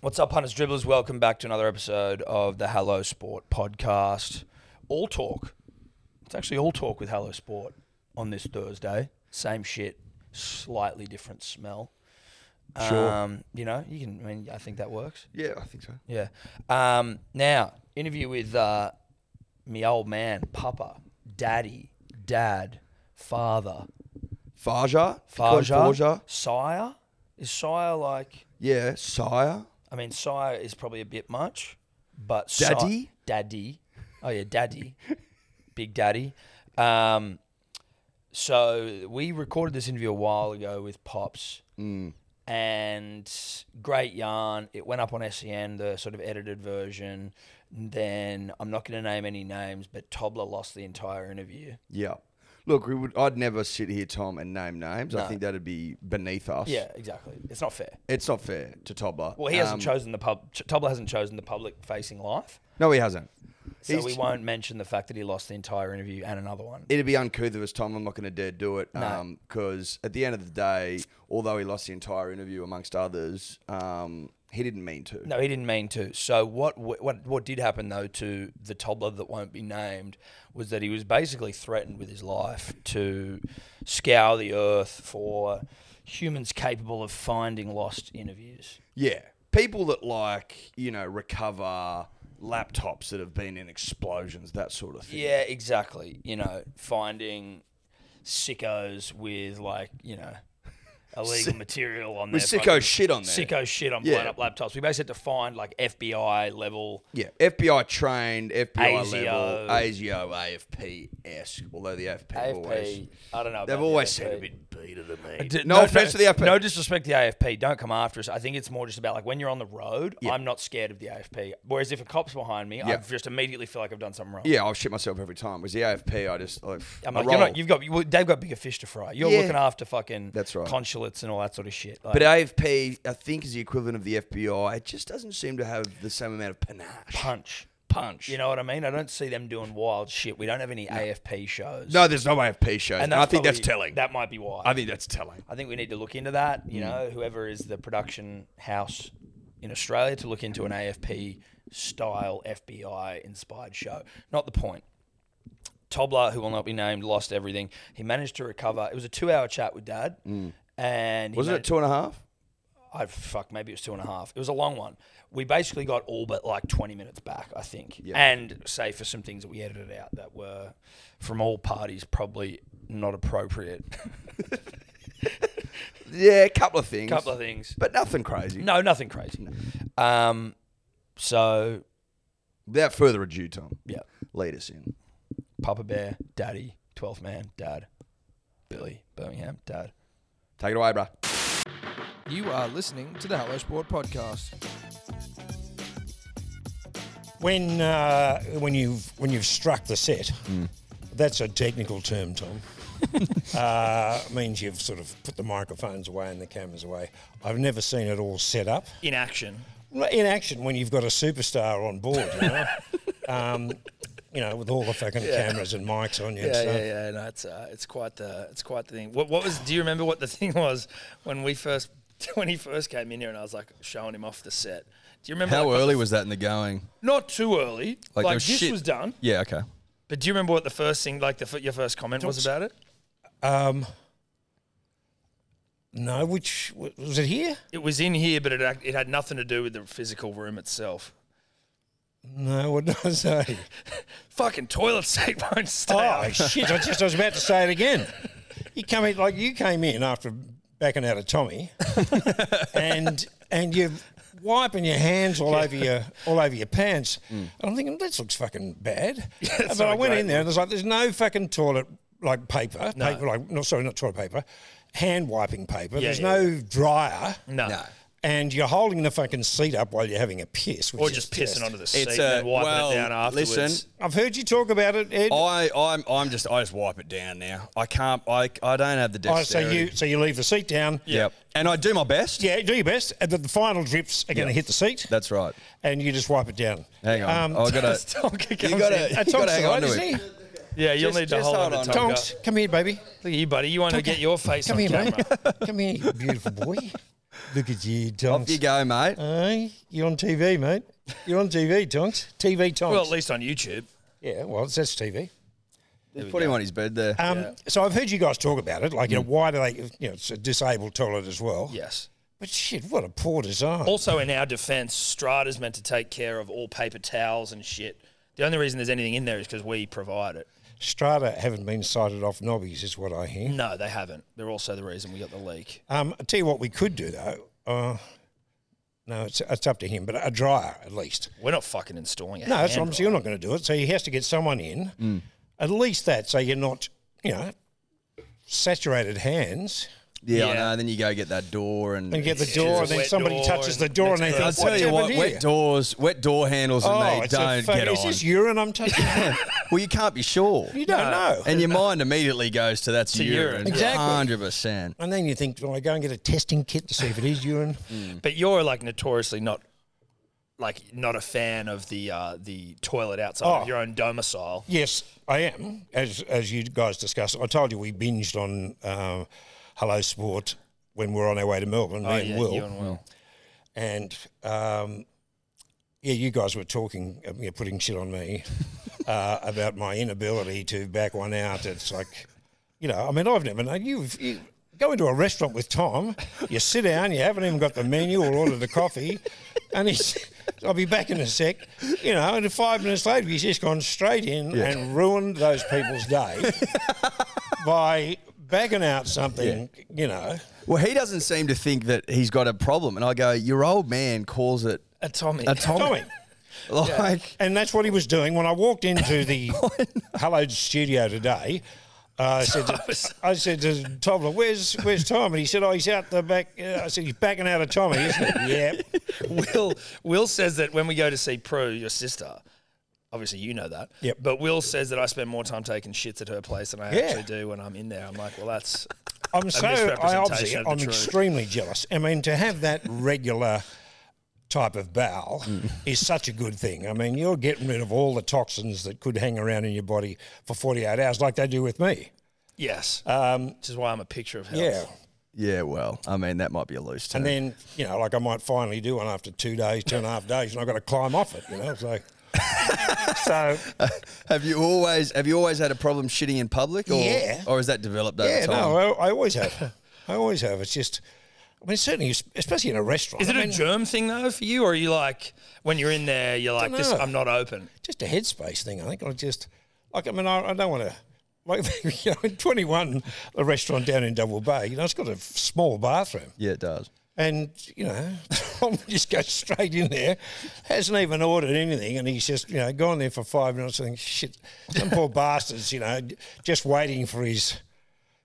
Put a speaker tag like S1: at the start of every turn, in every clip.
S1: What's up, Hunters Dribblers? Welcome back to another episode of the Hello Sport podcast. All talk. It's actually all talk with Hello Sport on this Thursday. Same shit, slightly different smell.
S2: Sure.
S1: Um, you know, you can. I mean, I think that works.
S2: Yeah, I think so.
S1: Yeah. Um, now, interview with uh, me old man, Papa, Daddy, Dad, Father,
S2: Farja,
S1: Farja,
S2: Farja.
S1: Sire. Is Sire like?
S2: Yeah, sire.
S1: I mean, sire is probably a bit much, but si-
S2: Daddy?
S1: daddy, oh yeah, daddy, big daddy. Um, so we recorded this interview a while ago with Pops, and great yarn. It went up on SEN, the sort of edited version. Then I'm not going to name any names, but Tobler lost the entire interview.
S2: Yeah. Look, we would. I'd never sit here, Tom, and name names.
S1: No.
S2: I think that'd be beneath us.
S1: Yeah, exactly. It's not fair.
S2: It's not fair to Tobler.
S1: Well, he hasn't
S2: Um,
S1: chosen the pub. Tobler hasn't chosen the public-facing life.
S2: No, he hasn't.
S1: So
S2: He's-
S1: we won't mention the fact that he lost the entire interview and another one.
S2: It'd be uncouth of us, Tom. I'm not going to dare do it.
S1: No.
S2: Because at the end of the day, although he lost the entire interview, amongst others, um, he didn't mean to.
S1: No, he didn't mean to. So what what what did happen though to the toddler that won't be named was that he was basically threatened with his life to scour the earth for humans capable of finding lost interviews.
S2: Yeah. People that like, you know, recover laptops that have been in explosions, that sort of thing.
S1: Yeah, exactly. You know, finding sickos with like you know illegal material on
S2: With
S1: their
S2: sicko
S1: fucking-
S2: shit on there.
S1: sicko shit on
S2: Yeah.
S1: blown up laptops. We basically had to find like FBI level.
S2: Yeah, FBI trained, FBI
S1: ASIO.
S2: level, ASIO, AFP esque. Although the AFP, have always
S1: AFP. I don't know. about
S2: they've
S1: the
S2: always
S1: AFP.
S2: seemed a bit beater than me.
S1: D-
S2: no, offense to the AFP.
S1: No disrespect to the AFP. Don't come after us. I think it's more just about like when you're on the road, I'm not scared of the AFP. Whereas if a cop's behind me, I
S2: Yeah.
S1: just immediately feel like I've done something wrong.
S2: yeah, I'll shit myself every time. Was the AFP? I just like,
S1: I'm
S2: I
S1: like, you're not,
S2: roll.
S1: you've got, you, they've got bigger fish to fry. You're
S2: Yeah.
S1: looking after fucking
S2: That's right.
S1: consulates and all that sort of shit. Like,
S2: but AFP, I think, is the equivalent of the FBI. It just doesn't seem to have the same amount of panache,
S1: punch.
S2: punch.
S1: You know what I mean? I don't see them doing wild shit. We don't have any AFP shows.
S2: No, there's no AFP shows. And I think that's
S1: probably-
S2: telling.
S1: That might be why.
S2: I think that's telling.
S1: I think we need to look into that.
S2: Mm.
S1: You know, whoever is the production house in Australia to look into an AFP style FBI inspired show. Not the point. Tobler, who will not be named, lost everything. He managed to recover. It was a two hour chat with dad. And he
S2: Wasn't Mm. it
S1: managed-
S2: two and a half?
S1: I fuck, maybe it was two and a half. It was a long one. We basically got all but like 20 minutes back, I think.
S2: Yeah.
S1: And save for some things that we edited out that were from all parties probably not appropriate.
S2: Yeah, a couple of things.
S1: A couple of things.
S2: but nothing crazy.
S1: No, nothing crazy. Um, so
S2: Without further ado, Tom,
S1: yeah,
S2: lead us in.
S1: Papa Bear, Daddy, Twelfth Man, Dad, Billy, Birmingham, Dad.
S2: Take it away, bro.
S3: You are listening to the Hello Sport podcast.
S4: When uh, when you've when you've struck the set,
S5: Hmm.
S4: that's a technical term, Tom. uh, means you've sort of put the microphones away and the cameras away. I've never seen it all set up
S1: In action.
S4: Well, in action when you've got a superstar on board. You know, um, you know with all the fucking cameras and mics on you. and
S5: Yeah,
S4: stuff.
S5: yeah, yeah. No, it's uh, it's quite the it's quite the thing. What, what was? Do you remember what the thing was when we first when he first came in here and I was like showing him off the set? Do you remember?
S6: How
S5: like,
S6: early was that in the going?
S5: Not too early. Like,
S6: there was
S5: this
S6: shit-
S5: was done.
S6: Yeah, okay.
S5: But do you remember what the first thing, like the fir- your first comment was about it?
S4: Um, no, which was it here?
S5: It was in here, but it act- it had nothing to do with the physical room itself.
S4: No, what did I say?
S5: Fucking toilet seat won't stay.
S4: Oh
S5: up.
S4: shit! I just I was about to say it again. You come in like you came in after backing out of Tommy, and and you're wiping your hands all over your all over your pants. And I'm thinking this looks fucking bad.
S5: it's
S4: but I
S5: not a
S4: went
S5: Mm. great
S4: in there and there's like there's no fucking toilet like paper. Paper like no sorry not toilet paper, hand wiping paper. there's
S5: yeah,
S4: no dryer.
S5: no.
S4: And you're holding the fucking seat up while you're having a piss, which
S5: Or
S4: is
S5: just pissing
S4: just-
S5: onto the seat
S6: It's
S5: and then
S6: a-
S5: wiping
S6: well,
S5: it down afterwards.
S6: listen.
S4: I've heard you talk about it,
S5: Oh,
S4: Ed.
S6: I, I'm, I'm just, I just wipe it down now. I can't, I, I don't have the
S4: Oh, so
S6: dexterity.
S4: you so you leave the seat down.
S6: Yep. And I do my best.
S4: Yeah, do your best. And the, the final drips are going to hit the seat,
S6: That's right.
S4: and you just wipe it down.
S6: Hang on. Oh,
S4: Um,
S6: I gotta,
S5: Tonka
S6: you
S5: comes
S6: gotta,
S5: in.
S6: you
S4: That's
S6: gotta hang
S4: Tonks,
S6: on
S4: right,
S6: to
S4: isn't
S6: it.
S4: he?
S5: Yeah, you'll
S6: just-
S5: need to
S6: just
S5: hold on
S6: hold
S5: to
S6: on.
S5: Tonka.
S4: Tonks, come here, baby.
S5: Look at you, buddy. You wanted to get your face
S4: Come
S5: on
S4: here,
S5: camera.
S4: mate. Come here, you beautiful boy. Look at you,
S2: Off
S4: Tonks.
S2: you go, mate.
S4: Hey, you're on TV, mate. You're on TV, Tonks. TV, Tonks.
S1: Well, at least on YouTube.
S4: yeah, well, it's that's TV.
S2: Put him on his bed there.
S4: Um, So I've heard you guys talk about it. Like, you know,
S6: Mm.
S4: why do they, you know, it's a disabled toilet as well.
S1: Yes.
S4: But shit, what a poor design.
S1: Also, in our defence, Strata's meant to take care of all paper towels and shit. The only reason there's anything in there is because we provide it.
S4: Strata haven't been sighted off nobbies, is what I hear.
S1: No, they haven't. They're also the reason we got the leak.
S4: Um, I tell you what, we could do though. Uh, no, it's, it's up to him, but a dryer at least.
S1: We're not fucking installing it.
S4: No, that's what I'm saying. You're not going to do it. So he has to get someone in,
S2: Mm.
S4: at least that, so you're not, you know, saturated hands.
S2: yeah, I
S1: yeah.
S2: know. Then you go get that door and.
S4: And get the
S1: It's
S4: door, and
S1: just a
S4: then
S1: wet
S4: somebody
S1: door
S4: touches
S1: and
S4: the door, and they
S1: it's
S4: think,
S2: I'll
S4: "What's
S2: tell you what,
S4: happened here?"
S2: wet doors, wet door handles, and
S4: oh,
S2: they
S4: it's a
S2: don't
S4: fuck-
S2: get
S4: is
S2: on.
S4: this urine I'm touching?
S2: well, you can't be sure.
S4: you don't know.
S2: And your mind immediately goes to that's urine.
S1: urine.
S4: Exactly.
S2: Hundred percent.
S4: And then you think, well, I go and get a testing kit to see if it is urine.
S1: But you're like notoriously not, like not a fan of the uh, the toilet outside
S4: Oh.
S1: of your own domicile.
S4: Yes, I am. As as you guys discussed, I told you we binged on um, Hello Sport when we were on our way to Melbourne, me and
S1: Oh, yeah,
S4: Will.
S1: you and Will.
S4: And, um, yeah, you guys were talking, uh, you know, putting shit on me uh, about my inability to back one out. It's like, you know, I mean, I've never known you. you Go into a restaurant with Tom, you sit down, you haven't even got the menu or ordered the coffee, and he's, I'll be back in a sec, you know, and five minutes later, he's just gone straight in and ruined those people's day by backing out something, you know.
S2: Well, he doesn't seem to think that he's got a problem, and I go, your old man calls it
S1: A Tommy.
S2: a Tommy.
S4: Tommy.
S2: Like,
S4: And that's what he was doing when I walked into the
S1: Oh,
S4: Hello studio today. Uh, I said, to, I said to Tobler, "Where's Where's Tom?" And he said, "Oh, he's out the back." Uh, I said, "He's backing out of Tommy, isn't he?" yep.
S1: Will Will says that when we go to see Prue, your sister, obviously you know that.
S4: Yep.
S1: But Will says that I spend more time taking shits at her place than I
S4: Yeah.
S1: actually do when I'm in there. I'm like, well, that's
S4: I'm so I
S1: misrepresentation
S4: obviously
S1: of the
S4: I'm
S1: truth.
S4: extremely jealous. I mean, to have that regular type of bowel
S1: Mm.
S4: is such a good thing. I mean, you're getting rid of all the toxins that could hang around in your body for 48 hours, like they do with me.
S1: yes. Um, which is why I'm a picture of health.
S4: Yeah.
S2: yeah, well, I mean, that might be a loose term.
S4: And then, you know, like I might finally do one after two days, two and a half days, and I've got to climb off it, you know. So, so
S2: have you always have you always had a problem shitting in public, or
S4: Yeah.
S2: or is that developed over
S4: yeah,
S2: time?
S4: no, uh, I, I always have. I always have. It's just, I mean, certainly, es- especially in a restaurant.
S1: Is it
S4: I
S1: a
S4: mean,
S1: germ thing though for you, or are you like when you're in there, you're like, this,
S4: Dunno.
S1: I'm not open.
S4: just a headspace thing, I think. I just, like, I mean, I, I don't want to. Like, you know, in 21, the restaurant down in Double Bay, you know, it's got a f- small bathroom.
S2: Yeah, it does.
S4: And, you know, Tom just goes straight in there, hasn't even ordered anything, and he's just, you know, gone there for five minutes and thinks, shit, some poor bastards, you know, just waiting for his,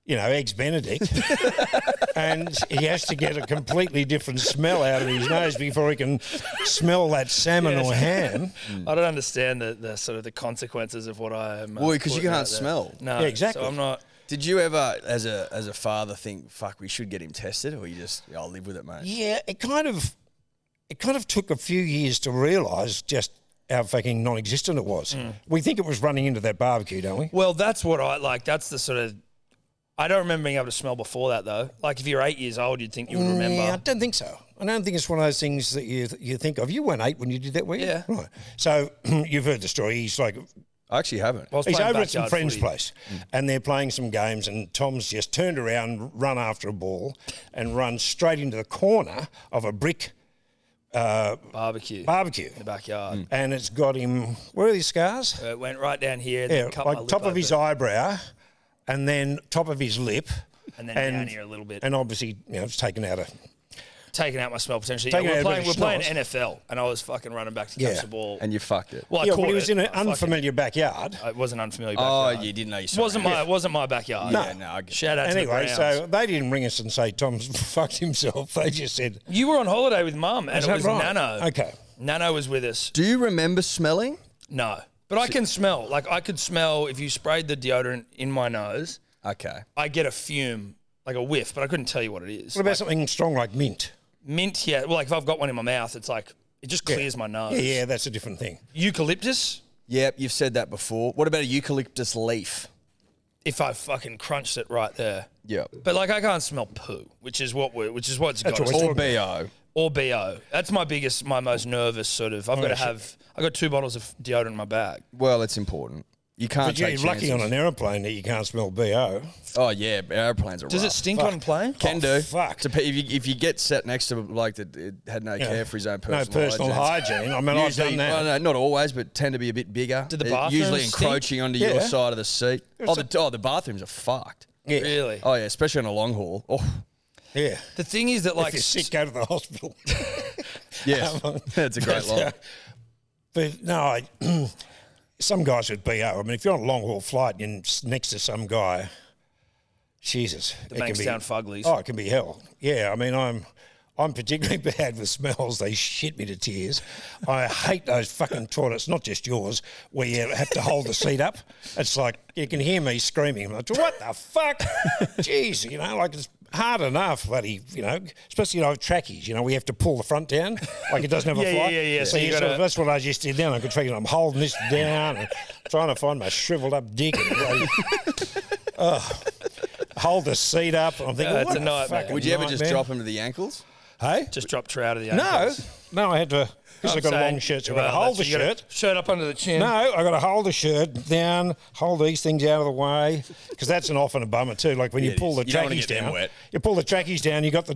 S4: you know, eggs Benedict. and he has to get a completely different smell out of his nose before he can smell that salmon or ham.
S2: Hmm.
S1: I don't understand the, the sort of the consequences of what I'm. uh,
S2: Well, 'cause you
S1: putting out
S2: can't
S1: there.
S2: smell.
S1: No,
S4: Yeah, exactly.
S1: So I'm not.
S2: Did you ever, as a as a father, think fuck we should get him tested, or you just I'll live with it, mate?
S4: Yeah, it kind of, it kind of took a few years to realise just how fucking non-existent it was. We think it was running into that barbecue, don't we?
S1: Well, that's what I like. That's the sort of. I don't remember being able to smell before that though. Like if you're eight years old, you'd think you would remember.
S4: Yeah, I don't think so. I don't think it's one of those things that you you think of. You weren't eight when you did that, were you?
S1: Yeah.
S4: Right. So you've heard the story. He's like
S2: I actually haven't.
S1: I was
S4: he's
S1: playing
S4: over at some
S1: backyard
S4: friend's
S1: footy. Mm.
S4: place, and they're playing some games, and Tom's just turned around, run after a ball, and run straight into the corner of a brick
S1: barbecue
S4: barbecue,
S1: in the
S2: Hmm.
S1: backyard.
S4: and it's got him. Where are these scars?
S1: So it went right down here,
S4: Yeah,
S1: then cut my
S4: like
S1: lip
S4: top of his
S1: open,
S4: eyebrow, and then top of his lip,
S1: and then down here a little bit,
S4: and obviously you know it's taken out of.
S1: taking out my smell potentially.
S4: Taking
S1: Yeah, we're
S4: out a bit
S1: playing,
S4: of
S1: we're playing
S4: schnoz.
S1: NFL, and I was fucking running back to catch
S4: Yeah.
S1: the ball.
S2: And you fucked it.
S1: well, I
S4: yeah,
S1: caught
S4: well, he was
S1: it.
S4: in an
S1: I fucking-
S4: unfamiliar backyard.
S1: It wasn't unfamiliar.
S2: Oh,
S1: Backyard.
S2: you didn't know you. saw
S1: wasn't
S2: that.
S1: my it wasn't my backyard.
S2: Yeah, no, I get
S1: Shout out
S4: Anyway,
S1: to the Browns.
S4: so they didn't ring us and say Tom's fucked himself. They just said,
S1: you were on holiday with mum, and
S4: Is
S1: it
S4: that
S1: was
S4: right?
S1: Nano.
S4: Okay.
S1: Nano was with us.
S2: Do you remember smelling?
S1: No, but I can smell. Like I could smell if you sprayed the deodorant in my nose.
S2: Okay.
S1: I get a fume, like a whiff, but I couldn't tell you what it is.
S4: "What about something strong like mint?"
S1: Mint, yeah. Well, like if I've got one in my mouth, it's like it just clears my nose.
S2: Oh,
S4: Yeah, yeah, that's a different thing.
S1: Eucalyptus.
S2: Yep, you've said that before. What about a eucalyptus leaf?
S1: If I fucking crunched it right there,
S2: Yeah.
S5: But like I can't smell poo, which is what we're, which is what's got us.
S2: Or bo.
S5: or bo. That's my biggest, my most nervous sort of. I've got to have. I got two bottles of deodorant in my bag.
S2: Well, it's important. You can't.
S4: But you're
S2: take
S4: lucky on
S2: chances.
S4: an aeroplane that you can't smell BO.
S2: Oh yeah, airplanes are.
S5: Does it
S2: rough.
S5: stink on plane?
S2: Can do.
S4: Oh, fuck.
S2: Dep- if you if you get set next to like that, it had no care for his own personal.
S4: no personal hygiene. I mean, I've
S2: Usually-
S4: done that.
S2: Well, no, not always, but tend to be a bit bigger.
S5: Do the
S2: It-
S5: bathrooms
S2: usually
S5: stink?
S2: encroaching onto your
S4: Yeah.
S2: side of the seat? Oh, the oh, the bathrooms are fucked.
S4: yeah.
S5: Really?
S2: Oh yeah, especially on a long haul. Oh
S4: Yeah.
S5: The thing is that
S4: If
S5: like
S4: you're sick, go to the hospital.
S2: yes, that's a great line.
S4: uh, But no, I, some guys with BO. I mean, if you're on a long haul flight and you're s- next to some guy, Jesus, the it
S5: Bankstown Fuglies.
S4: Oh, it can be hell. Yeah, I mean, I'm. I'm particularly bad with smells. They shit me to tears. I hate those fucking toilets, not just yours, where you have to hold the seat up. It's like you can hear me screaming. I'm like, what the fuck? Jeez, you know, like it's hard enough, bloody, you know, especially, you know, trackies, you know, we have to pull the front down like it doesn't have
S5: Yeah,
S4: a
S5: yeah,
S4: flight.
S5: yeah, yeah.
S4: So,
S5: So you
S4: you sort
S5: gotta-
S4: of- that's what I just did then. I could figure I'm holding this down and trying to find my shriveled up dick. And bloody- Ugh. hold the seat up. I'm thinking,
S5: Yeah, it's
S4: what
S5: a nightmare.
S4: fucking
S2: Would you ever just
S4: nightmare.
S2: drop him to the ankles?
S4: Hey?
S5: just drop trout of the
S4: No, no, I had to because I got a long shirt. So I got to hold the shirt.
S5: Shirt up under the chin.
S4: No, I got to hold the shirt down, hold these things out of the way because that's an often a bummer too. Like when you pull the
S2: You don't wanna
S4: trackies
S2: get them
S4: down,
S2: wet.
S4: you pull the trackies down, you got the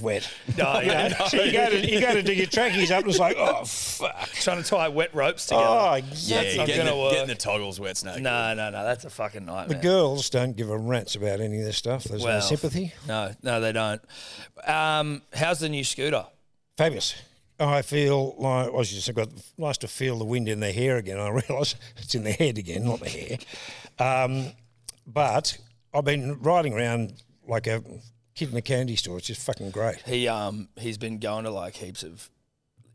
S4: wet.
S5: No,
S4: You know?
S5: yeah, no.
S4: So you go to you go to do your trackies up, and it's like, oh fuck,
S5: Trying to tie wet ropes together.
S4: oh exactly.
S5: not
S2: getting
S5: gonna
S2: the,
S5: work.
S2: Getting the toggles wet's no. good.
S5: no, no, no. That's a fucking nightmare.
S4: Girls don't give a rats about any of this stuff. There's
S5: Well,
S4: no sympathy.
S5: No, no, they don't. Um, how's the new scooter?
S4: Fabulous. I feel like well, I just got nice to feel the wind in the hair again. I realise it's in the head again, not the hair. Um, but I've been riding around like a kid in a candy store. It's just fucking great.
S5: He um he's been going to like heaps of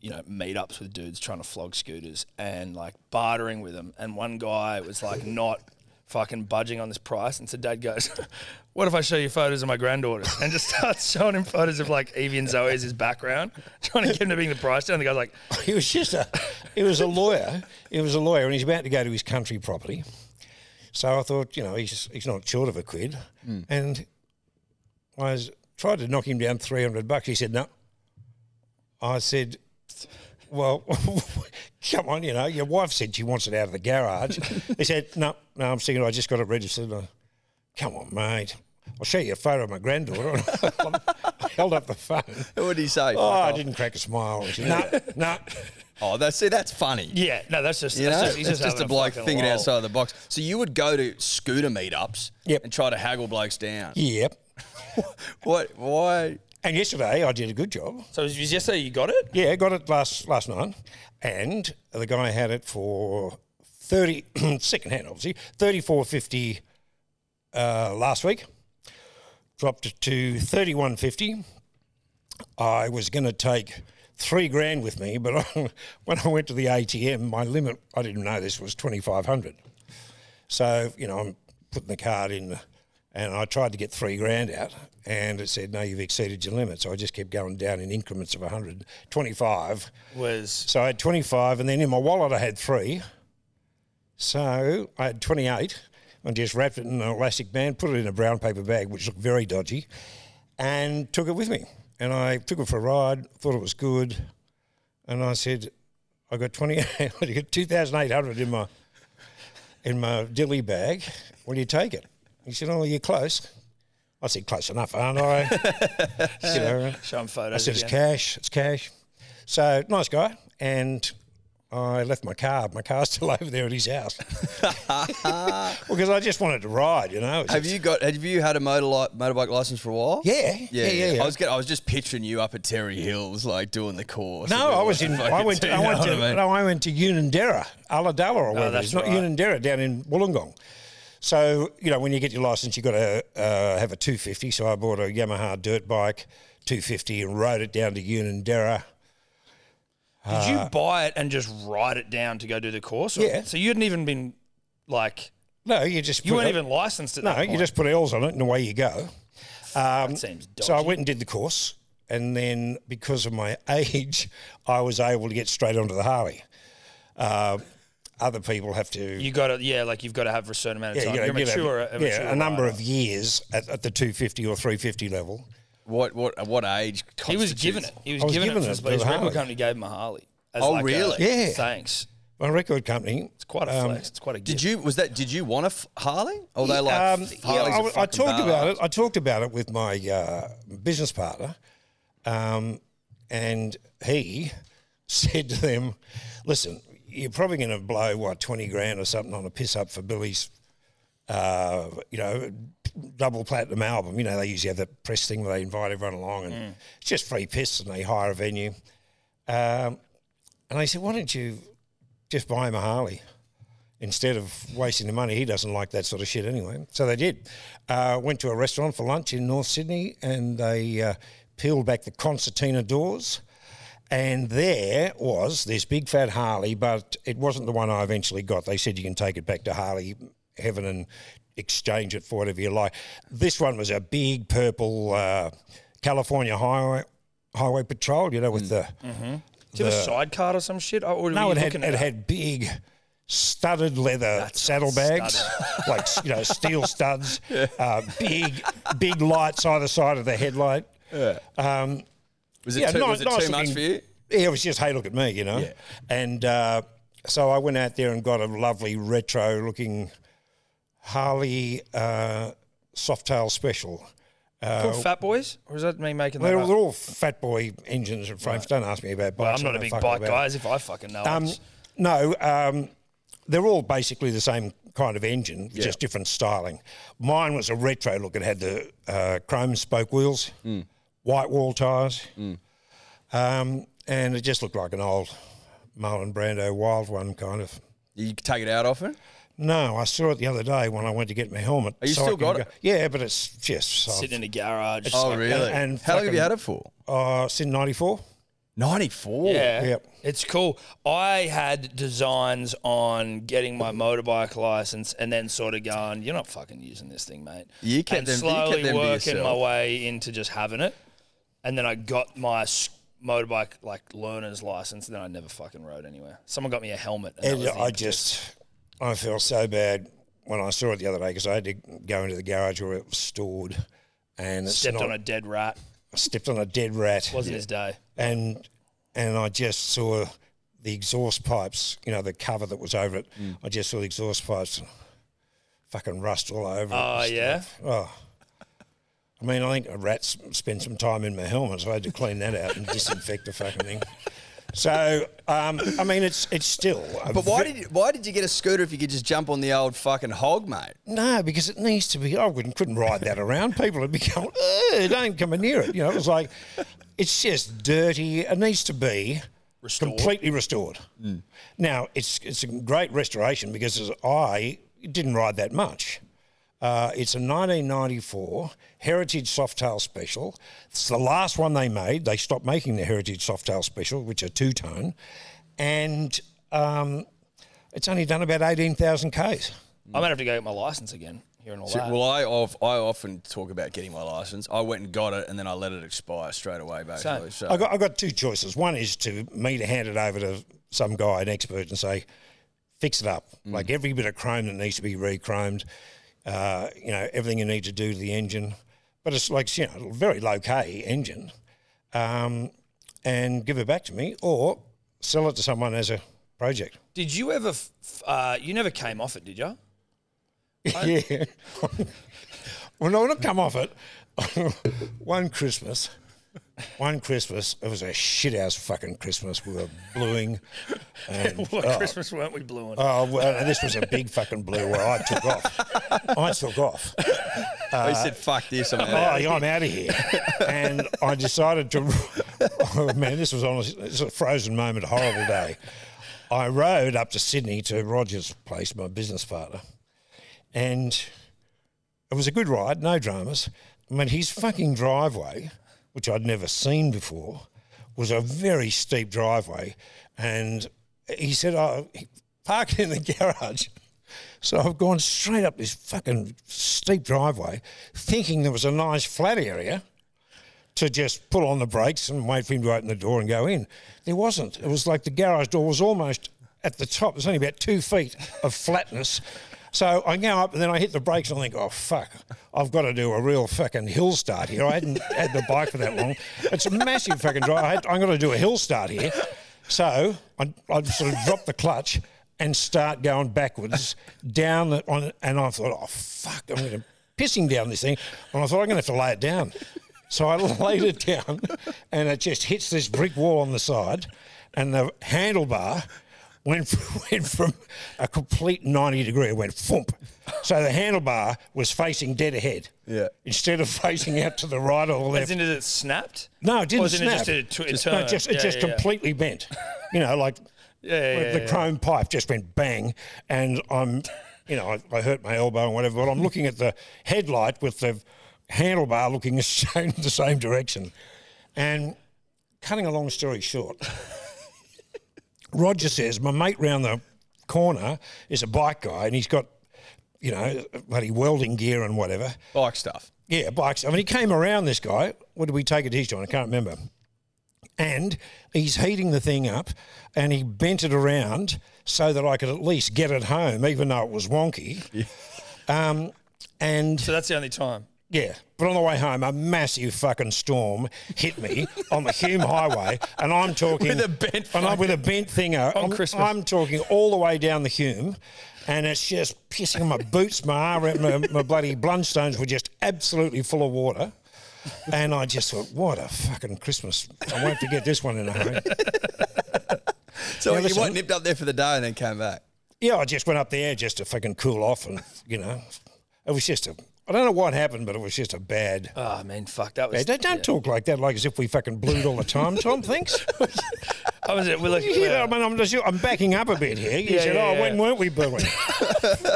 S5: you know meetups with dudes trying to flog scooters and like bartering with them. And one guy was like not fucking budging on this price. And so dad goes, "What if I show you photos of my granddaughters?" And just starts showing him photos of like Evie and Zoe as his background, trying to get him to bring the price down. The guy's like,
S4: He was just a, he was a lawyer. He was a lawyer, and he's about to go to his country property. So I thought, you know, he's he's not short of a quid, and I was, tried to knock him down three hundred bucks. He said no. I said, well, come on, you know, your wife said she wants it out of the garage. he said, no, no, I'm thinking I just got it registered. I, come on, mate. I'll show you a photo of my granddaughter. I held up the phone.
S2: What did he say?
S4: Oh, I
S2: Fuck
S4: didn't crack a smile. He said, no, no.
S2: off. Oh, that's see, that's funny.
S5: "Yeah, no, that's just,
S2: You
S5: that's
S2: know,
S5: just he's
S2: it's
S5: just,
S2: just a
S5: having
S2: bloke
S5: fucking
S2: thinking
S5: lull."
S2: outside the box. So you would go to scooter meetups
S4: Yep.
S2: and try to haggle blokes down.
S4: Yep.
S2: What? Why?
S4: And yesterday I did a good job.
S5: So it was yesterday you got it?
S4: Yeah, got it last last night, and the guy had it for thirty second hand, obviously thirty four fifty uh, last week. Dropped it to thirty one fifty. I was going to take three grand with me, but when I went to the ATM, my limit I didn't know this was twenty five hundred. So you know I'm putting the card in. And I tried to get three grand out, and it said, "No, you've exceeded your limit." So I just kept going down in increments of 100, 25,
S5: Was
S4: so I had 25, and then in my wallet I had three. So I had 28 and just wrapped it in an elastic band, put it in a brown paper bag, which looked very dodgy, and took it with me. And I took it for a ride, thought it was good. And I said, I got 20, I got 2,800 in my, in my dilly bag. Will you take it? He said, Oh, you're close. I said, Close enough, aren't I? you know,
S5: showing photos.
S4: I said, it's
S5: again.
S4: cash, it's cash. So, nice guy. And I left my car. My car's still over there at his house. Because I just wanted to ride, you know. It's
S2: Have
S4: just-
S2: you got? Have you had a motor li- motorbike license for a while?
S4: Yeah. Yeah, yeah, yeah.
S2: I was get, I was just picturing you up at Terry Hills, like doing the course.
S4: no,
S2: and
S4: I
S2: all
S4: was
S2: that
S4: in.
S2: fucking
S4: I went. To,
S2: thing,
S4: I went
S2: you know
S4: to.
S2: what I mean?
S4: No, I went to Unanderra, Ulladulla, or whatever.
S5: that's
S4: it's not
S5: right.
S4: Unanderra down in Wollongong. So you know, when you get your license, you got to uh, have a 250. So I bought a Yamaha dirt bike, 250, and rode it down to Unanderra.
S5: Did you buy it and just write it down to go do the course? Or-
S4: Uh, Yeah.
S5: So you hadn't even been like
S4: No, you just
S5: you
S4: put
S5: weren't
S4: it-
S5: even licensed at that
S4: No,
S5: point.
S4: you just put L's on it and away you go. Um,
S5: seems
S4: so I went and did the course, and then because of my age, I was able to get straight onto the Harley. Uh, other people have to.
S5: You got to, yeah, like you've got to have for a certain amount of
S4: yeah,
S5: time.
S4: you
S5: You
S4: gotta
S5: are
S4: give
S5: mature,
S4: it-
S5: a,
S4: yeah,
S5: mature
S4: a number
S5: rider.
S4: of years at, at the 250 or 350 level.
S2: What what at what age?
S5: He was
S2: constitutes-
S5: given it. He was,
S4: I was
S5: given,
S4: given
S5: it.
S4: it
S5: for
S4: to
S5: his
S4: the
S5: record
S4: Harley.
S5: company gave him a Harley. as
S2: Oh,
S5: like a
S2: really?
S4: Yeah.
S5: Thanks.
S4: My record company.
S5: It's quite a
S4: um,
S5: flex. It's quite a.
S2: Did
S5: gift.
S2: you was that? Did you want a f- Harley? Or they like
S4: Um,
S2: f-
S4: yeah,
S2: Harleys
S4: I,
S2: are
S4: I
S2: fucking
S4: talked about
S2: badass?
S4: it. I talked about it with my uh, business partner, um, and he said to them, "Listen, you're probably going to blow what twenty grand or something on a piss up for Billy's, uh, you know, double platinum album. You know, they usually have that press thing where they invite everyone along, and
S2: Mm.
S4: it's just free piss, and they hire a venue." Um, and I said, "Why don't you just buy him a Harley?" instead of wasting the money, he doesn't like that sort of shit anyway. So they did. Uh, went to a restaurant for lunch in North Sydney and they uh, peeled back the concertina doors. And there was this big fat Harley, but it wasn't the one I eventually got. They said you can take it back to Harley Heaven and exchange it for whatever you like. This one was a big purple uh, California Highway Highway Patrol, you know, with the
S5: Do you have a sidecar or some shit? Oh, Or
S4: no,
S5: were
S4: it
S5: you
S4: had
S5: looking
S4: it
S5: at
S4: had big studded leather saddlebags, like you know steel studs, uh, big big lights either side of the headlight.
S2: Was it
S4: Yeah,
S2: too,
S4: ni-
S2: was it
S4: nice
S2: too much
S4: looking-
S2: for you?
S4: Yeah, it was just hey, look at me, you know.
S2: Yeah.
S4: And uh, so I went out there and got a lovely retro looking Harley uh, Softail Special.
S5: Called Fat Boys? Or is that me making that
S4: They're,
S5: up?
S4: they're all fat boy engines and frames. Don't ask me about
S5: Well,
S4: bikes.
S5: I'm
S4: I
S5: not a
S4: don't
S5: big
S4: fuck
S5: bike
S4: about
S5: guy, as if I fucking know.
S4: Um,
S5: It's-
S4: no, um, they're all basically the same kind of engine, just different styling. Mine was a retro look. It had the uh, chrome spoke wheels,
S2: Hmm.
S4: white wall tyres, um, and it just looked like an old Marlon Brando wild one kind of.
S2: You take it out often?
S4: No, I saw it the other day when I went to get my helmet.
S2: Oh, you
S4: I
S2: still
S4: can
S2: got it?
S4: Yeah, but it's just soft.
S5: sitting in a garage.
S2: Oh really?
S4: and
S2: how long have
S4: fucking-
S2: you had it for?
S4: uh, it's in '94.
S2: Ninety four.
S5: Yeah.
S4: Yep.
S5: It's cool. I had designs on getting my motorbike license and then sort of going, you're not fucking using this thing, mate.
S2: You kept
S5: and
S2: them- you kept
S5: slowly
S2: them to
S5: working my
S2: yourself.
S5: way into just having it. And then I got my s- motorbike like learner's license and then I never fucking rode anywhere. Someone got me a helmet. And that
S4: And
S5: was the
S4: I
S5: impetus.
S4: just, I felt so bad when I saw it the other day because I had to go into the garage where it was stored, and it's
S5: stepped
S4: not-
S5: on a dead rat.
S4: stepped on a dead rat,
S5: Wasn't his day.
S4: and and I just saw the exhaust pipes, you know, the cover that was over it.
S5: Mm.
S4: I just saw the exhaust pipes, fucking rust all over.
S5: Oh,
S4: it. and
S5: yeah.
S4: stuff. Oh. I mean, I think a rat s- spent some time in my helmet, so I had to clean that out and disinfect the fucking thing. So, um, I mean, it's it's still. a
S2: But why
S4: ve-
S2: did you, why did you get a scooter if you could just jump on the old fucking hog, mate?
S4: No, because it needs to be. I wouldn't, couldn't ride that around. People would be going, "Ugh, "Don't come near it." You know, it was like, it's just dirty. It needs to be completely restored. Now, it's it's a great restoration because as I didn't ride that much. Uh, it's a 1994 Heritage Softail Special. It's the last one they made. They stopped making the Heritage Softail Special, which are two tone, and um, it's only done about 18,000 k's.
S5: I might have to go get my license again. Hearing all
S2: So-
S5: that.
S2: well, I of, I often talk about getting my license. I went and got it, and then I let it expire straight away. Basically, so
S4: I got, I got two choices. One is to me to hand it over to some guy, an expert, and say, fix it up. Like every bit of chrome that needs to be re-chromed, uh, you know, everything you need to do to the engine. But it's like, you know, a very low K engine. Um, and give it back to me or sell it to someone as a project.
S5: Did you ever? F- f- uh, you never came off it, did you?
S4: yeah. well, no, when I come off it, one Christmas, one Christmas, it was a shit house fucking Christmas. We were bluing. And,
S5: What
S4: oh,
S5: Christmas weren't we blue on?
S4: oh, well, and this was a big fucking blue where I took off. I took off.
S2: I said, "Fuck this." I'm
S4: Oh,
S2: out.
S4: yeah, I'm out of here. And I decided to. Oh, man, this was honestly this was a frozen moment, a horrible day. I rode up to Sydney to Roger's place, my business partner, and it was a good ride, no dramas. I mean, his fucking driveway, which I'd never seen before, was a very steep driveway, and he said, "I park it in the garage." So I've gone straight up this fucking steep driveway, thinking there was a nice flat area to just pull on the brakes and wait for him to open the door and go in. There wasn't. It was like the garage door was almost at the top. There's only about two feet of flatness. So I go up and then I hit the brakes and I think, oh fuck, I've got to do a real fucking hill start here. I hadn't had the bike for that long. It's a massive fucking drive. I had, I'm going to do a hill start here. So I, I sort of drop the clutch and start going backwards down the, on, and I thought, oh fuck, I'm going to pissing down this thing. And I thought, I'm going to have to lay it down. So I laid it down and it just hits this brick wall on the side and the handlebar went, went from a complete 90 degree, it went thump. So the handlebar was facing dead ahead.
S2: Yeah.
S4: Instead of facing out to the right or left.
S5: As in, is it snapped?
S4: No, it didn't
S5: Or is it
S4: snap.
S5: just a tw- a
S4: Just-
S5: turn?
S4: No, just, it
S5: Yeah,
S4: just
S5: yeah, yeah.
S4: completely bent. You know, like
S5: Yeah, yeah,
S4: like the
S5: yeah, yeah.
S4: chrome pipe just went bang, and I'm, you know, I, I hurt my elbow and whatever. But I'm looking at the headlight with the handlebar looking the same, the same direction, and cutting a long story short, Roger says my mate round the corner is a bike guy, and he's got, you know, bloody welding gear and whatever.
S2: Bike stuff.
S4: Yeah, bikes. I mean, he came around this guy. What did we take it to his joint? I can't remember. And he's heating the thing up and he bent it around so that I could at least get it home, even though it was wonky. Um, and
S5: So that's the only time.
S4: yeah, but on the way home, a massive fucking storm hit me on the Hume Highway, and I'm talking
S2: With a bent
S4: and I'm with a bent thinger on I'm,
S5: Christmas.
S4: I'm talking all the way down the Hume, and it's just pissing my boots, my arm, my, my bloody blundstones were just absolutely full of water, and I just thought, what a fucking Christmas! I won't forget this one in a hurry.
S2: So you
S4: listen.
S2: what, nipped up there for the day and then came back.
S4: Yeah, I just went up there just to fucking cool off, and you know, it was just a. I don't know what happened, but it was just a bad.
S5: Oh, man, fuck. That was.
S4: Hey, don't don't talk like that, like as if we fucking blew it all the time, Tom. Thanks.
S5: I was at Willow.
S4: You know, I mean, I'm, just, I'm backing up a bit here. You
S5: Yeah,
S4: said,
S5: yeah,
S4: "Oh,
S5: yeah.
S4: when weren't we booing?"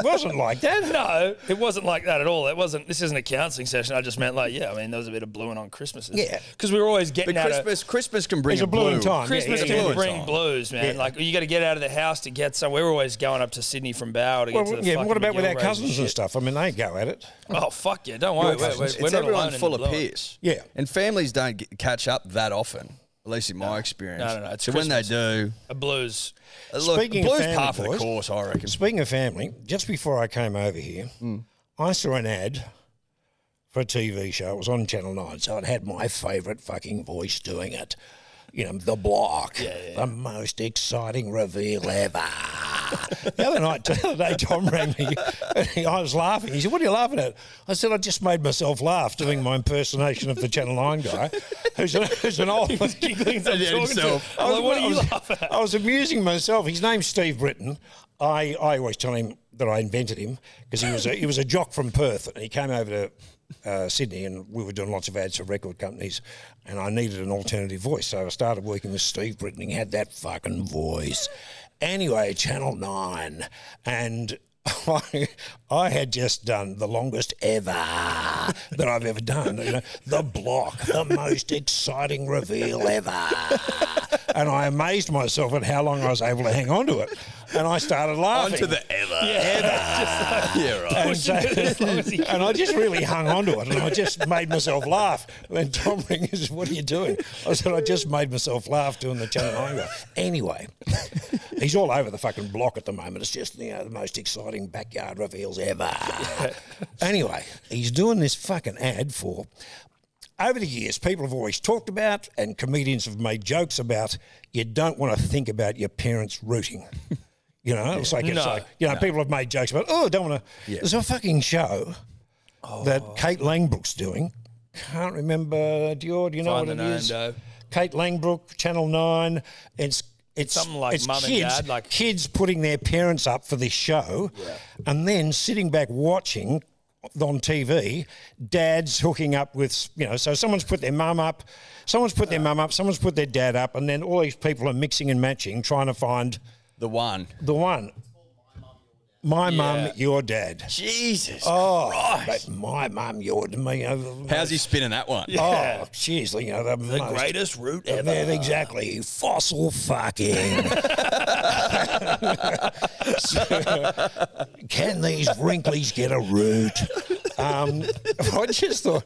S4: Wasn't like that.
S5: No, it wasn't like that at all. It wasn't. This isn't a counselling session. I just meant like, yeah. I mean, there was a bit of blueing on Christmas.
S4: Yeah.
S5: because we were always getting
S2: But
S5: out of
S2: Christmas, Christmas can bring
S4: It's a blueing time.
S5: Christmas
S4: Yeah, yeah,
S5: can
S4: yeah.
S5: bring blues, man.
S4: Yeah.
S5: Like you got to get out of the house to get some. We were always going up to Sydney from Bower to get to
S4: Well,
S5: the
S4: yeah. What
S5: fucking
S4: about with our
S5: McGilvrays
S4: cousins and
S5: shit.
S4: stuff? I mean, they go at it.
S5: Oh fuck yeah! Don't worry, we're, we're,
S2: It's
S5: we're not
S2: everyone
S5: alone in
S2: full
S5: the
S2: of
S5: blowing.
S2: piss.
S4: Yeah.
S2: And families don't get, catch up that often, at least in my experience.
S5: No, no, no, it's
S2: so when they do, uh,
S5: A blues.
S2: look,
S4: Speaking of
S2: blues
S4: family,
S2: part of the
S4: boys.
S2: course, I reckon.
S4: Speaking of family, just before I came over here,
S5: Hmm.
S4: I saw an ad for a TV show. It was on Channel 9, so it had my favourite fucking voice doing it. You know, The Block, the most exciting reveal ever. the other night, the other day, Tom rang me. And he, I was laughing. He said, What are you laughing at? I said, I just made myself laugh doing my impersonation of the Channel 9 guy, who's an, who's an old.
S5: Giggling at himself. I'm like, what are you laughing at?
S4: I was amusing myself. His name's Steve Britton. I, I always tell him that I invented him because he was a, he was a jock from Perth and he came over to uh, Sydney and we were doing lots of ads for record companies and I needed an alternative voice so I started working with Steve Britton. He had that fucking voice. Anyway, Channel Nine and. I, I had just done the longest ever that I've ever done. You know, the block, the most exciting reveal ever and I amazed myself at how long I was able to hang on to it. And I started laughing.
S2: Onto the ever.
S5: yeah, right.
S4: and, so- and I just really hung on to it and I just made myself laugh. When Tom rang and said, What are you doing? I said, I just made myself laugh doing the Channel 9 guy. Anyway, he's all over the fucking block at the moment. It's just, you know, the most exciting backyard reveals ever. anyway, he's doing this fucking ad for over the years, people have always talked about, and comedians have made jokes about, you don't want to think about your parents rooting. You know, it's like, it's
S5: No,
S4: like you know, people have made jokes about, oh, I don't want to. There's a fucking show that
S5: Oh.
S4: Kate Langbrook's doing. Can't remember, Dior, do you know
S5: Find
S4: what
S5: the
S4: it
S5: name,
S4: is?
S5: Dave.
S4: Kate Langbrook, Channel 9. It's it's
S5: Something like
S4: it's
S5: Mum and
S4: kids,
S5: Dad, like-
S4: kids putting their parents up for this show and then sitting back watching on TV, dads hooking up with, you know, so someone's put their mum up, someone's put their mum up, someone's put their dad up, and then all these people are mixing and matching, trying to find
S2: The one.
S4: the one. My mum,
S5: Yeah.
S4: your dad.
S2: Jesus.
S4: Oh, mate, my mum, your dad. Me, oh,
S2: How's he spinning that one?
S4: Oh, jeez, you know, the, most-
S5: Greatest root ever.
S4: yeah, exactly. Fossil fucking. So, can these wrinklies get a root? Um, I just thought,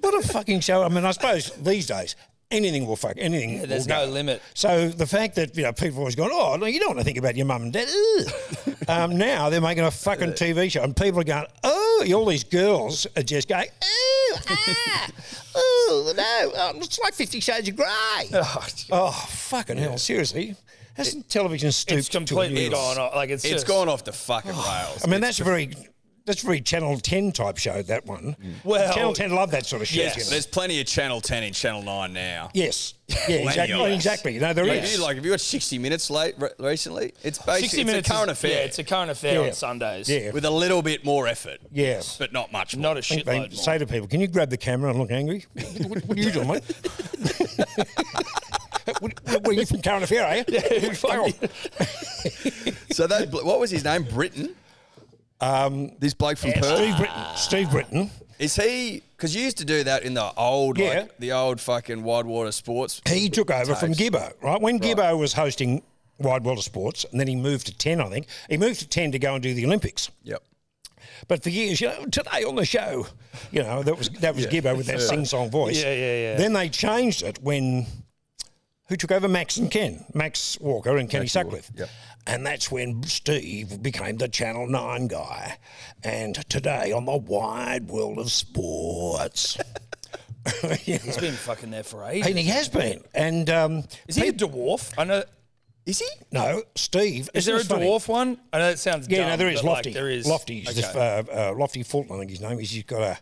S4: what a fucking show. I mean, I suppose these days, anything will fuck anything.
S5: Yeah, there's
S4: will
S5: no
S4: go.
S5: limit.
S4: So the fact that you know people always going, oh, no, you don't want to think about your mum and dad. Ugh." um, now they're making a fucking TV show, and people are going, oh, all these girls are just going, oh, ah, oh, no, oh, it's like Fifty Shades of Grey. Oh, fucking hell, seriously, hasn't television stooped
S5: It's completely
S4: to abuse?
S5: gone off. Like it's
S2: It's
S5: just,
S2: gone off the fucking rails.
S4: I mean, that's very. That's very Channel 10 type show, that one.
S5: Well-
S4: Channel 10 love that sort of shit. you know.
S2: There's plenty of Channel 10 in Channel 9 now.
S4: Yes. Yeah, exactly.
S2: Millennials.
S4: exactly. No, there
S2: You
S4: is.
S2: do, like, if you watched 60 Minutes late re- recently, it's basically
S5: 60
S2: it's
S5: minutes.
S2: a current
S5: is-
S2: affair
S5: Yeah, it's a current affair
S4: Yeah.
S5: on Sundays.
S4: Yeah.
S2: with a little bit more effort,
S4: yeah.
S2: but not much more.
S5: Not a
S4: I think they
S5: shitload more.
S4: say to people, "Can you grab the camera and look angry? what, what are you doing, mate? what, what are you from current affair, are you? Fuck off.
S2: so that, blo- what was his name? Britain? Um, this bloke from Perth?
S4: Steve Britton. Steve Britton.
S2: Is he? Because you used to do that in the old,
S4: Yeah.
S2: like the old fucking wide water sports.
S4: He took over from
S2: Tapes.
S4: Gibbo, right? When Gibbo was hosting Wide World of Sports, and then he moved to ten, I think. He moved to ten to go and do the Olympics.
S2: Yep.
S4: But for years, you know, today on the show, you know, that was that was Gibbo with that sing song voice.
S5: Yeah, yeah, yeah.
S4: Then they changed it when who took over Max and Ken, Max Walker and Kenny Sutcliffe.
S2: yep.
S4: And that's when Steve became the Channel 9 guy. And today on the wide world of sports. You know,
S5: He's been fucking there for ages.
S4: And he has been. And um,
S5: Is he a dwarf? I know.
S2: Is he?
S4: no, Steve.
S5: Is there a dwarf one? I know that sounds.
S4: Yeah,
S5: dumb,
S4: no, there is
S5: but, like,
S4: Lofty.
S5: there is
S4: Lofty. He's
S5: Okay.
S4: this, uh, uh, Lofty Fulton, I think his name is. He's got a.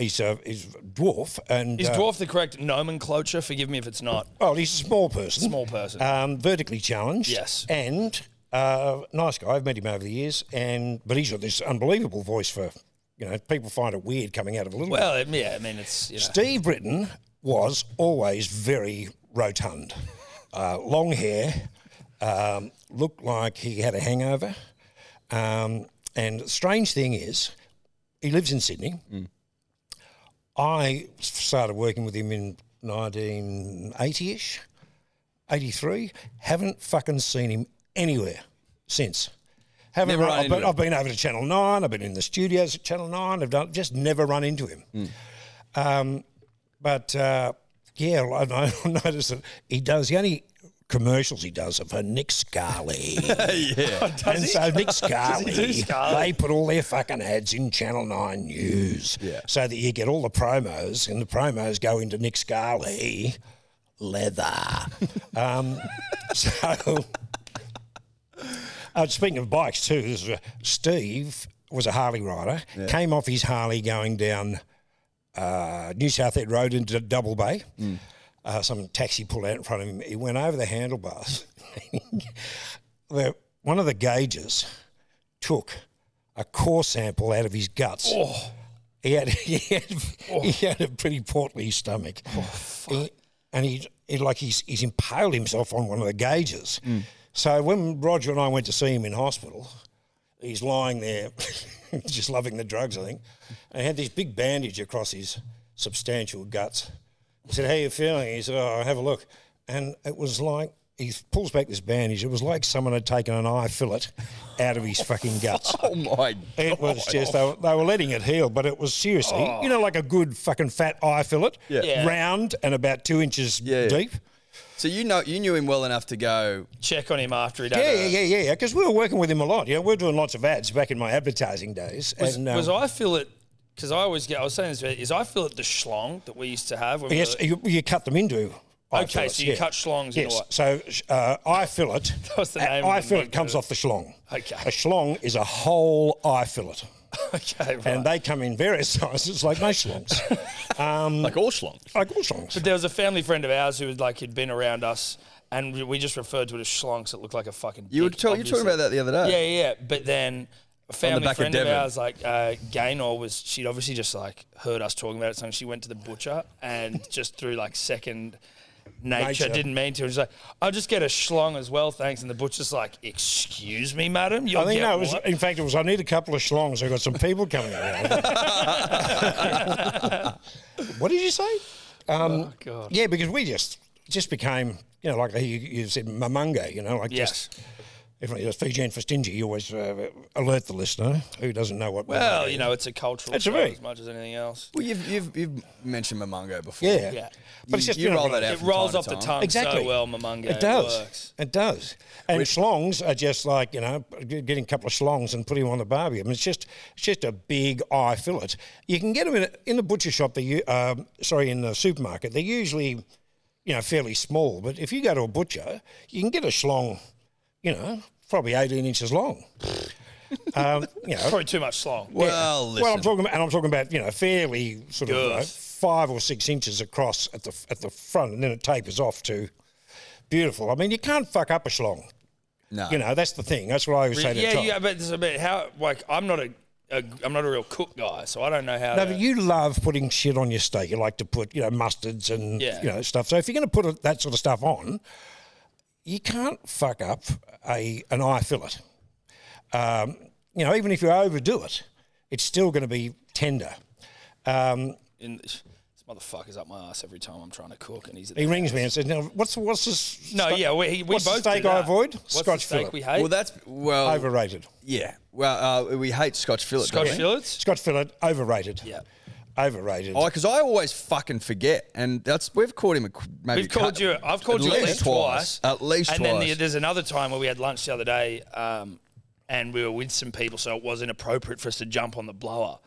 S4: He's a he's dwarf and
S5: Is
S4: uh,
S5: dwarf the correct nomenclature? Forgive me if it's not.
S4: Well, he's a small person.
S5: Small person.
S4: Um, vertically challenged.
S5: Yes.
S4: And uh, nice guy. I've met him over the years, and but he's got this unbelievable voice for you know people find it weird coming out of a little.
S5: Well, it- yeah, I mean it's. You know.
S4: Steve Britton was always very rotund, uh, long hair, um, looked like he had a hangover. Um, and the strange thing is, he lives in Sydney.
S2: Mm.
S4: I started working with him in 1980 ish, 83. Haven't fucking seen him anywhere since. Haven't
S2: Never
S4: run,
S2: run
S4: I've,
S2: into
S4: been,
S2: him.
S4: I've been over to Channel 9, I've been in the studios at Channel 9, I've done, just never run into him.
S2: Mm.
S4: Um, But uh, yeah, I know- I noticed that he does the only commercials he does are for Nick Scarley.
S2: Yeah.
S4: and so Nick Scarley,
S5: Scarley?
S4: they put all their fucking ads in Channel 9 News
S2: Yeah.
S4: so that you get all the promos and the promos go into Nick Scarley leather. um, so. Uh, speaking of bikes too, this is a, Steve was a Harley rider. Came off his Harley going down uh, New South Head Road into Double Bay. Uh, some taxi pulled out in front of him. He went over the handlebars. the, one of the gauges took a core sample out of his guts. He had he had, he had a pretty portly stomach, He- and he, he like he's he's impaled himself on one of the gauges. So when Roger and I went to see him in hospital, he's lying there, just loving the drugs, I think, and he had this big bandage across his substantial guts. He said, "How you feeling?" He said, "Oh, have a look," and it was like. He pulls back this bandage. It was like someone had taken an eye fillet out of his fucking guts.
S2: Oh my.
S4: It was just they were, they were letting it heal, but it was seriously, you know, like a good fucking fat eye fillet,
S2: Oh. Yeah. Yeah.
S4: round and about two inches
S2: Yeah, yeah.
S4: deep.
S2: So you know you knew him well enough to go.
S5: Check on him after he done.
S4: Yeah,
S5: a-
S4: yeah, yeah, yeah, yeah. Because we were working with him a lot. Yeah, we were doing lots of ads back in my advertising days.
S5: Was,
S4: and, um,
S5: was I feel it? Because I always get. I was saying this. Is I feel it the schlong that we used to have. When we
S4: Yes,
S5: were-
S4: you, you cut them into. eye
S5: Okay,
S4: fillets,
S5: so you
S4: yeah.
S5: cut schlongs into
S4: Yes,
S5: what?
S4: so uh, eye fillet.
S5: What's the
S4: a-
S5: name of
S4: Eye
S5: the
S4: fillet
S5: meat
S4: comes
S5: that-
S4: off the schlong.
S5: Okay.
S4: A schlong is a whole eye fillet,
S5: Okay, right.
S4: and they come in various sizes, like most schlongs,
S2: Like all schlong.
S4: like all schlongs.
S5: There was a family friend of ours who was like had been around us, and we- we just referred to it as schlongs. It looked like a fucking.
S2: You were
S5: dick,
S2: talk, you were talking
S5: obviously.
S2: about that the other day.
S5: Yeah, yeah. yeah. But then a family
S2: back of
S5: friend of,
S2: Devon.
S5: ours, like uh, Gaynor, was she'd obviously just like heard us talking about it, so she went to the butcher and just through like second. Nature,
S4: Nature.
S5: didn't mean to. She's like, I'll just get a schlong as well, thanks. And the butcher's like, Excuse me, madam. You'll
S4: I think
S5: get
S4: no, it was,
S5: one?"
S4: in fact, it was. I need a couple of schlongs. I've got some people coming around. what did you say? Um,
S5: Oh, God.
S4: Yeah, because we just just became, you know, like you, you said, mamunga. You know, like
S5: Yes.
S4: just if it was Fijian for stingy, you always uh, alert the listener who doesn't know what.
S5: Well, you know, it's a cultural
S4: That's
S5: show
S4: right.
S5: as much as anything else.
S2: Well, you've, you've, you've mentioned Mamungo before.
S4: Yeah.
S5: Yeah.
S4: But
S2: You-
S4: it's just
S2: you
S4: been a
S2: roll that
S4: real-
S2: out.
S5: It
S2: from time
S5: rolls
S2: to
S5: off the
S2: time.
S5: tongue
S4: Exactly.
S5: so well, Mamungo.
S4: It does. It,
S5: works.
S4: does. And schlongs are just like you know, g- getting a couple of schlongs and putting them on the barbie. I mean, it's just it's just a big eye fillet. You can get them in, a, in the butcher shop. They u- um, sorry in the supermarket. They're usually you know fairly small. But if you go to a butcher, you can get a schlong. You know, probably eighteen inches long. um, you know,
S5: Probably too much slong.
S2: Well, listen.
S4: well, I'm talking, about, and I'm talking about you know fairly sort of you know,
S5: Girth.
S4: five or six inches across at the at the front, and then it tapers off to beautiful. I mean, you can't fuck up a schlong.
S2: No.
S4: You know that's the thing. That's what I always say to
S5: yeah,
S4: Tom.
S5: yeah, but it's a bit how like I'm not a, a I'm not a real cook guy, so I don't know how.
S4: No,
S5: to,
S4: but you love putting shit on your steak. You like to put, you know, mustards and
S5: Yeah.
S4: you know stuff. So if you're going to put it- that sort of stuff on, you can't fuck up a an eye fillet. Um, you know, even if you overdo it, it's still going to be tender. Um,
S5: in, this motherfucker's up my ass every time I'm trying to cook, and he's at
S4: He
S5: the
S4: rings me and says, "Now, what's what's this?
S5: No,
S4: sta-
S5: yeah, we, he- we
S4: what's
S5: both
S4: the steak
S5: do
S4: I
S5: that.
S4: avoid?
S5: What's the
S4: Scotch
S5: steak
S4: fillet.
S5: we hate.
S2: Well, that's well.
S4: overrated.
S2: yeah. Well, uh, we hate Scotch fillet.
S5: Scotch
S2: don't we?
S5: fillets.
S4: Scotch fillet, overrated.
S5: Yeah.
S4: overrated.
S2: Oh, because I always fucking forget, and that's we've caught him. a qu- Maybe
S5: We've called
S2: cut-
S5: you. I've called you at least twice.
S2: At least
S5: and
S2: twice.
S5: then the, there's another time where we had lunch the other day, um, and we were with some people, so it wasn't appropriate for us to jump on the blower.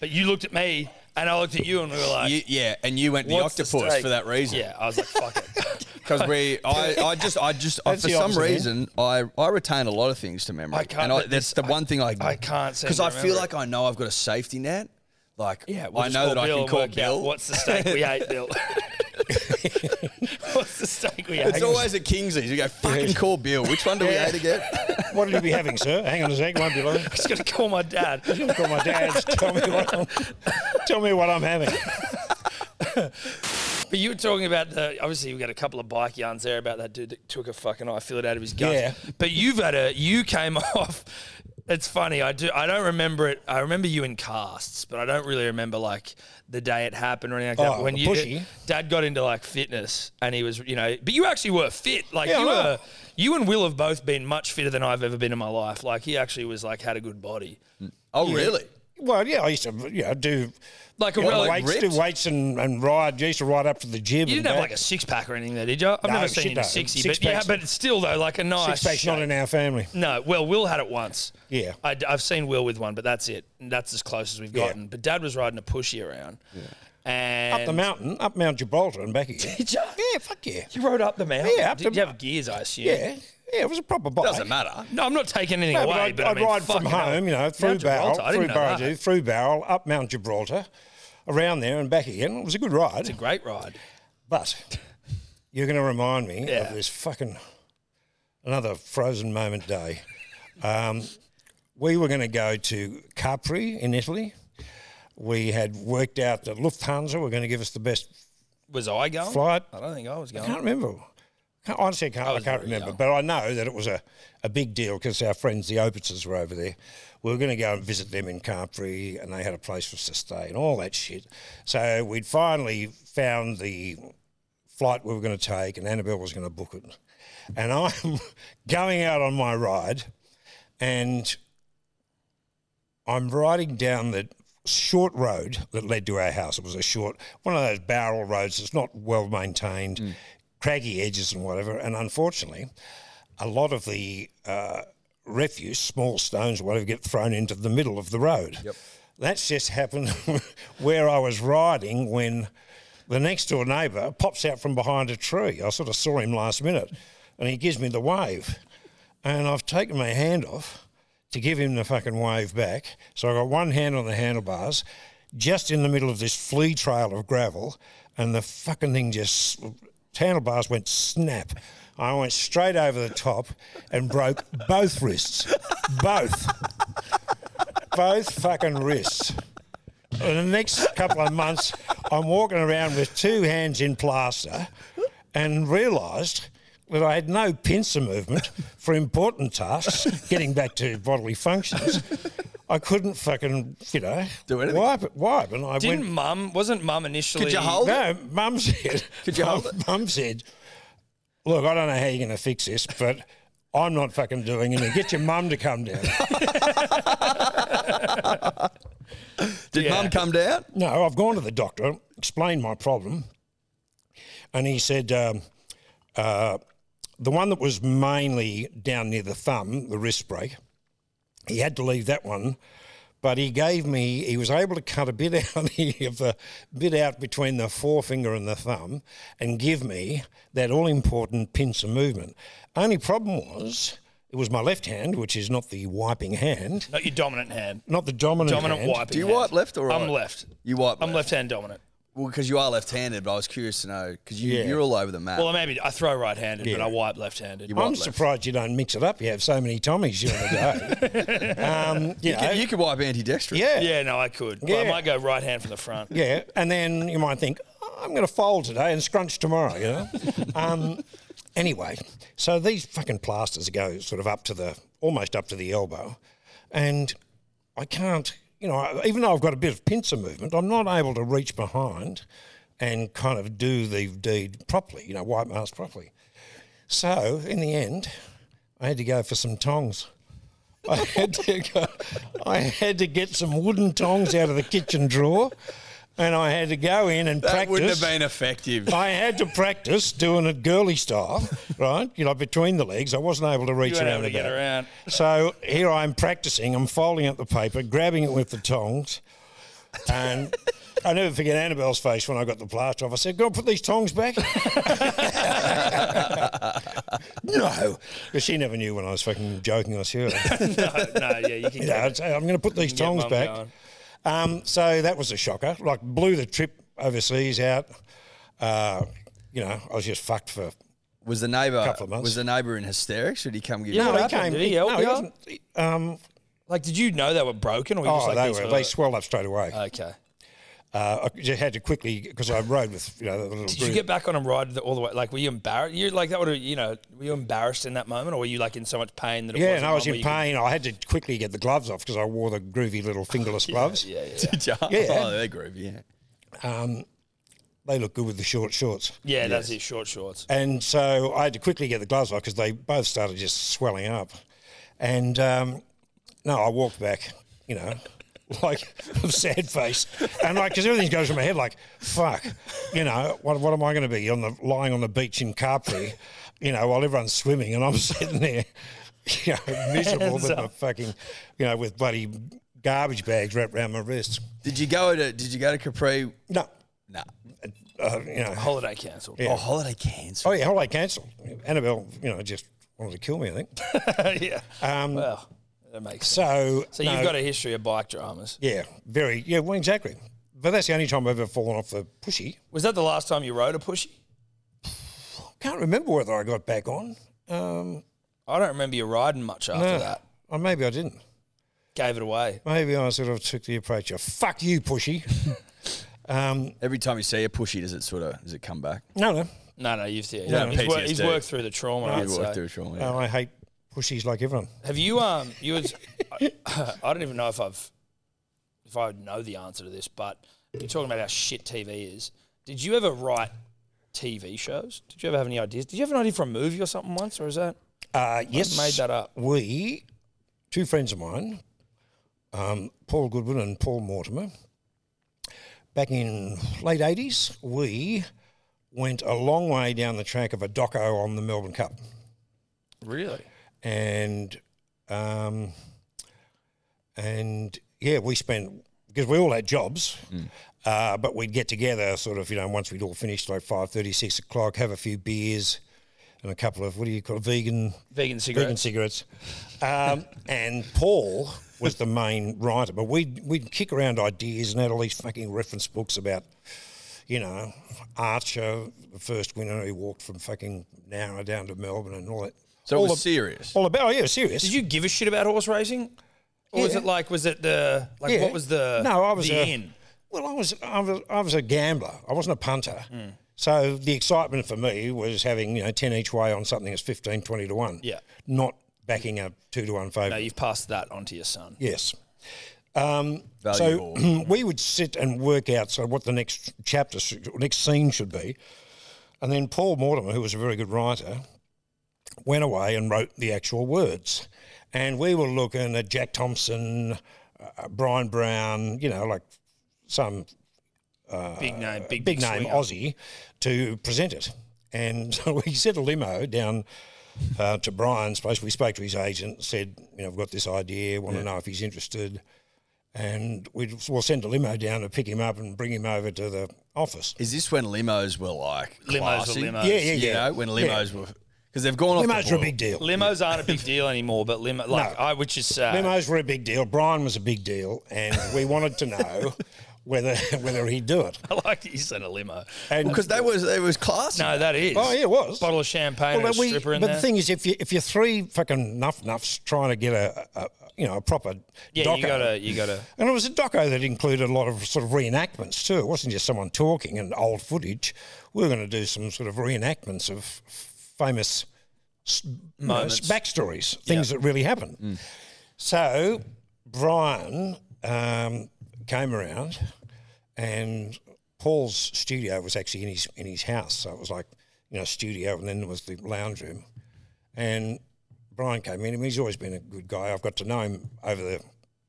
S5: But you looked at me, and I looked at you, and we were like,
S2: You- yeah, and you went the
S5: "What's the
S2: octopus
S5: steak?"
S2: for that reason.
S5: Yeah, I was like, "Fuck it."
S2: Because we, I, I just, I just, I,
S4: That's
S2: for
S4: the
S2: some
S4: opposite, eh?
S2: reason, I, I retain a lot of things to memory.
S5: I can't-
S2: And I,
S5: but
S2: that's
S5: this-
S2: the
S5: I-
S2: one thing I,
S5: I can't seem
S2: Because
S5: to
S2: I feel
S5: remember
S2: like I know I've got a safety net. Like,
S5: Yeah, we'll
S2: I
S5: just
S2: know
S5: call
S2: that I
S5: Bill
S2: can
S5: and
S2: call
S5: work out
S2: Bill.
S5: What's the steak we ate, Bill? What's the steak we
S2: it's
S5: ate?
S2: always at Kingsley's. You go, fucking call Bill. Which one do we hate again?
S4: what did you be having, sir? Hang on a sec. Won't be long.
S5: I was going to call my dad.
S4: Call my dad. tell me what I'm. Tell me what I'm having.
S5: But you were talking about the obviously we got a couple of bike yarns there about that dude that took a fucking eye fillet out of his gut.
S4: Yeah.
S5: But you've had a you came off. It's funny. I do. I don't remember it. I remember you in casts, but I don't really remember like the day it happened or anything like
S4: Oh,
S5: that. When
S4: the
S5: you
S4: pushy.
S5: dad got into like fitness and he was you know, but you actually were fit. Like
S4: Yeah,
S5: you
S4: I know.
S5: were. You and Will have both been much fitter than I've ever been in my life. Like he actually was like had a good body.
S2: Oh, really?
S4: Well, yeah, I used to, you know, do
S5: Like a
S4: you know,
S5: relic
S4: weights,
S5: ripped?
S4: do weights and, and ride. used to ride up to the gym. and
S5: You didn't have
S4: back.
S5: like a six pack or anything there, did you? I've
S4: No,
S5: never seen
S4: shit,
S5: you in
S4: no.
S5: a sixty,
S4: Six
S5: but yeah,
S4: packs-
S5: but still though, like a nice
S4: six pack's not
S5: shape.
S4: in our family.
S5: No, well, Will had it once.
S4: Yeah.
S5: I, have seen Will with one, but that's it. And That's as close as we've
S4: Yeah.
S5: gotten. But Dad was riding a pushy around, and
S4: Up the mountain, up Mount Gibraltar, and back again.
S5: Did ya?
S4: Yeah, fuck yeah.
S5: You rode up the mountain.
S4: Yeah, up
S5: Did
S4: the
S5: you
S4: mo-
S5: have gears? I assume.
S4: Yeah, yeah, it was a proper bike.
S2: Doesn't matter.
S5: No, I'm not taking anything
S4: No,
S5: away,
S4: but
S5: but,
S4: I'd,
S5: I
S4: I'd
S5: mean,
S4: ride from
S5: fucking hell.
S4: home, you know,
S5: Mount
S4: through Barrel,
S5: Gibraltar, I
S4: through
S5: didn't know that.
S4: Barrel, through Barrel, up Mount Gibraltar, around there and back again. It was a good ride,
S5: Great ride.
S4: but you're going to remind me
S5: Yeah.
S4: of this fucking another frozen moment day. Um, we were going to go to Capri in Italy. We had worked out that Lufthansa were going to give us the best
S5: Was I going?
S4: flight.
S5: I don't think I was
S4: I
S5: going.
S4: can't remember. Can't, honestly, I can't, I
S5: was
S4: can't
S5: very
S4: remember.
S5: young.
S4: But I know that it was a, a big deal because our friends, the Opitzers, were over there. We were going to go and visit them in Capri and they had a place for us to stay and all that shit. So we'd finally found the flight we were going to take and Annabelle was going to book it. And I'm going out on my ride and I'm riding down the short road that led to our house. It was a short, one of those barrel roads that's not well maintained, craggy edges and whatever. And unfortunately, a lot of the uh, refuse, small stones, whatever, get thrown into the middle of the road. Yep. That's just happened where I was riding when the next door neighbour pops out from behind a tree. I sort of saw him last minute and he gives me the wave. And I've taken my hand off to give him the fucking wave back. So I got one hand on the handlebars, just in the middle of this flea trail of gravel, and the fucking thing just handlebars went snap. I went straight over the top and broke both wrists, both, both fucking wrists. In the next couple of months, I'm walking around with two hands in plaster and realised that I had no pincer movement for important tasks, getting back to bodily functions. I couldn't fucking, you know,
S2: Do anything.
S4: wipe it, wipe. And I
S5: Didn't
S4: went,
S5: Mum? Wasn't Mum initially?
S2: Could you hold it?
S4: no, mum said,
S2: Could you
S4: mum,
S2: hold it?
S4: mum said, look, I don't know how you're going to fix this, but I'm not fucking doing it. Get your mum to come down.
S2: Did mum come down?
S4: No, I've gone to the doctor, explained my problem, and he said um, uh, the one that was mainly down near the thumb, the wrist break, he had to leave that one. But he gave me, he was able to cut a bit out of the bit out between the forefinger and the thumb and give me that all important pincer movement. Only problem was, it was my left hand, which is not the wiping hand,
S5: Not your dominant hand.
S4: not the dominant,
S5: Dominant
S4: hand.
S5: wiping.
S2: Do you
S5: hand.
S2: wipe left or right?
S5: I'm left.
S2: You wipe.
S5: I'm left hand dominant.
S2: Well, because you are left-handed, but I was curious to know because you,
S4: Yeah.
S2: you're all over the map.
S5: Well, maybe I throw right handed, but
S4: Yeah.
S5: I wipe left handed.
S2: wipe
S4: I'm
S2: left.
S4: surprised you don't mix it up. You have so many Tommies during the day. um, you know,
S2: You- you could wipe ambidextrous.
S4: yeah, yeah,
S5: Yeah, no, I could. But I
S4: Yeah.
S5: might go right hand from the front.
S4: And then you might think, "Oh, I'm going to fold today and scrunch tomorrow. You know. um, anyway, so these fucking plasters go sort of up to the almost up to the elbow, and I can't. You know, I- even though I've got a bit of pincer movement, I'm not able to reach behind and kind of do the deed properly. You know, wipe my ass properly. So in the end, I had to go for some tongs. I had to go, I had to get some wooden tongs out of the kitchen drawer, and I had to go in and
S2: that
S4: practice.
S2: wouldn't have been effective.
S4: I had to practice doing it girly style, right? You know, between the legs. I wasn't able to reach
S5: You weren't
S4: around
S5: able to get
S4: about.
S5: around.
S4: So here I'm practicing. I'm folding up the paper, grabbing it with the tongs, and I never forget Annabelle's face when I got the plaster off. I said, "Go and put these tongs back." no, because she never knew when I was fucking joking. I was sure.
S5: No, no, yeah, you can
S4: You know,
S5: go.
S4: I'd say, I'm going to put these
S5: Get
S4: tongs
S5: mum
S4: back.
S5: going.
S4: Um, so that was a shocker. Like blew the trip overseas out. Uh, you know, I was just fucked for.
S2: Was the neighbour
S4: Couple of months.
S2: was the neighbour in hysterics? Should he come get
S4: No,
S2: you?
S4: he
S1: happened?
S4: came.
S1: Did he help
S4: no,
S1: you?
S4: wasn't. Um,
S5: Like, did you know they were broken, or were you
S4: oh,
S5: just like
S4: they
S5: these
S4: were.
S5: were-
S4: They swelled up straight away.
S5: Okay.
S4: Uh, I just had to quickly because I rode with you know the little.
S5: Did you
S4: group.
S5: get back on and ride the, all the way? Like, were you embarrassed? You like that would have, you know, were you embarrassed in that moment, or were you like in so much pain that it
S4: Yeah,
S5: wasn't
S4: and I was
S5: one
S4: in
S5: where
S4: pain. I had to quickly get the gloves off because I wore the groovy little fingerless gloves.
S5: you could- yeah, yeah,
S2: Yeah. Oh,
S4: Yeah.
S2: they're groovy. Yeah.
S4: They look good with the short shorts.
S5: yeah. That's it. Short shorts.
S4: And so I had to quickly get the gloves off because they both started just swelling up. And um, no, I walked back, you know, like a sad face. And like, because everything goes through my head, like, fuck, you know, what, what am I going to be on the lying on the beach in Capri, you know, while everyone's swimming and I'm sitting there, you know, miserable with my fucking, you know, with bloody garbage bags wrapped around my wrists.
S2: Did you go to Did you go to Capri?
S4: No,
S2: Nah.
S4: uh, you know.
S5: Holiday cancelled.
S2: Oh, holiday cancelled.
S4: Oh yeah, holiday cancelled. Annabelle, you know, just wanted to kill me. I think.
S5: Yeah. Um, well, that makes sense.
S4: So,
S5: So
S4: no,
S5: you've got a history of bike dramas.
S4: yeah, very yeah, well, exactly. But that's the only time I've ever fallen off the pushy.
S5: Was that the last time you rode a pushy?
S4: Can't remember whether I got back on. Um,
S5: I don't remember you riding much after
S4: no,
S5: that.
S4: or maybe I didn't.
S5: Gave it away.
S4: Maybe I sort of took the approach of "fuck you, pushy." um,
S2: Oh. Every time you see a pushy, does it sort of does it come back?
S4: no, no,
S5: No, no, you've yeah,
S2: No,
S5: he's, wor- he's
S2: PTSD.
S5: worked through the trauma. I'd
S2: You walk
S5: say.
S2: through a trauma, yeah.
S4: no, Uh, I hate pushies like everyone.
S5: Have you um you was I, I don't even know if I've if I know the answer to this, but you're talking about how shit TV is. Did you ever write TV shows? Did you ever have any ideas? Did you have an idea for a movie or something once, or is that
S4: Uh, yes,
S5: made that up?
S4: We, two friends of mine, um, Paul Goodwin and Paul Mortimer, back in late 80s, we went a long way down the track of a doco on the Melbourne Cup.
S5: Really?
S4: And, um, and yeah, we spent, because we all had jobs,
S2: Hmm.
S4: uh, but we'd get together sort of, you know, once we'd all finished like 5.30, 6 o'clock, have a few beers and a couple of, what do you call it, vegan
S5: Vegan
S4: vegan
S5: cigarettes.
S4: cigarettes. Um, and Paul was the main writer, but we'd, we'd kick around ideas and had all these fucking reference books about, you know, Archer, the first winner who walked from fucking Nara down to Melbourne and all that.
S2: So
S4: all
S2: it was
S4: ab-
S2: serious.
S4: All about, oh yeah, serious.
S5: Did you give a shit about horse racing? Or was
S4: Yeah.
S5: it like was it the like
S4: Yeah.
S5: what was the
S4: No, I was
S5: the
S4: a-
S5: in?
S4: Well, I was, I was I was a gambler. I wasn't a punter.
S5: Mm.
S4: So the excitement for me was having you know ten each way on something that's 15, 20 to one.
S5: Yeah.
S4: Not backing a two to one favourite.
S5: No, you've passed that on to your son.
S4: Yes. Um, so
S2: Valuable.
S4: we would sit and work out sort of what the next chapter, should- next scene should be. And then Paul Mortimer, who was a very good writer, went away and wrote the actual words. And we were looking at Jack Thompson, uh, Brian Brown, you know, like some
S5: big name, big
S4: Uh, big name Aussie to present it. And so we sent a limo down uh, to Brian's place. We spoke to his agent, said, you know, I've got this idea, want to know if he's interested. And we'd, we'll send a limo down to pick him up and bring him over to the office.
S2: Is this when limos were like
S5: Limos were
S2: classy?
S5: limos.
S4: Yeah, yeah,
S2: You
S4: yeah.
S2: know, when limos were because they've gone off. the
S4: Limos were a
S2: boil.
S4: big deal.
S5: Limos aren't a big deal anymore, but limo, like I, which is sad.
S4: Limos were a big deal. Brian was a big deal, and we wanted to know whether whether he'd do it.
S5: I like that you said a limo.
S4: And
S2: because they was it was classy.
S5: No, that is.
S4: Oh, yeah, it was.
S5: Bottle of champagne
S4: Well,
S5: and a stripper in
S4: but
S5: there.
S4: the thing is, if you if you're three fucking nuff nuffs trying to get a, a a- you know a proper
S5: yeah,
S4: doco,
S5: you gotta, you gotta.
S4: and it was a doco that included a lot of sort of reenactments too. It wasn't just someone talking and old footage. We were going to do some sort of reenactments of famous s- you know, s- backstories, things that really happened. So Brian um, came around, and Paul's studio was actually in his in his house. So it was like you know studio, and then there was the lounge room. And Brian came in, and he's always been a good guy. I've got to know him over the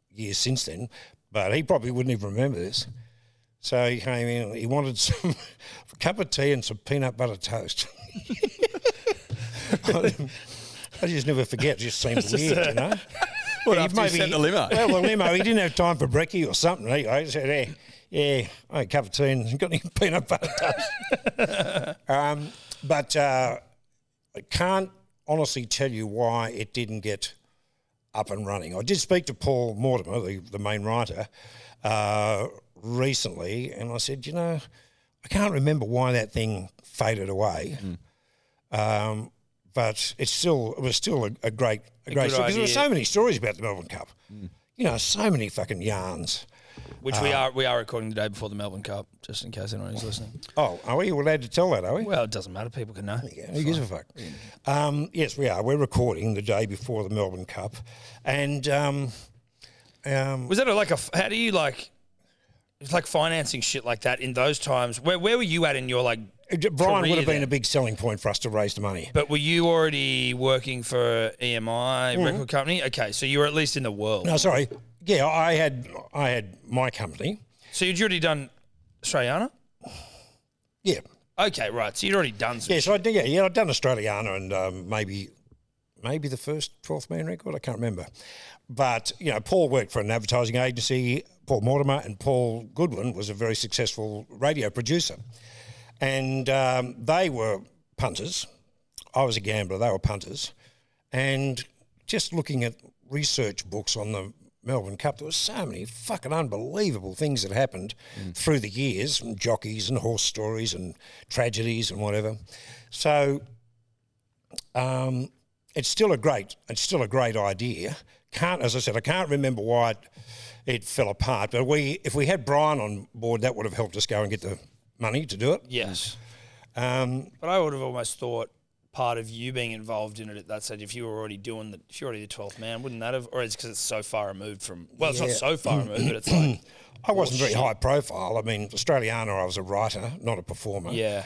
S4: years since then, but he probably wouldn't even remember this. So he came in, he wanted some a cup of tea and some peanut butter toast. I just never forget. It just seems weird, you know. Well,
S2: uh, after you sent the limo?
S4: Well, the limo. He didn't have time for brekkie or something. He I said, "Hey, yeah, I had a cup of tea and got any peanut butter toast." um, but uh, I can't honestly tell you why it didn't get up and running. I did speak to Paul Mortimer, the, the main writer, uh, recently, and I said, you know, I can't remember why that thing faded away. Um, but it's still it was still a, a great a, great
S5: good
S4: story because there were
S5: idea.
S4: so many stories about the Melbourne Cup. You know, so many fucking yarns.
S5: Which we are, we are recording the day before the Melbourne Cup, just in case anyone is listening.
S4: Oh, are we allowed to tell that? Are we?
S5: Well, it doesn't matter. People can know.
S4: Yeah, who gives a fuck? Um, yes, we are. We're recording the day before the Melbourne Cup, and um, um,
S5: Was that a, like a? f- How do you like? It's like financing shit like that in those times. Where where were you at in your like?
S4: Brian would
S5: career
S4: have been
S5: then?
S4: a big selling point for us to raise the money.
S5: But were you already working for EMI record company? Okay, so you were at least in the world.
S4: No, sorry. Yeah, I had I had my company.
S5: So you'd already done Australiana.
S4: Yeah,
S5: Okay, right. So you'd already done some.
S4: yeah. So I did. Yeah, yeah. I'd done Australiana and um, maybe maybe the first Twelfth Man record. I can't remember. But you know, Paul worked for an advertising agency. Paul Mortimer and Paul Goodwin was a very successful radio producer, and um, they were punters. I was a gambler. They were punters, and just looking at research books on the Melbourne Cup, there was so many fucking unbelievable things that happened through the years, from jockeys and horse stories and tragedies and whatever. So um, it's still a great, it's still a great idea. Can't, as I said, I can't remember why it, it fell apart. But we, if we had Brian on board, that would have helped us go and get the money to do it.
S5: Yes.
S4: Um,
S5: But I would have almost thought part of you being involved in it at that stage, if you were already doing the, if you're already the twelfth man, wouldn't that have? Or it's because it's so far removed from. Well, it's not
S4: Yeah.
S5: so far removed, but it's like.
S4: I wasn't very high profile. I mean, Australiana, I was a writer, not a performer.
S5: Yeah.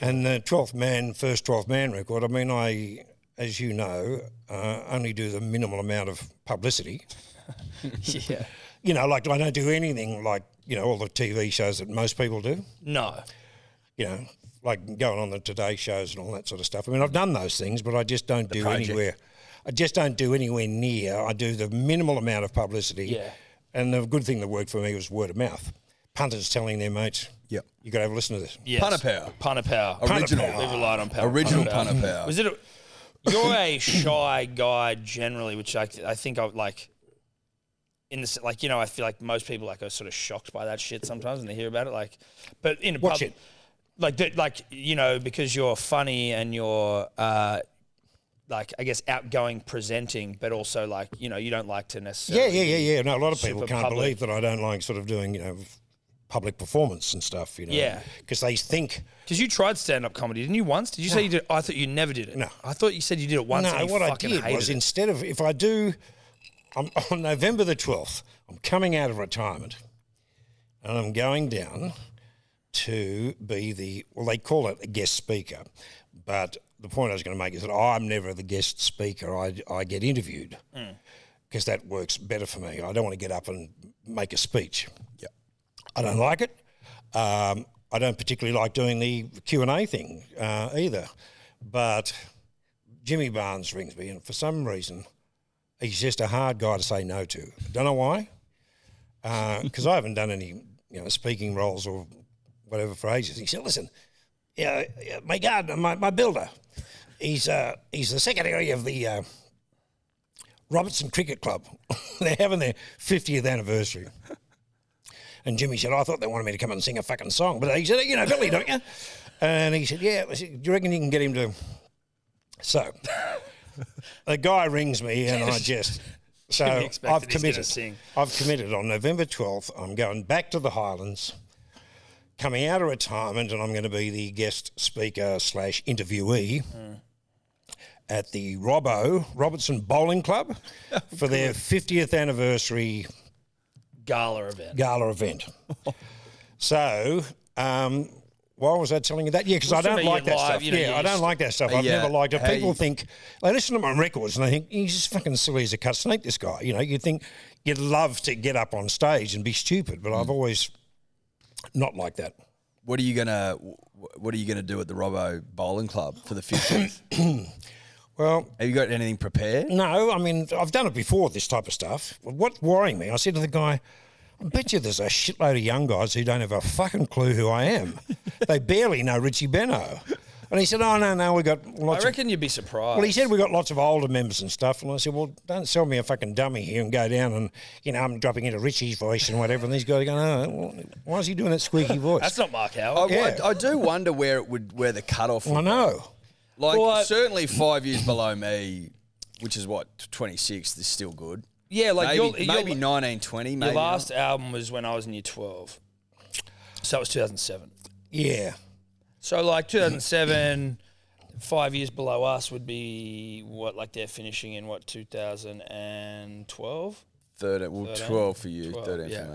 S4: And the 12th man, first 12th man record, I mean, I, as you know, uh, only do the minimal amount of publicity.
S5: Yeah.
S4: You know, like I don't do anything like, you know, all the TV shows that most people do,
S5: No.
S4: you know, like going on the Today shows and all that sort of stuff. I mean, I've done those things, but I just don't do anywhere. I just don't do anywhere near. I do the minimal amount of publicity.
S5: Yeah.
S4: And the good thing that worked for me was word of mouth. Punters telling their mates,
S2: Yep.
S4: you got to have a listen to this.
S5: Yes.
S2: Punter power.
S5: Punter power.
S2: Original.
S5: Leave a light on power.
S2: Original punter power.
S5: Was it? A, you're a shy guy generally, which I, I think I would like. In this, like you know, I feel like most people like are sort of shocked by that shit sometimes, and they hear about it. Like, but in a
S4: What
S5: pub,
S4: shit?
S5: like that, like you know, because you're funny and you're. Uh, like I guess outgoing presenting, but also like you know you don't like to
S4: Yeah,
S5: necessarily.
S4: yeah, yeah, yeah. No, a lot of people
S5: Super
S4: can't
S5: public.
S4: believe that I don't like sort of doing, you know, public performance and stuff, you know.
S5: Yeah.
S4: Because they think,
S5: Because you tried stand up comedy, didn't you? Once did you say you did? I thought you never did it.
S4: No.
S5: I thought you said you did it once.
S4: no,
S5: and you
S4: what I
S5: fucking
S4: did
S5: hated
S4: was
S5: it.
S4: instead of, if I do, I'm, on November the 12th, I'm coming out of retirement and I'm going down to be the, well, they call it a guest speaker, but the the point I was going to make is that I'm never the guest speaker. I, I get interviewed
S5: Mm.
S4: because that works better for me. I don't want to get up and make a speech. Yeah, I don't like it. Um, I don't particularly like doing the Q and A thing uh, either. But Jimmy Barnes rings me, and for some reason, he's just a hard guy to say no to. Don't know why, because I haven't done any you know speaking roles or whatever for ages. He said, "Listen, yeah, yeah, my gardener, my, my builder, he's uh, he's the secretary of the uh, Robertson Cricket Club. They're having their fiftieth anniversary." And Jimmy said, "Oh, I thought they wanted me to come and sing a fucking song. But he said, You know Billy, don't you? And he said, Yeah. I said, Do you reckon you can get him to. So the guy rings me and I just. So
S1: expected
S4: I've
S1: he's gonna
S4: committed.
S1: sing.
S4: I've committed on November 12th. I'm going back to the Highlands, coming out of retirement, and I'm going to be the guest speaker slash interviewee
S1: Hmm.
S4: at the Robbo Robertson Bowling Club
S1: Oh,
S4: for their 50th anniversary
S1: Gala event.
S4: gala event. so, um, why was I telling you that? Yeah, because I
S5: for
S4: don't
S5: me,
S4: like
S5: you're
S4: that
S5: live,
S4: stuff.
S5: you know,
S4: yeah,
S5: you're
S4: I don't
S5: used
S4: like that stuff. I've
S2: Yeah,
S4: never liked it.
S2: how
S4: People
S2: you-
S4: think they listen to my records and they think he's just fucking silly as a cut snake. This guy, you know, you think you'd love to get up on stage and be stupid, but
S5: Mm.
S4: I've always not liked that.
S2: What are you gonna wh- What are you gonna do at the Robbo Bowling Club for the fifteenth?
S4: Well,
S2: Have you got anything prepared?
S4: No, I mean, I've done it before, this type of stuff. What's worrying me, I said to the guy, I bet you there's a shitload of young guys who don't have a fucking clue who I am. they barely know Richie Benno. And he said, Oh, no, no, we got
S1: I
S4: lots of.
S1: reckon you'd be surprised.
S4: Well, he said we got lots of older members and stuff, and I said, "Well, don't sell me a fucking dummy here and go down and you know I'm dropping into Richie's voice and whatever." And these guys are going, "Oh, well, why is he doing that squeaky voice?"
S5: That's not Mark Howard.
S2: I,
S4: Yeah.
S2: I, I do wonder where it would where the cutoff.
S4: I
S2: Would,
S4: know.
S2: like
S1: Well, I-
S2: certainly five years below me, which is what twenty six is still good.
S1: yeah, like
S2: Maybe,
S1: you'll-
S2: maybe
S1: you'll-
S2: nineteen twenty. Maybe
S1: Your
S2: not.
S1: last album was when I was in year 12. So it was 2007.
S4: Yeah,
S1: So like 2007, five years below us would be what, like they're finishing in what, 2012?
S2: thirteen. Well,
S1: 13,
S2: twelve for you,
S1: 12,
S2: thirteen
S1: yeah.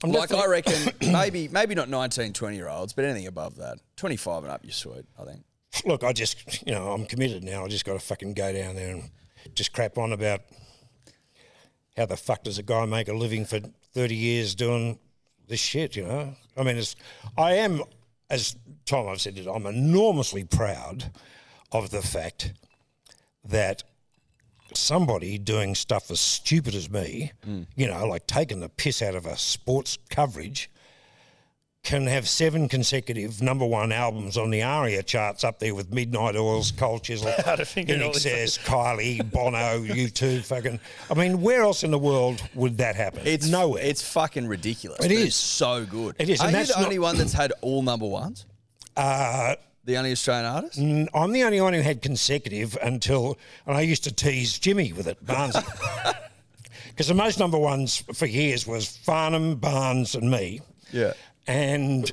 S2: for me. like I reckon maybe maybe not 19, 20 year olds, but anything above that, twenty five and up, you're sweet. I think.
S4: look, I just, you know, I'm committed now. I just got to fucking go down there and just crap on about how the fuck does a guy make a living for 30 years doing this shit, you know? I mean, it's, I am, as Tom, I've said it, I'm enormously proud of the fact that somebody doing stuff as stupid as me, you know, like taking the piss out of a sports coverage, can have seven consecutive number one albums on the ARIA charts up there with Midnight Oils, Cold Chisel, In Excess, Kylie, Bono, you two fucking. I mean, where else in the world would that happen?
S2: It's
S4: nowhere.
S2: It's fucking ridiculous.
S4: It
S2: but
S4: is.
S2: it's so good.
S4: It is,
S2: Are
S4: and
S2: you
S4: that's
S2: the
S4: not-
S2: only one that's had all number ones?
S4: uh, Mm,
S2: The only Australian artist?
S4: And I'm the only one who had consecutive until, and I used to tease Jimmy with it, Barnes. Because the most number ones for years was Farnham, Barnes, and me.
S2: Yeah.
S4: And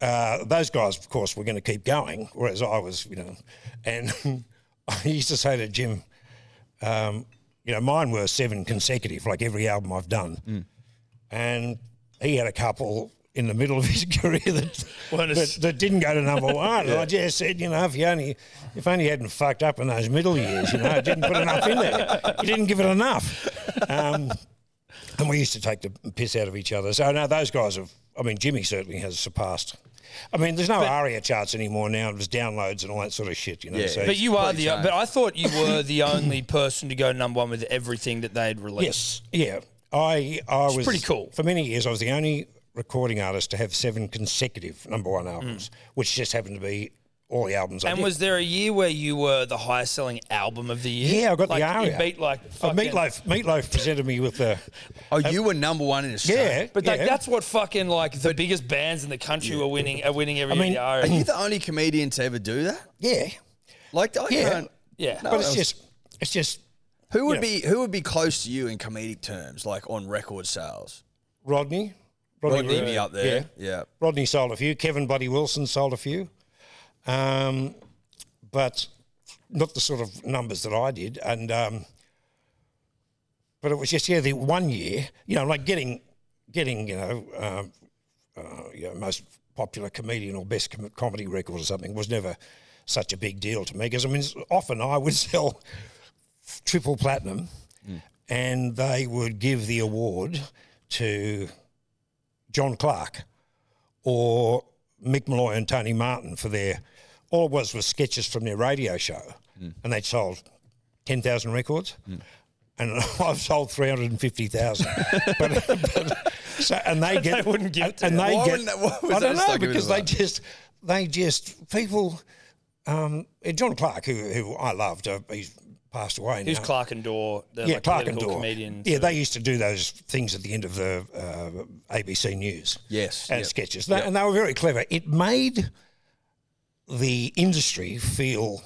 S4: uh, those guys, of course, were going to keep going, whereas I was, you know. And I used to say to Jim, um, you know, mine were seven consecutive, like every album I've done. And he had a couple in the middle of his career that, that, that didn't go to number one. And I just said, you know, if you only if only you hadn't fucked up in those middle years, you know, didn't put enough in there, you didn't give it enough. Um, and we used to take the piss out of each other. So now those guys have. I mean, Jimmy certainly has surpassed. I mean, there's no ARIA charts anymore now. There's downloads and all that sort of shit, you know.
S2: Yeah.
S4: so
S1: But you are the.
S2: Probably changed.
S1: But I thought you were the only person to go number one with everything that they'd released.
S4: Yes. Yeah. I I was
S1: pretty cool.
S4: For many years I was the only recording artist to have seven consecutive number one albums, which just happened to be all the albums I
S1: Mm. And
S4: did.
S1: was there a year where you were the highest selling album of the year?
S4: Yeah, I got the
S1: like,
S4: ARIA.
S1: You beat like
S4: Uh,
S1: fucking,
S4: Meatloaf Meatloaf presented me with the
S2: Oh, you were number one in Australia.
S4: Yeah.
S1: But like
S4: yeah.
S1: that's what fucking like the biggest bands in the country were winning are winning every
S4: I mean,
S1: year.
S2: Are
S1: the E ARIA.
S2: you the only comedian to ever do that?
S4: Yeah.
S2: Like I
S4: Yeah.
S2: can't
S1: Yeah.
S4: but it's just it's just
S2: who would
S4: Yeah.
S2: be who would be close to you in comedic terms, like on record sales?
S4: Rodney.
S2: Rodney
S4: Rodney,
S2: would be up there. Yeah.
S4: Rodney sold a few. Kevin Buddy Wilson sold a few. Um, but not the sort of numbers that I did. And um, but it was just yeah, the one year, you know, like getting getting you know, um, uh, you know most popular comedian or best com- comedy record or something was never such a big deal to me because I mean, s- often I would sell triple platinum,
S2: Mm.
S4: and they would give the award to John Clark or Mick Malloy and Tony Martin for their all it was was sketches from their radio show,
S2: Mm.
S4: and they'd sold ten thousand records. And I've sold three hundred and fifty thousand, but, but- so and they get
S5: wouldn't give it to
S4: and
S5: you.
S4: they
S2: Why
S4: get
S2: wouldn't they- why was
S4: I
S2: they
S4: don't
S2: stuck
S4: know
S2: giving it
S4: because
S2: to
S4: they
S2: them?
S4: just they just people. Um, John Clark, who who I loved, uh, he's passed away.
S5: Who's
S4: now
S5: Clark and Dorr? The
S4: yeah,
S5: like,
S4: Clark and
S5: political
S4: Dorr.
S5: comedian.
S4: Yeah, they used to do those things at the end of the uh, ABC News.
S2: Yes,
S4: and
S2: yep.
S4: sketches, They- and they were very clever. It made the industry feel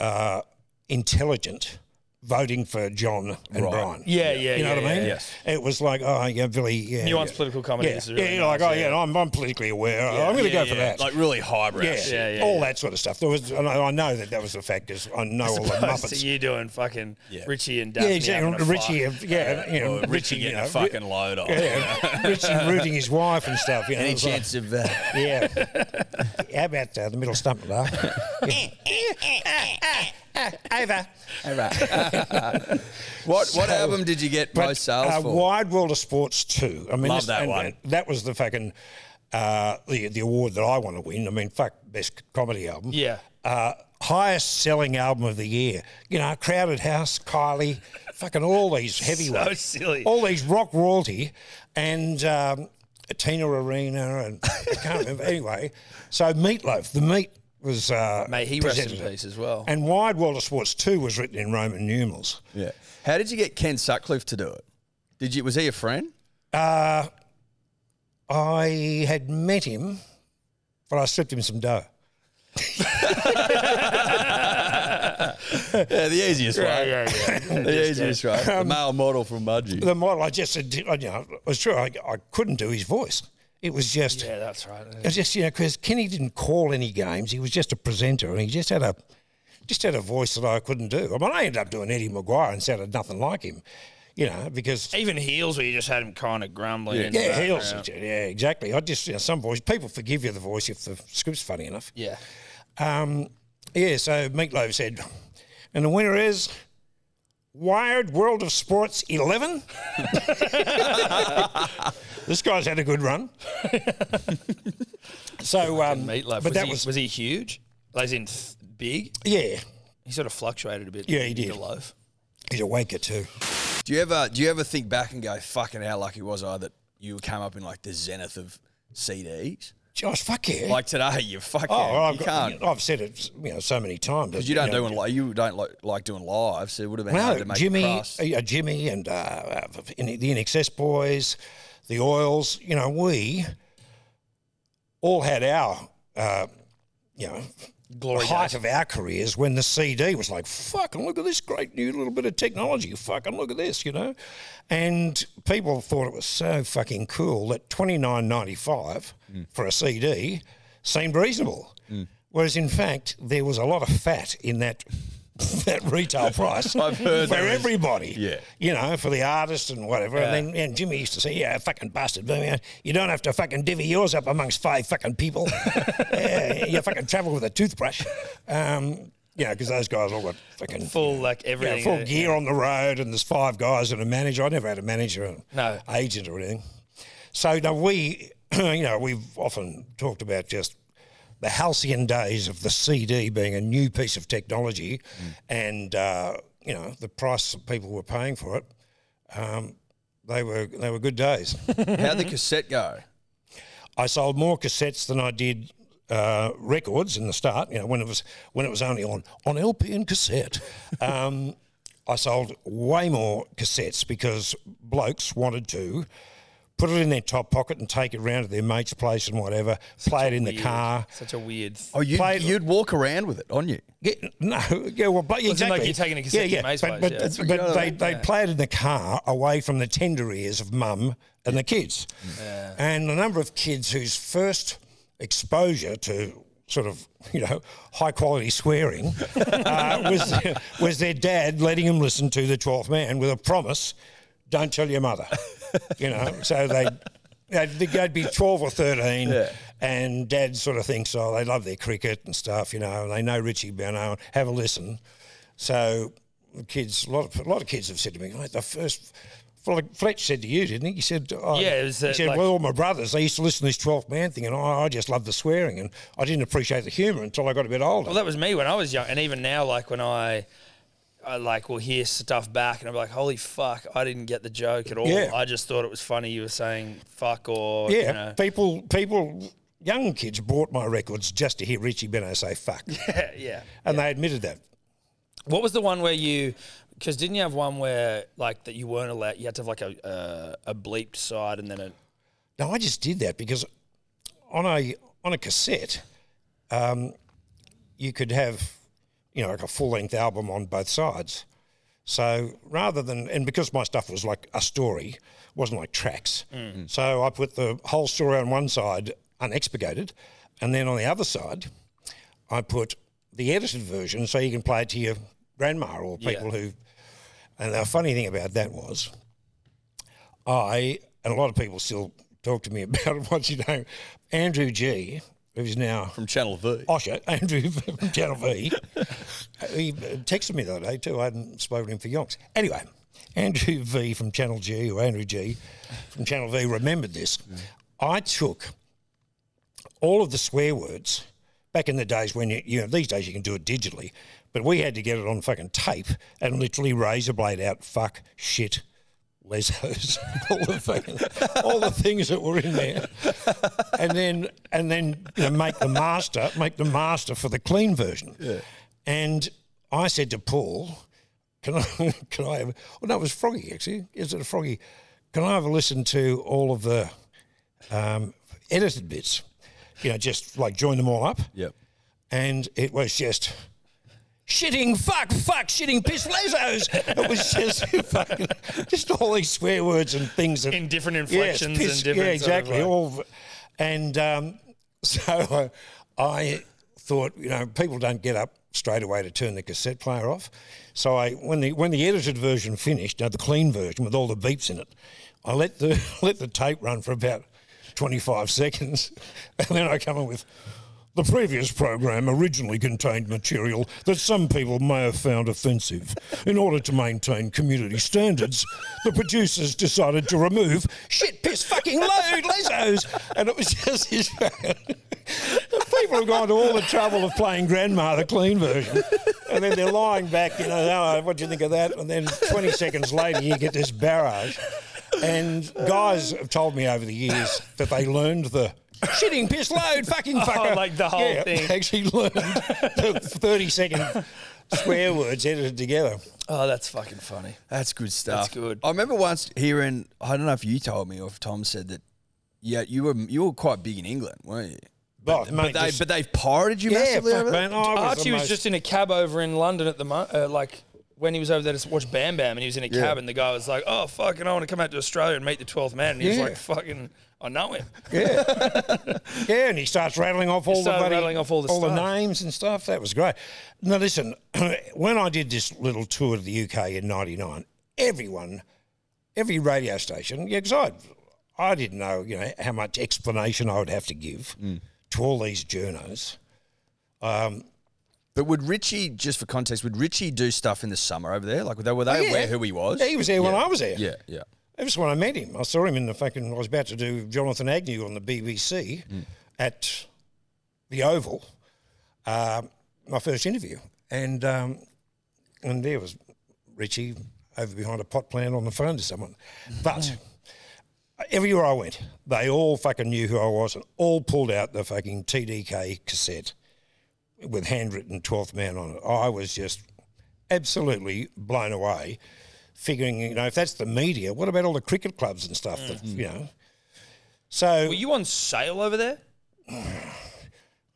S4: uh, intelligent voting for John and Brian.
S5: Yeah, yeah,
S4: you know
S5: yeah,
S4: what I mean.
S5: yeah,
S4: Yes, it was like oh yeah, Billy. Yeah,
S5: Nuanced
S4: yeah.
S5: political comedy
S4: Yeah,
S5: is really
S4: yeah, you're like
S5: nice,
S4: oh yeah, I'm, I'm politically aware. I'm going to
S5: Yeah,
S4: go for
S5: yeah.
S4: that.
S2: Like really highbrow.
S4: yeah,
S2: shit.
S5: yeah, yeah,
S4: all that sort of stuff. There was, and I I know that that was the fact because I know all the
S5: Opposed
S4: Muppets.
S5: to you doing fucking Richie and
S4: Yeah,
S5: Daphne. having
S4: exactly.
S5: a
S4: Richie,
S5: fight.
S4: yeah, you know,
S2: Richie, getting
S4: uh, you know,
S2: a fucking load off.
S4: yeah, Richie rooting his wife and stuff. You know,
S2: Any
S4: it was like-
S2: chance of that?
S4: yeah. How about uh, the middle stump of Over.
S2: All right. what what album did you get
S4: But,
S2: most sales
S4: uh,
S2: for?
S4: Wide World of Sports too. I mean,
S2: Love
S4: this-
S2: that one.
S4: that was the fucking uh, the the award that I want to win. I mean, fuck, best comedy album.
S5: Yeah.
S4: Uh, highest selling album of the year. You know, Crowded House, Kylie, fucking all these heavyweights,
S5: silly.
S4: all these rock royalty, and. Um, Tina Arena and I can't remember anyway. So Meatloaf, the meat was uh,
S5: Mate, he rests in
S4: presented it.
S5: peace as well.
S4: And Wide World of Sports Two was written in Roman numerals.
S2: yeah. How did you get Ken Sutcliffe to do it? Did you? Was he a friend?
S4: Uh, I had met him, but I slipped him some dough.
S2: Yeah, the easiest way.
S5: yeah, yeah.
S2: The easiest way.
S4: Um,
S2: The male model from Mudgee.
S4: The model, I just, said, you know, it was true. I, I couldn't do his voice. It was just,
S5: Yeah, that's right.
S4: it was just you know, because Kenny didn't call any games. He was just a presenter, and he just had a, just had a voice that I couldn't do. I mean, I ended up doing Eddie Maguire and sounded nothing like him, you know, because
S5: Even heels where you just had him kind of grumbling. in the
S4: yeah,
S5: background.
S4: heels, yeah, exactly. I just, you know, some voice people forgive you the voice if the script's funny enough.
S5: Yeah.
S4: Um, yeah, so Meatloaf said, and the winner is Wired World of Sports 11. this guy's had a good run. so, um,
S5: Meatloaf.
S4: but
S5: was
S4: that
S5: he,
S4: was,
S5: was he huge? Like, as in th- big?
S4: yeah,
S5: He sort of fluctuated a bit.
S4: Yeah, he did.
S5: Loaf.
S4: he's a wanker too.
S2: Do you ever do you ever think back and go, fucking how lucky was I that you came up in like the zenith of CDs?
S4: Josh, fuck yeah.
S2: Like today, you fucking
S4: Eh. oh, I've,
S2: you
S4: got-
S2: can't.
S4: I've said it, you know, so many times.
S2: Because you don't do
S4: know,
S2: it like you don't like, like doing live, so it would have been hard
S4: No,
S2: to make
S4: Jimmy,
S2: it
S4: uh,
S2: cross.
S4: yeah, Jimmy, and uh, uh, in, the Inxs Boys, the Oils. You know, we all had our, uh, you know,
S5: Glory
S4: the height
S5: days.
S4: of our careers when the CD was like, "Fucking look at this great new little bit of technology! Fucking look at this!" You know, and people thought it was so fucking cool that twenty nine ninety five
S2: Mm.
S4: for a CD seemed reasonable. Whereas in fact, there was a lot of fat in that that retail price
S2: I've heard
S4: for
S2: there is.
S4: everybody.
S2: Yeah.
S4: You know, for the artist and whatever. And then and Jimmy used to say, Yeah, fucking bastard. but, you know, You don't have to fucking divvy yours up amongst five fucking people. yeah, you fucking travel with a toothbrush. Um, you know, because those guys all got fucking
S5: Full, like,
S4: yeah,
S5: everything.
S4: full gear on the road, and there's five guys and a manager. I never had a manager, and
S5: No.
S4: agent or anything. So now we, you know, we've often talked about just the halcyon days of the CD being a new piece of technology,
S5: Mm.
S4: and uh, you know the price that people were paying for it. Um, they were they were good days.
S2: How'd the cassette go?
S4: I sold more cassettes than I did uh, records in the start. You know, when it was when it was only on on LP and cassette. Um, I sold way more cassettes because blokes wanted to put it in their top pocket and take it round to their mate's place and whatever, play it in the car.
S5: Such a weird. Th-
S2: Oh, you'd,
S4: Played-
S2: you'd walk around with it, on you?
S4: Yeah, no, yeah, well, but,
S5: Wasn't
S4: exactly.
S5: like you're taking a cassette to
S4: yeah,
S5: your mate's
S4: but,
S5: place,
S4: but,
S5: yeah. That's
S4: but they they play it in the car away from the tender ears of mum and the kids, and the number of kids whose first exposure to sort of you know high quality swearing uh, was was their dad letting them listen to the Twelfth Man with a promise, don't tell your mother, you know. So they. They'd, they'd be 12 or 13, And Dad sort of thinks, oh, they love their cricket and stuff, you know, and they know Richie Bono. Have a listen. So the kids, a lot of, a lot of kids have said to me, like the first. Fle- Fletch said to you, didn't he? He said, oh,
S1: Yeah, it was, uh,
S4: he said,
S1: like-
S4: well, all my brothers, they used to listen to this 12th man thing, and I, I just loved the swearing, and I didn't appreciate the humour until I got a bit older.
S1: Well, that was me when I was young, and even now, like when I, I like will hear stuff back, and I'm like, "Holy fuck, I didn't get the joke at all.
S4: Yeah.
S1: I just thought it was funny you were saying fuck or
S4: Yeah,
S1: you know,
S4: people, people, young kids bought my records just to hear Richie Beno say "fuck," and
S1: yeah."
S4: they admitted that.
S1: What was the one where you? Because didn't you have one where like that you weren't allowed? You had to have like a uh, a bleeped side and then a
S4: No, I just did that because on a on a cassette, um, you could have, you know, like a full length album on both sides. So rather than and because my stuff was like a story, wasn't like tracks. So I put the whole story on one side, unexpurgated, and then on the other side, I put the edited version so you can play it to your grandma or people who. And the funny thing about that was, I and a lot of people still talk to me about it. What's his name? Andrew G, who's now
S2: from Channel V.
S4: Osher, Andrew from Channel V. he texted me the other day too. I hadn't spoken to him for yonks. Anyway, Andrew V from Channel G or Andrew G from Channel V remembered this. I took all of the swear words back in the days when you, you know these days you can do it digitally, but we had to get it on fucking tape and literally razor blade out fuck shit. Lesos, all the, fucking, all the things that were in there, and then and then you know, make the master make the master for the clean version. And I said to Paul, "Can I? Can I? Have, well, no, it was Froggy actually. Is it a Froggy? Can I have a listen to all of the um, edited bits? You know, just like join them all up."
S2: Yep.
S4: and it was just shitting fuck fuck shitting piss lazos it was just fucking just all these swear words and things that,
S1: In different inflections
S4: Yes,
S1: and different
S4: yeah
S1: sort of
S4: exactly
S1: like-
S4: all v- and um, so I, I thought you know people don't get up straight away to turn the cassette player off so I when the when the edited version finished now the clean version with all the beeps in it I let the let the tape run for about 25 seconds and then I come in with the previous program originally contained material that some people may have found offensive. In order to maintain community standards, the producers decided to remove shit, piss, fucking load, lesos. And it was just his. the people have gone to all the trouble of playing Grandma, the clean version. And then they're lying back, you know, oh, what do you think of that? And then 20 seconds later, you get this barrage. And guys have told me over the years that they learned the shitting piss load fucking fucker.
S1: like the whole
S4: yeah,
S1: thing.
S4: they Actually learned the 30 second swear words edited together.
S5: Oh, that's fucking funny.
S2: That's good stuff.
S5: That's good.
S2: I remember once hearing. I don't know if you told me or if Tom said that. Yeah, you were you were quite big in England, weren't you?
S4: But,
S2: But
S4: mate,
S2: they
S4: this-
S2: but they've pirated you
S4: yeah,
S2: massively.
S4: fuck,
S2: over there?
S4: man, I was
S1: Oh, Archie
S4: the
S1: was
S4: most-
S1: just in a cab over in London at the mo- uh, like when he was over there to watch Bam Bam, and he was in a cab, and the guy was like, "Oh fucking, I want to come out to Australia and meet the twelfth man." And he was
S4: Yeah.
S1: like, "Fucking, I know him."
S4: Yeah, and he starts rattling off all the
S1: started
S4: bloody,
S1: rattling off all the stuff.
S4: names and stuff. That was great. Now listen, when I did this little tour of the UK in '99, everyone, every radio station, yeah, because I, I didn't know, you know, how much explanation I would have to give
S2: Mm.
S4: to all these journos.
S2: But would Richie, just for context, would Richie do stuff in the summer over there? Like were they were they
S4: Oh, Yeah.
S2: aware who he was?
S4: Yeah, he was there when I was there.
S2: Yeah, yeah.
S4: That was when I met him. I saw him in the fucking. I was about to do Jonathan Agnew on the BBC at the Oval, um, my first interview, and um, and there was Richie over behind a pot plant on the phone to someone. But everywhere I went, they all fucking knew who I was and all pulled out the fucking TDK cassette with handwritten 12th man on it. I was just absolutely blown away, figuring, you know, if that's the media, what about all the cricket clubs and stuff, that, you know? So,
S1: Were you on sale over there?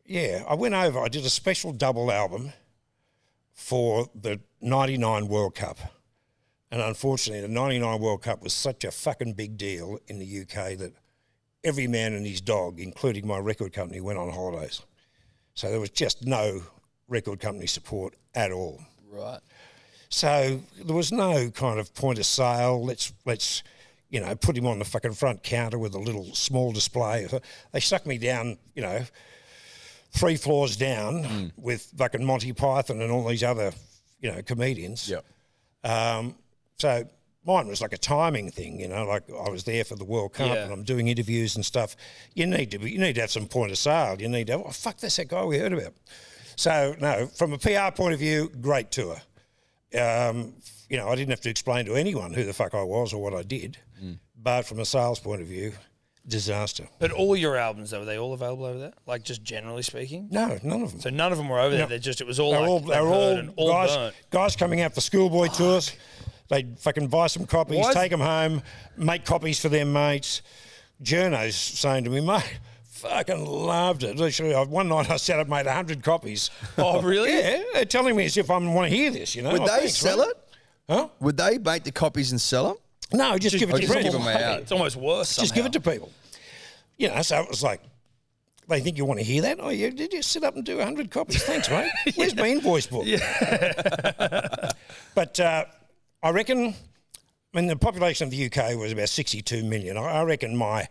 S4: yeah, I went over, I did a special double album for the 99 World Cup. And unfortunately, the 99 World Cup was such a fucking big deal in the UK that every man and his dog, including my record company, went on holidays. So there was just no record company support at all.
S5: Right.
S4: So there was no kind of point of sale. Let's let's you know, put him on the fucking front counter with a little small display. They sucked me down, you know, three floors down with fucking Monty Python and all these other, you know, comedians.
S2: Yep.
S4: Um, so mine was like a timing thing, you know, like I was there for the World Cup and I'm doing interviews and stuff. You need to be, you need to have some point of sale. You need to, oh, fuck, that's that guy we heard about. So, no, from a PR point of view, great tour. Um, you know, I didn't have to explain to anyone who the fuck I was or what I did. But from a sales point of view, disaster.
S5: But all your albums, though, were they all available over there? Like, just generally speaking?
S4: No, none of them.
S5: So none of them were over there. They're just, it was all,
S4: They're
S5: like,
S4: all,
S5: they've
S4: they're
S5: heard
S4: all,
S5: and all
S4: guys,
S5: burnt.
S4: guys coming out for schoolboy tours. They'd fucking buy some copies, take
S5: Why is-
S4: 'em take them home, make copies for their mates. Journos saying to me, mate, fucking loved it. Literally, I- one night I sat up, made 100 copies.
S5: Oh, really?
S4: yeah, they're telling me as if I want to hear this, you know.
S2: Would
S4: Oh,
S2: they
S4: thanks,
S2: sell
S4: mate.
S2: it?
S4: Huh?
S2: Would they make the copies and sell them?
S4: No, just, give it
S2: Or
S4: to
S2: just
S4: friends.
S2: give them out?
S5: It's almost worse. Somehow.
S4: Just give it to people. You know, so it was like, they think you want to hear that? Oh, you did you sit up and do 100 copies? Thanks, mate. Where's my invoice book? but uh, I reckon, I mean, the population of the UK was about 62 million. I, I reckon my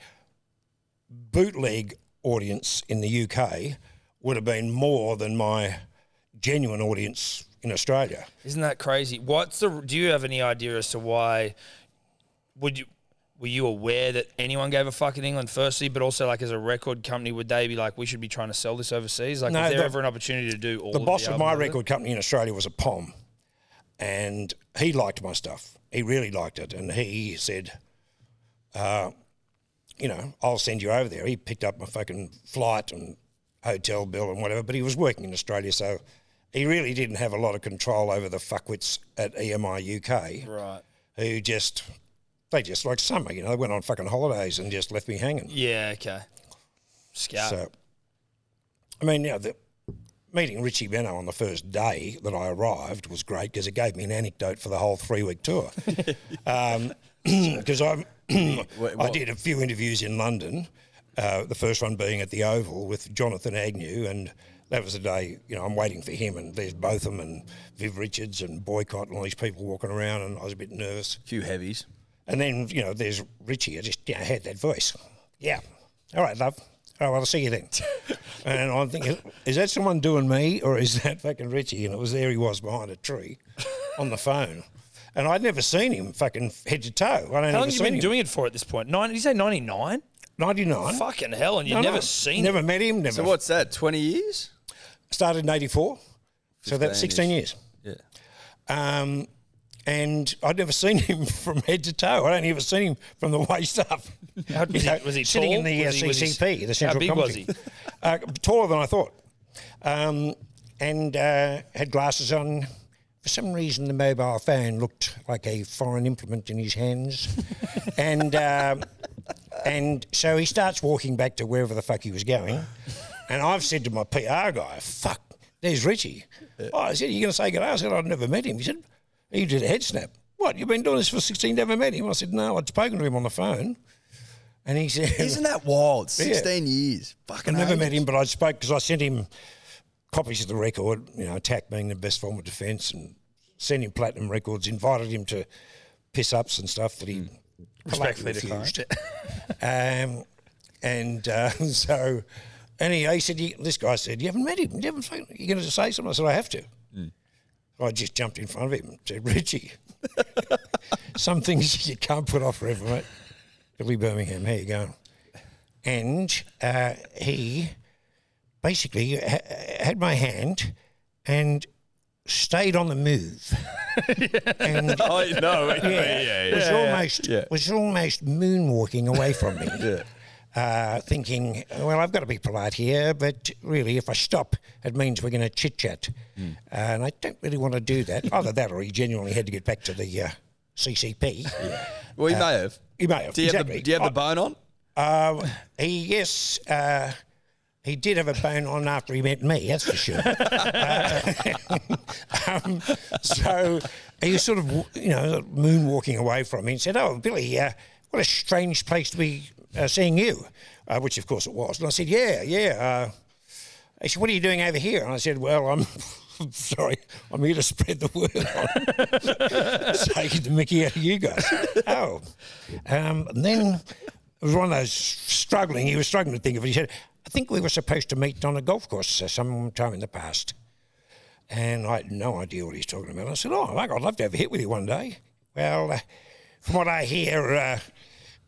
S4: bootleg audience in the UK would have been more than my genuine audience in Australia.
S5: Isn't that crazy? What's the? Do you have any idea as to why? Would you? Were you aware that anyone gave a fuck in England? Firstly, but also like as a record company, would they be like, we should be trying to sell this overseas? Like,
S4: No,
S5: was there
S4: the-
S5: ever an opportunity to do all?
S4: the boss of
S5: album
S4: my
S5: over there?
S4: record company in Australia was a pom, and he liked my stuff. He really liked it, and he said, uh, "You know, I'll send you over there." He picked up my fucking flight and hotel bill and whatever, but he was working in Australia, so he really didn't have a lot of control over the fuckwits at E EMI UK,
S5: right?
S4: who just they just like summer, you know, they went on fucking holidays and just left me hanging.
S5: Yeah. Okay. Scout.
S4: So, I mean, yeah, the, meeting Richie Beno on the first day that I arrived was great because it gave me an anecdote for the whole three week tour. Because I'm, I did a few interviews in London, uh, the first one being at the Oval with Jonathan Agnew, and that was the day, you know, I'm waiting for him, and there's Botham and Viv Richards and Boycott and all these people walking around, and I was a bit nervous.
S2: A few heavies.
S4: And then, you know, there's Richie. I just you know, had that voice. Yeah. All right, love. All right, well, I'll see you then. and I'm thinking, is that someone doing me or is that fucking Richie? And it was there he was behind a tree on the phone. And I'd never seen him fucking head to toe. I don't
S5: How long have you been doing it for at this point? Nine? Did you say ninety nine?
S4: 99.
S5: Fucking hell! And you've
S4: No,
S5: never
S4: no.
S5: seen
S4: Never met him. Never.
S2: So what's that? Twenty years?
S4: Started in 84. So that's 16 years.
S2: Yeah.
S4: Um, and I'd never seen him from head to toe. I'd only ever seen him from the waist up.
S5: How- was
S4: You know,
S5: he- was he
S4: sitting
S5: tall?
S4: in the uh,
S5: Was he- was he-
S4: CCP, the
S5: how
S4: Central
S5: big was
S4: Commentary. uh, taller than I thought, um, and uh, had glasses on. For some reason, the mobile phone looked like a foreign implement in his hands, and uh, and so he starts walking back to wherever the fuck he was going, and I've said to my PR guy, "Fuck, there's Richie." Oh, I said, "Are you going to say good I said, "I've never met him." He said, "He did a head snap." What? You've been doing this for 16, never met him? I said, "No, I'd spoken to him on the phone," and he said,
S2: Isn't that wild? Sixteen years. Fucking.
S4: I never met
S2: ages.
S4: him, but I spoke because I sent him copies of the record, you know, attack being the best form of defence, and sent him platinum records, invited him to piss ups and stuff that he politely refused. um, and uh, so, and he, he said, he, this guy said, you haven't met him, you haven't, fucking- you're going to say something? I said, I have to. I just jumped in front of him and said, Richie, some things you can't put off forever, mate. Billy Birmingham, how you going? and uh, he basically ha- had my hand and stayed on the move. and
S2: Oh no. Yeah. yeah, yeah.
S4: was almost
S2: yeah.
S4: was almost moonwalking away from me. Uh, thinking, well, I've got to be polite here, but really, if I stop, it means we're going to chit chat,
S2: Hmm.
S4: and I don't really want to do that. Either that, or he genuinely had to get back to the uh, CCP.
S2: Well, you may have.
S4: He may have.
S2: Do you
S4: exactly.
S2: have the Do you have the bone on?
S4: Um, he yes, uh, he did have a bone on after he met me. That's for sure. Uh, um, so he was sort of you know moonwalking away from me and said, "Oh, Billy, uh, what a strange place to be uh, seeing you," uh, which of course it was. And I said, "Yeah, yeah." Uh, he said, "What are you doing over here?" And I said, "Well, I'm." I'm sorry, I'm here to spread the word. on- Taking the mickey out of you guys. Oh, um, and then it was one of those struggling. He was struggling to think of it. He said, "I think we were supposed to meet on a golf course uh, sometime in the past." And I had no idea what he's talking about. I said, "Oh, Mark, I'd love to have a hit with you one day." Well, uh, from what I hear, uh,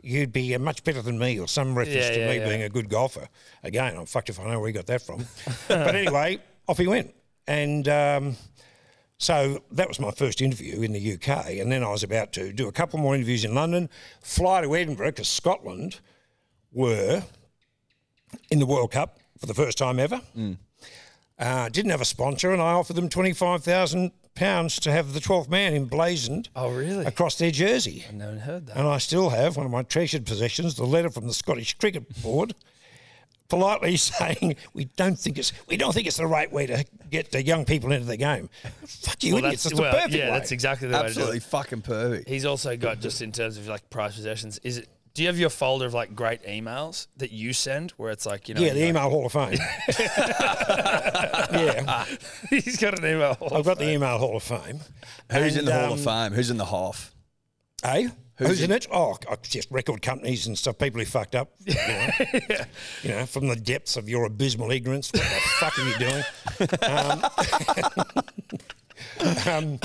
S4: you'd be uh, much better than me, or some reference
S1: Yeah,
S4: to
S1: yeah,
S4: me
S1: yeah.
S4: being a good golfer. Again, I'm fucked if I know where he got that from. but anyway, off he went. And um, so that was my first interview in the UK. And then I was about to do a couple more interviews in London, fly to Edinburgh, because Scotland were in the World Cup for the first time ever.
S2: Mm.
S4: Uh, didn't have a sponsor, and I offered them £25,000 to have the 12th man emblazoned
S1: Oh, really?
S4: across their jersey.
S1: No one heard that.
S4: And I still have one of my treasured possessions, the letter from the Scottish Cricket Board, politely saying we don't think it's we don't think it's the right way to get the young people into the game. Fuck you idiots! That's, the perfect
S1: yeah,
S4: way.
S1: that's exactly the way to do
S2: Absolutely
S1: it.
S2: fucking perfect.
S5: He's also got just in terms of like prized possessions. Is it? Do you have your folder of like great emails that you send where it's like you know?
S4: yeah, the
S5: you
S4: email Hall of Fame. yeah,
S5: he's got an email.
S4: I've got the email Hall of Fame.
S2: Who's in
S4: And,
S2: the Hall of
S4: um,
S2: Fame? Who's in the half?
S4: Eh? Who's,
S2: in-
S4: in it? Oh, I- just record companies and stuff. People who fucked up. You know, you know from the depths of your abysmal ignorance. What the fuck are you doing? Um, um,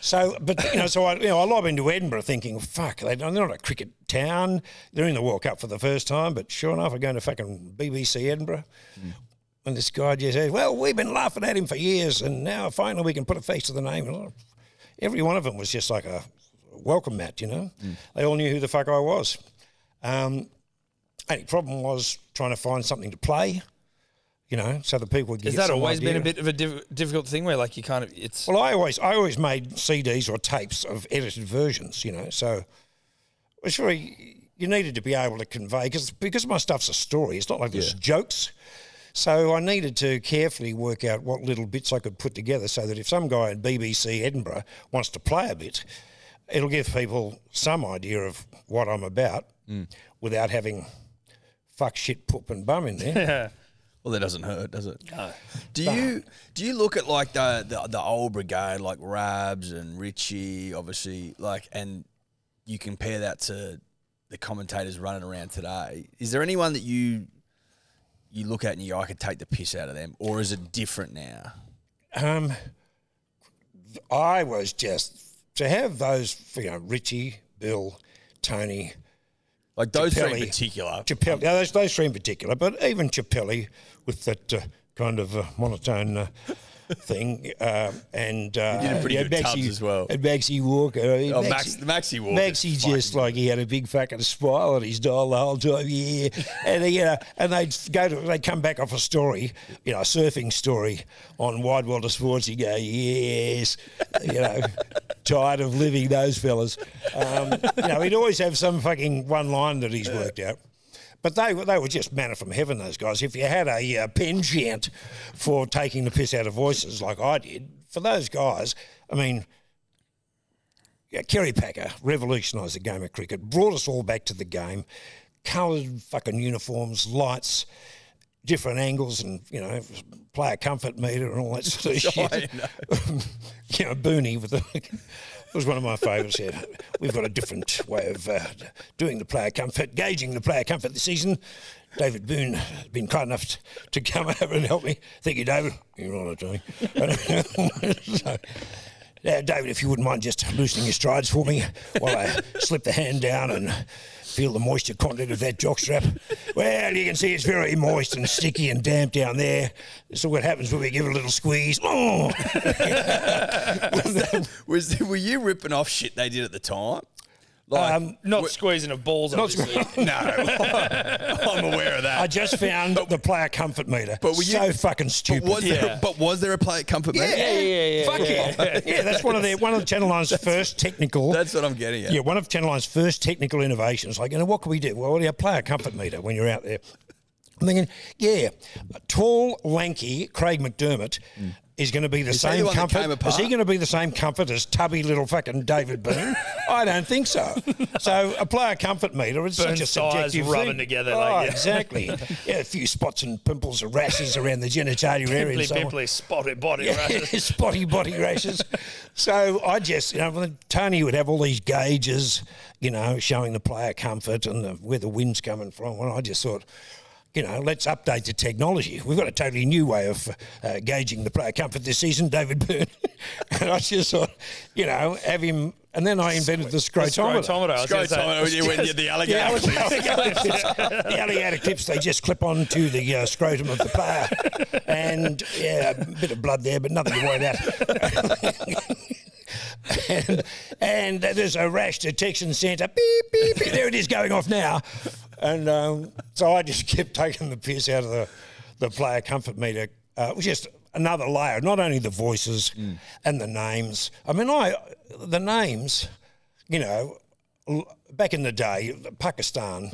S4: so, but you know, so I, you know, I lob into Edinburgh thinking, fuck, they, they're not a cricket town. They're in the World Cup for the first time. But sure enough, I go to fucking BBC Edinburgh. And this guy just says, Well, we've been laughing at him for years, and now finally we can put a face to the name. And every one of them was just like a welcome mat, you know?
S5: Mm.
S4: They all knew who the fuck I was. Um, only problem was trying to find something to play, you know, so the people would get
S5: Has that
S4: some
S5: always been
S4: idea.
S5: a bit of a diff- difficult thing where like you kind of it's
S4: Well, I always, I always made CDs or tapes of edited versions, you know. So, well, sure, you you needed to be able to convey because because my stuff's a story. It's not like there's jokes. So I needed to carefully work out what little bits I could put together so that if some guy in BBC Edinburgh wants to play a bit, it'll give people some idea of what I'm about without having fuck, shit, poop, and bum in there.
S2: Well, that doesn't hurt, does it? No. Do you do you look at like the the, the old brigade, like Rabs and Richie, obviously, like, and you compare that to the commentators running around today? Is there anyone that you you look at and you go, I could take the piss out of them, or is it different now?
S4: Um, I was just to have those, you know, Richie, Bill, Tony,
S2: Like those three
S4: Chappelle.
S2: in particular.
S4: Chappelle. Now, those, those three in particular, but even Chappelle with that uh, kind of uh, monotone uh, thing, uh, and uh,
S2: He did a pretty
S4: yeah,
S2: good Tubbs as well.
S4: And Maxie Walker. I mean,
S2: Oh, Max, Maxie Walker.
S4: Maxie just like he had a big fucking smile on his dial the whole time. Yeah, and you know, and they'd go to they'd come back off a story, you know, a surfing story on Wide World of Sports. You go, yes, you know, tired of living those fellas. Um, you know, he'd always have some fucking one line that he's worked out. But they were they were just manna from heaven. Those guys. If you had a uh, penchant for taking the piss out of voices like I did, for those guys, I mean. Yeah, Kerry Packer revolutionised the game of cricket, brought us all back to the game, coloured fucking uniforms, lights, different angles, and you know, player comfort meter and all that sort of shit. you know, Booney with the. Was one of my favourites. Yeah, we've got a different way of uh, doing the player comfort, gauging the player comfort this season. David Boone has been kind enough t- to come over and help me. Thank you, David. You're on it, Tony. so, now, Uh, David, if you wouldn't mind just loosening your strides for me while I slip the hand down and feel the moisture content of that jockstrap. Well, you can see it's very moist and sticky and damp down there. So what happens when we give it a little squeeze? Oh!
S2: Was were you ripping off shit they did at the time? Like,
S4: Um,
S5: not squeezing of balls. obviously.
S2: no, I'm aware of that.
S4: I just found the player comfort meter.
S2: But were you-
S4: so fucking
S2: But
S4: stupid.
S2: was, there, but was there a play at Comfort Bank?
S4: yeah, yeah, yeah. Fuck yeah. yeah, that's one of the one of the Channel Nine's first technical.
S2: That's what I'm getting at.
S4: Yeah, one of Channel Nine's first technical innovations. Like, you know, what can we do? Well, you play a comfort meter when you're out there. I'm thinking, yeah, tall, lanky Craig McDermott is going to be
S2: Hmm.
S4: the
S2: he the
S4: same
S2: one that
S4: comfort.
S2: came
S4: Is he
S2: apart?
S4: going to be the same comfort as tubby little fucking David Byrne? I don't think so. So apply a comfort meter. It's
S1: Byrne's
S4: such a
S1: thighs
S4: subjective
S1: rubbing
S4: thing.
S1: together
S4: Oh,
S1: like-
S4: exactly. Yeah, a few spots and pimples or rashes around the genitalia area. and
S1: Pimply,
S4: so on.
S1: pimply, spotted body.
S4: Yeah,
S1: right?
S4: spotty body rashes. So I just, you know, when Tony would have all these gauges, you know, showing the player comfort and the, where the wind's coming from. And I just thought, you know, let's update the technology. We've got a totally new way of uh, gauging the player comfort this season, David Byrne. and I just thought, you know, have him. And then I invented the scrotometer.
S1: Scrotometer. I was gonna
S2: Great
S1: say.
S2: time when you went the alligator.
S4: Yeah, I was- the Aliata clips, they just clip onto the uh, scrotum of the player. And yeah, a bit of blood there, but nothing to worry about. and, and there's a rash detection centre. Beep, beep, beep. There it is going off now. And um, so I just kept taking the piss out of the, the player comfort meter. Uh, it was just another layer, not only the voices and the names. I mean, I the names, you know, l- back in the day, Pakistan,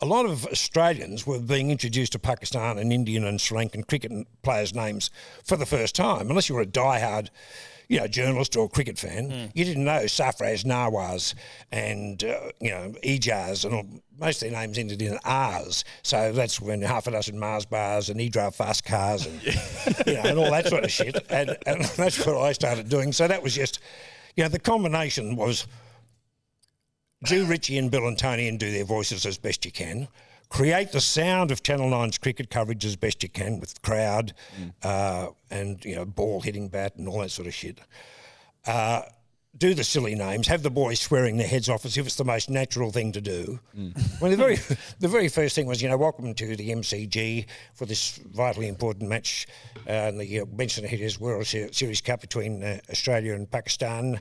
S4: a lot of Australians were being introduced to Pakistan and Indian and Sri Lankan cricket n- players' names for the first time. Unless you were a diehard, you know, journalist or cricket fan, you didn't know Safraz Nawaz and uh, you know Ejaz and all, most of their names ended in R's. So that's when half a dozen Mars bars and Edra fast cars and you know and all that sort of shit. And, and that's what I started doing. So that was just, you know, the combination was. Do Richie and Bill and Tony and do their voices as best you can. Create the sound of Channel 9's cricket coverage as best you can with crowd uh, and, you know, ball hitting bat and all that sort of shit. Uh, do the silly names. Have the boys swearing their heads off as if it's the most natural thing to do. Well, the very, the very first thing was, you know, welcome to the MCG for this vitally important match uh, in the uh, Benson Hitters World Se- Series Cup between uh, Australia and Pakistan.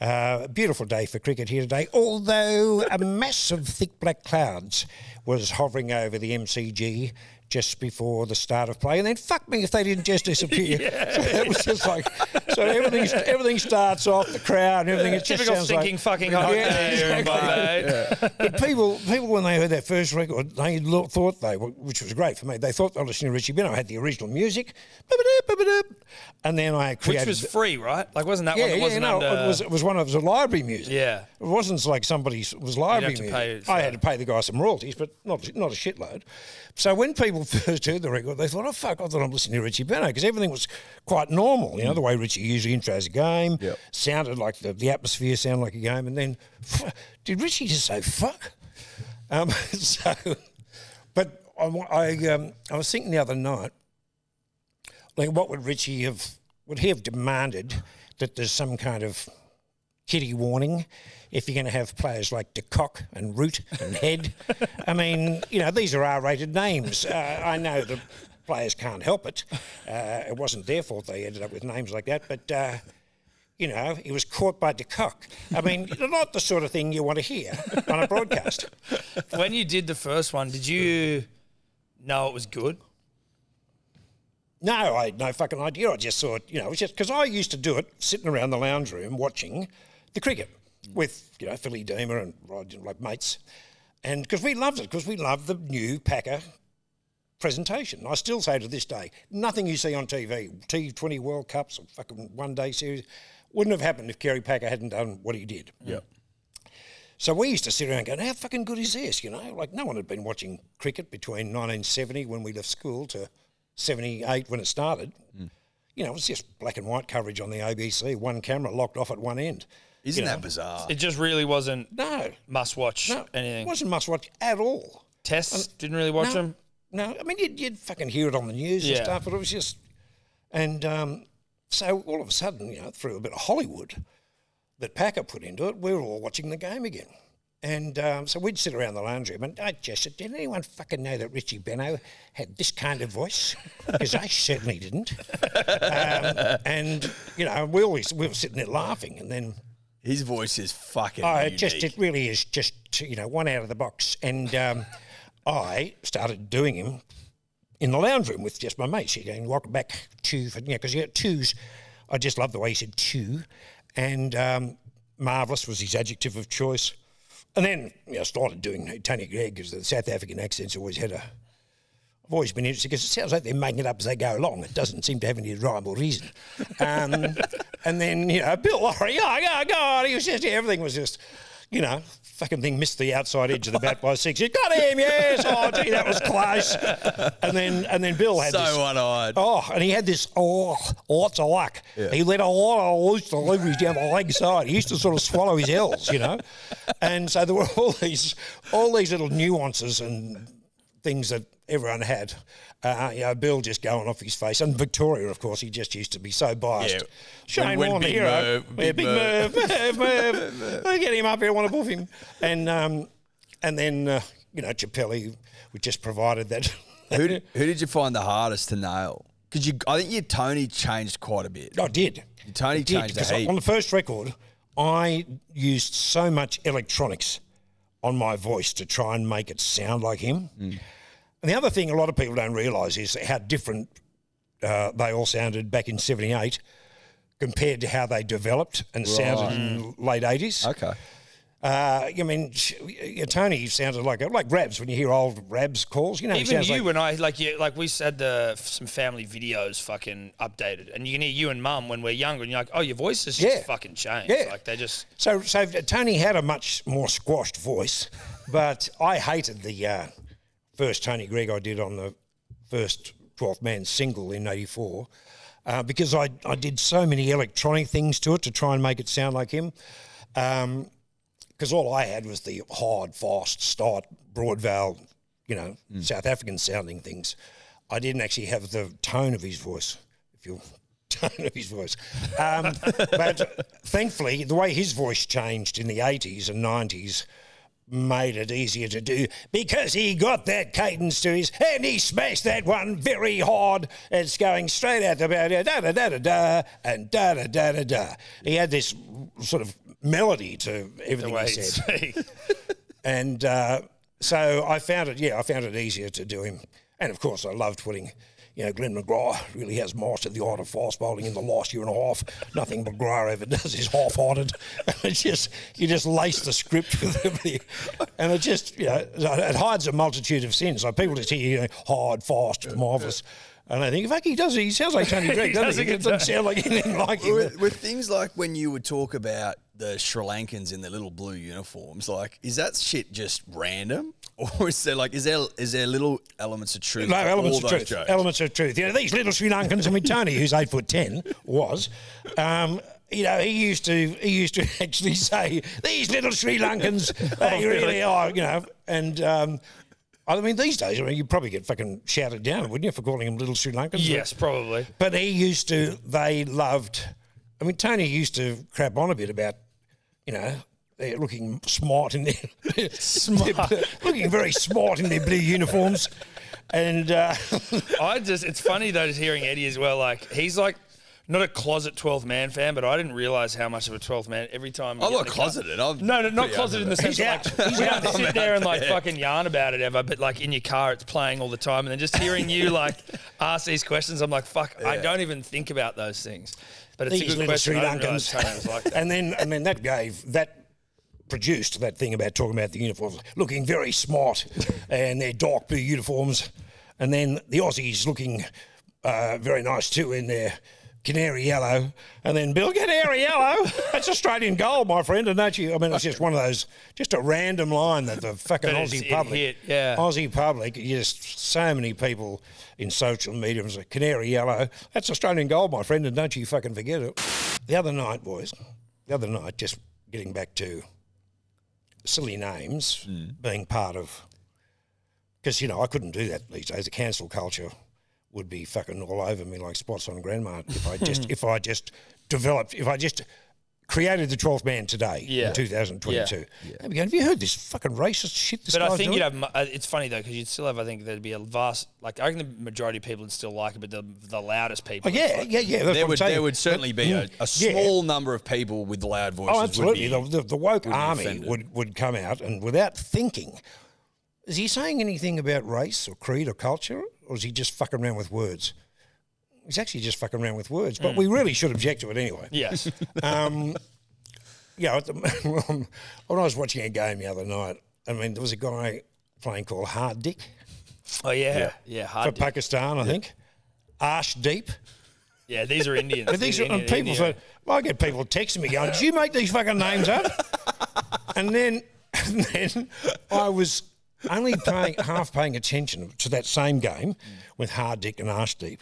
S4: Uh, beautiful day for cricket here today, although a mass of thick black clouds was hovering over the MCG just before the start of play. And then fuck me if they didn't just disappear. so it was just like, so everything, everything starts off, the crowd, and everything. It just
S1: Typical
S4: sounds
S1: stinking
S4: like,
S1: fucking hot
S4: Yeah,
S1: day here in
S4: exactly.
S1: Bombay.
S4: but people, people when they heard that first record, they lo- thought they, were- which was great for me, they thought they were listening to Richie Beno. I had the original music, boop-a-doop, boop-a-doop, and then I
S1: Which
S4: created.
S1: was free, right? Like, wasn't that
S4: yeah,
S1: one? That
S4: yeah,
S1: wasn't
S4: no,
S1: under-
S4: it was it was one of it was library music.
S1: Yeah.
S4: it wasn't like somebody's it was library
S1: to
S4: music.
S1: pay it,
S4: I
S1: so-
S4: had to pay the guy some royalties, but not not a shitload. So when people first heard the record, they thought, "Oh fuck!" I thought I'm listening to Richie Beno because everything was quite normal.
S1: Mm.
S4: You know, the way Richie usually intros a game sounded like the, the atmosphere sounded like a game, and then "Fuck, did Richie just say fuck? Um, so, but I, wa- I, um, I was thinking the other night, like, what would Richie have, would he have demanded that there's some kind of kitty warning if you're going to have players like De Kock and Root and Head? I mean, you know, these are R-rated names. Uh, I know the players can't help it. Uh, it wasn't their fault they ended up with names like that, but... Uh, you know, he was caught by de Kock. I mean, not the sort of thing you want to hear on a broadcast.
S1: when you did the first one, did you know it was good?
S4: No, I had no fucking idea. I just thought, you know, it was just because I used to do it sitting around the lounge room watching the cricket with, you know, Philly Deemer and Rod, like mates. And because we loved it, because we loved the new Packer presentation. I still say to this day, nothing you see on TV, T20 World Cups or fucking one day series, wouldn't have happened if Kerry Packer hadn't done what he did. Yeah. So we used to sit around going, how fucking good is this? You know, like no one had been watching cricket between 1970 when we left school to 78 when it started. You know, it was just black and white coverage on the ABC, one camera locked off at one end.
S2: Isn't that bizarre?
S1: It just really wasn't
S4: No,
S1: must watch
S4: no,
S1: anything.
S4: it wasn't must watch at all.
S1: Tests didn't really watch
S4: no,
S1: them.
S4: No, I mean you'd, you'd fucking hear it on the news
S1: Yeah.
S4: and stuff, but it was just, and um, so all of a sudden, you know, through a bit of Hollywood that Packer put into it, we were all watching the game again. And um, so we'd sit around the lounge room and I just said, did anyone fucking know that Richie Beno had this kind of voice? Because I certainly didn't. Um, and, you know, we always, we were sitting there laughing and then
S2: His voice is fucking.
S4: Oh, it
S2: unique.
S4: just it really is just you know one out of the box, and um, I started doing him in the lounge room with just my mates. You going welcome back chew for yeah because you got chews. I just love the way he said chew, and um, marvelous was his adjective of choice. And then you know, started doing Tony Gregg because the South African accents always had a I've always been interested because it sounds like they're making it up as they go along. It doesn't seem to have any rhyme or reason. Um, and then, you know, Bill Lorry, oh, God, God, he was just, everything was just, you know, fucking thing missed the outside edge of the bat by six. You got him, yes. Oh, gee, that was close. And then, and then Bill had this,
S2: So one eyed.
S4: Oh, and he had this oh, lots of luck. He let a lot of loose deliveries down the leg side. He used to sort of swallow his L's, you know. And so there were all these all these little nuances and things that everyone had. Uh, you know, Bill just going off his face, and Victoria, of course, he just used to be so biased.
S2: Yeah.
S4: Shane
S2: When- when
S4: Warne, the
S2: Big
S4: hero.
S2: Merv-
S4: yeah,
S2: Big
S4: big
S2: Merv.
S4: Merv, Merv, Merv. I get him up here, I want to boof him. And um, and then uh, you know, Chappelli, we just provided that.
S2: who, did, who did you find the hardest to nail? Because you, I think your Tony changed quite a bit.
S4: I did.
S2: Tony
S4: I did,
S2: changed a
S4: 'cause
S2: heap.
S4: On the first record, I used so much electronics on my voice to try and make it sound like him. And the other thing a lot of people don't realise is how different uh, they all sounded back in 78 compared to how they developed and sounded in late 80s.
S2: Okay.
S4: Uh, I mean, sh- y- Tony sounded like like Rabs when you hear old Rabs calls. You know, he
S1: Even
S4: sounds
S1: you
S4: like,
S1: and I, like you, like we said, the some family videos fucking updated, and you can hear you and mum when we're younger, and you're like, oh, your voice has
S4: Yeah.
S1: just fucking changed.
S4: Yeah.
S1: Like they just
S4: So, so Tony had a much more squashed voice, but I hated the uh, first Tony Gregg I did on the first 12th Man single in '84 uh, because I, I did so many electronic things to it to try and make it sound like him. Because all I had was the hard, fast start, broad vowel, you know, South African sounding things. I didn't actually have the tone of his voice, if you'll. Tone of his voice, um, but thankfully the way his voice changed in the '80s and '90s made it easier to do because he got that cadence to his and he smashed that one very hard. It's going straight out the da da da da da da and da da da da da. He had this sort of melody to everything he said, and uh, so I found it. Yeah, I found it easier to do him, and of course I loved putting. You know, Glenn McGrath really has mastered the art of fast bowling in the last year and a half. Nothing McGrath ever does is half-hearted. it's just you just lace the script with everything, and it just you know it hides a multitude of sins. Like people just hear you know, hard, fast, marvelous, and I think fuck he does. He sounds like Tony Gregg, doesn't he? It doesn't sound like anything like him.
S2: with, with things like when you would talk about the Sri Lankans in their little blue uniforms, like is that shit just random, or is there like is there is there little elements of truth?
S4: No,
S2: to
S4: elements
S2: all
S4: of
S2: those
S4: truth.
S2: jokes?
S4: Elements of truth. You know, these little Sri Lankans. I mean, Tony, who's eight foot ten, was. Um, you know, he used to he used to actually say these little Sri Lankans.
S2: Oh,
S4: They really are. You know, and. Um, I mean, these days, I mean, you'd probably get fucking shouted down, wouldn't you, for calling them little Sri Lankans?
S1: yes, probably.
S4: But he used to, they loved, I mean, Tony used to crap on a bit about, you know, they're looking smart in their, smart. looking very smart in their blue uniforms. And uh,
S1: I just, it's funny though, just hearing Eddie as well. Like he's like not a closet 12 man fan, but I didn't realize how much of a 12 man every time. we get
S2: I'm
S1: in
S2: not
S1: the car-
S2: closeted. I'm
S1: No, no, not
S2: pretty
S1: closeted in the
S2: open
S1: sense
S4: He's
S1: that,
S4: out.
S1: like
S4: He's
S1: we
S4: out.
S1: don't sit there and like fucking yarn about it ever, but like in your car it's playing all the time, and then just hearing you like ask these questions, I'm like, fuck, I don't even think about those things. But it's
S4: these
S1: a good
S4: little
S1: question.
S4: Sri
S1: I didn't realise
S4: Lankans.
S1: Tony was like that.
S4: and then, I mean, that gave, that produced that thing about talking about the uniforms, looking very smart and their dark blue uniforms. And then the Aussies looking uh, very nice too in their canary yellow. And then Bill, canary yellow. That's Australian gold, my friend. And don't you, I mean, it's just one of those, just a random line that the fucking
S1: But it's-
S4: Aussie
S1: it
S4: public,
S1: hit, yeah.
S4: Aussie public, you just so many people in social media was like, canary yellow. That's Australian gold, my friend. And don't you fucking forget it. The other night, boys, the other night, just getting back to silly names being part of because you know I couldn't do that these days. The cancel culture would be fucking all over me like spots on grandma if I just if I just developed if I just created the twelfth man today
S1: Yeah.
S4: in 2022. They'd be going, have you heard this fucking racist shit? This
S1: But
S4: guy's
S1: I think
S4: doing?
S1: you'd have. mu- uh, It's funny though because you'd still have. I think there'd be a vast. Like I think the majority of people would still like it, but the the loudest
S4: Oh,
S1: people. it's
S4: yeah,
S1: like-
S4: yeah, yeah. That's
S2: There
S4: what
S2: would
S4: I'm saying.
S2: there would certainly be a, a
S4: Yeah.
S2: small number of people with loud voices.
S4: Oh, absolutely.
S2: Would be,
S4: the, the, the woke army
S2: offended.
S4: would, would come out and without thinking, is he saying anything about race or creed or culture, or is he just fucking around with words? He's actually just fucking around with words, but we really should object to it anyway.
S1: Yes.
S4: Um, yeah, at the, when I was watching a game the other night, I mean, there was a guy playing called Hard Dick.
S5: Oh yeah, yeah, hard.
S4: for
S5: to-
S4: Pakistan, I think. Arsh deep.
S5: yeah, these are Indians.
S4: But these are
S5: Indian-
S4: and people.
S5: Indian-
S4: Said, well, I get people texting me going, "Did you make these fucking names up?" and then, and then I was only paying half paying attention to that same game with Hardick and Arshdeep,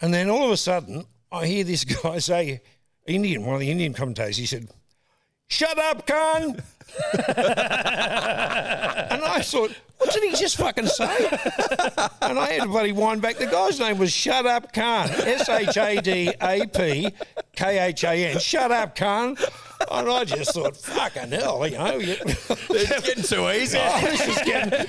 S4: and then all of a sudden I hear this guy say, "Indian," one of the Indian commentators. He said, "Shut up, Khan." and I thought, what did he just fucking say? and I had to bloody wind back. The guy's name was Shut Up Khan. S H A D A P K H A N. Shut Up Khan. And I just thought, fucking hell, you know. you- Oh,
S2: It's getting too easy.
S5: Oh,
S2: Oh,
S4: this is getting.
S2: to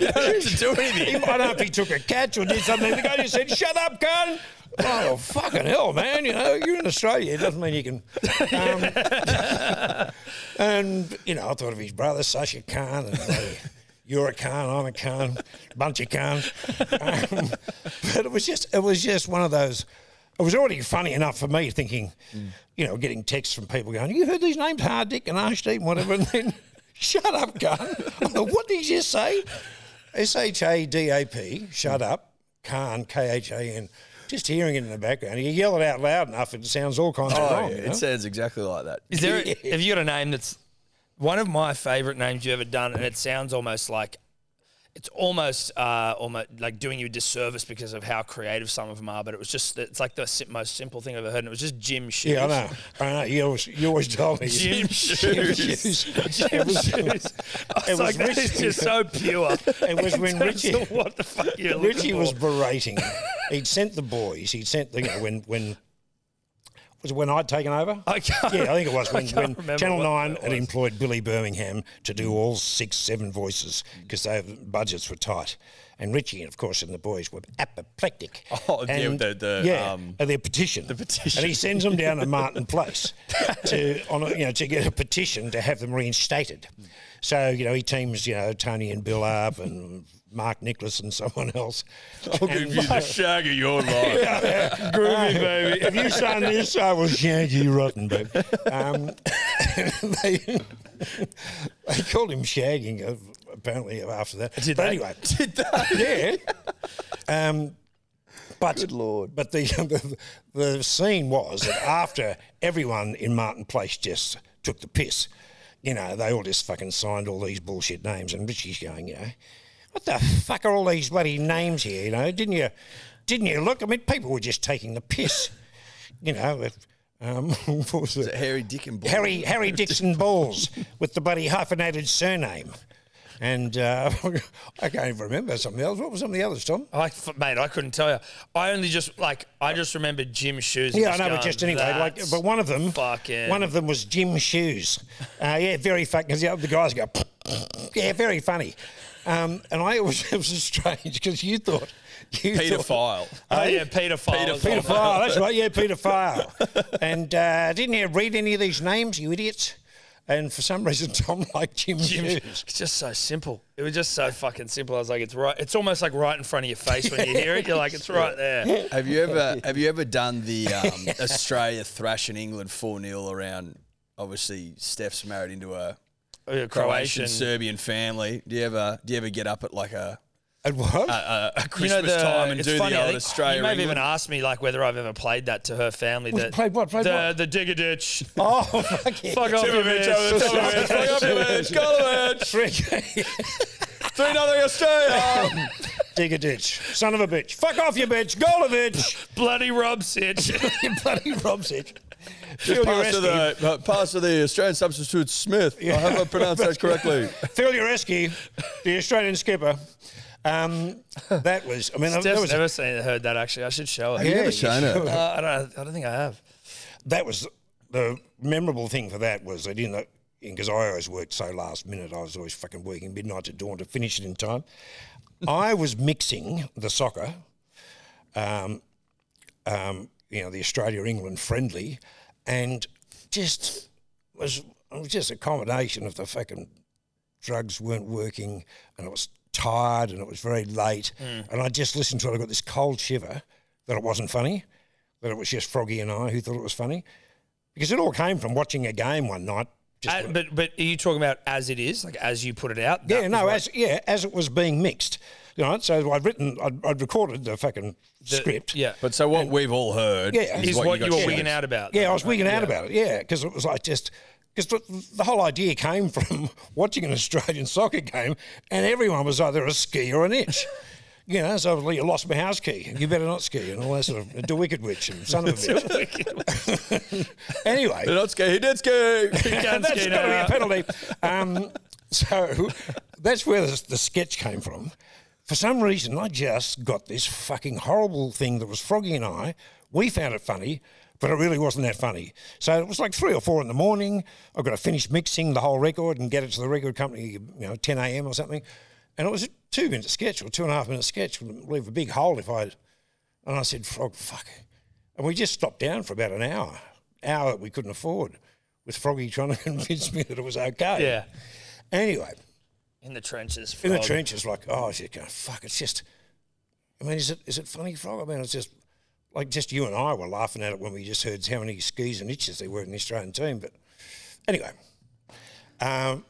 S2: do anything.
S4: He- I don't know if he took a catch or did something. The guy just said, "Shut up, Khan." Oh fucking hell, man! You know you're in Australia. It doesn't mean you can. Um, and you know, I thought of his brother Sasha Khan, and bloody, you're a Khan, I'm a Khan, bunch of Khans. Um, but it was just, it was just one of those. It was already funny enough for me thinking, you know, getting texts from people going, "You heard these names, Hardick and Arshdeep and whatever," and then. Shut up, Khan. I thought, what did you say? S H A D A P, shut up, Khan, K H A N. Just hearing it in the background, you yell it out loud enough, it sounds all kinds
S2: Oh,
S4: of wrong. you know?
S2: It sounds exactly like that.
S5: Is there? have you got a name that's one of my favorite names you ever done, and it sounds almost like it's almost uh, almost like doing you a disservice because of how creative some of them are. But it was just it's like the sim- most simple thing I've ever heard, and it was just Jim Shoes.
S4: yeah, I know. I know. You always, you always told me.
S5: Jim
S4: Shoes.
S5: Shoes.
S4: It
S5: Jim
S4: was-
S5: Shoes. I
S4: was
S5: was like, that
S4: Richie.
S5: is just so pure.
S4: It was when Richie-
S5: what the fuck you're looking
S4: Richie
S5: for.
S4: was berating. He'd sent the boys. He'd sent the you know, when when was it when I'd taken over.
S5: I can't-
S4: yeah, I think it was when,
S5: can't
S4: when
S5: remember
S4: Channel
S5: what
S4: Nine
S5: that
S4: had
S5: was.
S4: employed Billy Birmingham to do all six, seven voices because their budgets were tight. And Richie, of course, and the boys were apoplectic.
S2: Oh, yeah,
S4: and,
S2: the- the,
S4: yeah,
S2: um,
S4: uh, their petition. The
S2: petition.
S4: And he sends them down to Martin Place to on a, you know to get a petition to have them reinstated. So you know he teams you know Tony and Bill up and Mark Nicholas and someone else. I'll
S2: Give you the shag of your life.
S4: groovy, baby. If you sign this, I will shank you rotten, baby. Um, they, they called him shagging uh, apparently after that. but anyway, did they? Yeah. Um, but good lord. But the, the the scene was that after everyone in Martin Place just took the piss, you know, they all just fucking signed all these bullshit names, and Richie's going, you know, what the fuck are all these bloody names here? You know, didn't you? Didn't you look? I mean, people were just taking the piss. You know, if, um, what was it?
S2: Harry Dick and Bob.
S4: Harry Harry Dixon Balls with the bloody hyphenated surname. And uh, I can't even remember something else. What was some of the others, Tom?
S5: I, f- mate, I couldn't tell you. I only just like I just remembered Jim Shoes. and
S4: Yeah, I know, but
S5: going,
S4: just anyway, like,
S5: "That's
S4: but one of them,
S5: fucking
S4: one of them was Jim Shoes. Uh, yeah, very funny because the other guys go, yeah, very funny. Um, and I always it was strange because you thought you thought,
S2: Pedophile.
S5: Oh yeah, Peter Fowler.
S4: Peter File, that's right, yeah, Peter File. and uh, didn't you read any of these names, you idiots? And for some reason, Tom liked Jim,
S5: Jim,
S4: Shoes.
S5: it's just so simple. It was just so fucking simple. I was like, it's right. It's almost like right in front of your face when you hear it. You're like, it's right there.
S2: Have you ever have you ever done the um, Australia thrashing England four 0 around? Obviously, Steph's married into a
S5: Oh, Croatian.
S2: Croatian, Serbian family. Do you ever do you ever get up at like a
S4: And
S5: Uh,
S4: what?
S2: a, a
S5: You
S2: Christmas
S5: know, the,
S2: time and
S5: it's
S2: do
S5: funny, I
S2: the old
S5: think
S2: Australia?
S5: You may have even
S2: England?
S5: asked me like whether I've ever played that to her family. That
S4: played what? Played
S5: the,
S4: what?
S5: The digger ditch.
S4: Oh, fuck yeah.
S5: Fuck off, you bitch.
S4: Frick.
S2: Three nothing Australia.
S4: Dig a ditch. Son of a bitch. Fuck off, you bitch. Goal of bitch.
S5: Bloody Rob Sitch.
S4: you bloody Rob's it. Fill your,
S2: pass, to
S4: esky.
S2: the, uh, pass to the Australian substitute Smith. I hope I pronounced that correctly.
S4: Fill your esky. The Australian skipper. Um, that was, I mean, that
S5: I've
S4: was,
S5: never seen heard that actually. I should show it.
S4: Yeah, you
S2: it.
S5: Uh, I don't. I don't think I have.
S4: that was the memorable thing for that was they didn't, because I always worked so last minute, I was always fucking working midnight to dawn to finish it in time. I was mixing the soccer, um, um, you know, the Australia England friendly, and just was it was just a combination of the fucking drugs weren't working, and I was tired, and it was very late, and I just listened to it. I got this cold shiver that it wasn't funny, that it was just Froggy and I who thought it was funny, because it all came from watching a game one night. Just
S5: Uh, but but are you talking about as it is, like as you put it out?
S4: yeah, no, as yeah, as it was being mixed. You know, so I'd written, I'd, I'd recorded the fucking script.
S1: Yeah.
S2: But so what we've all heard
S4: Yeah.
S2: is
S4: Is
S1: Is
S2: what,
S1: what, you
S2: got
S1: were
S2: shown.
S1: wigging out about.
S4: Yeah, I
S1: though,
S4: was
S1: right?
S4: wigging out about it. Yeah, because it was like just because the, the whole idea came from watching an Australian soccer game, and everyone was either a ski or an itch. You know, so I was like, you lost my house key. You better not ski, and all that sort of. Do wicked witch and son of a bitch. anyway,
S2: They're not scared. That's scared.
S4: that's got to be a penalty. Um, so that's where the, the sketch came from. For some reason, I just got this fucking horrible thing that was Froggy and I. We found it funny, but it really wasn't that funny. So it was like three or four in the morning. I've got to finish mixing the whole record and get it to the record company, you know, 10 a.m. or something. And it was a two minute sketch or two and a half minute sketch. Would leave a big hole if I. And I said, Frog, fuck. And we just stopped down for about an hour, hour that we couldn't afford, with Froggy trying to convince me that it was okay.
S1: Yeah.
S4: Anyway,
S5: in the trenches.
S4: in the
S5: frog.
S4: trenches, like, oh, shit, going, fuck, it's just, I mean, is it is it funny, Frog? I mean, it's just, like, just you and I were laughing at it when we just heard how many skis and itches there were in the Australian team. But anyway, um,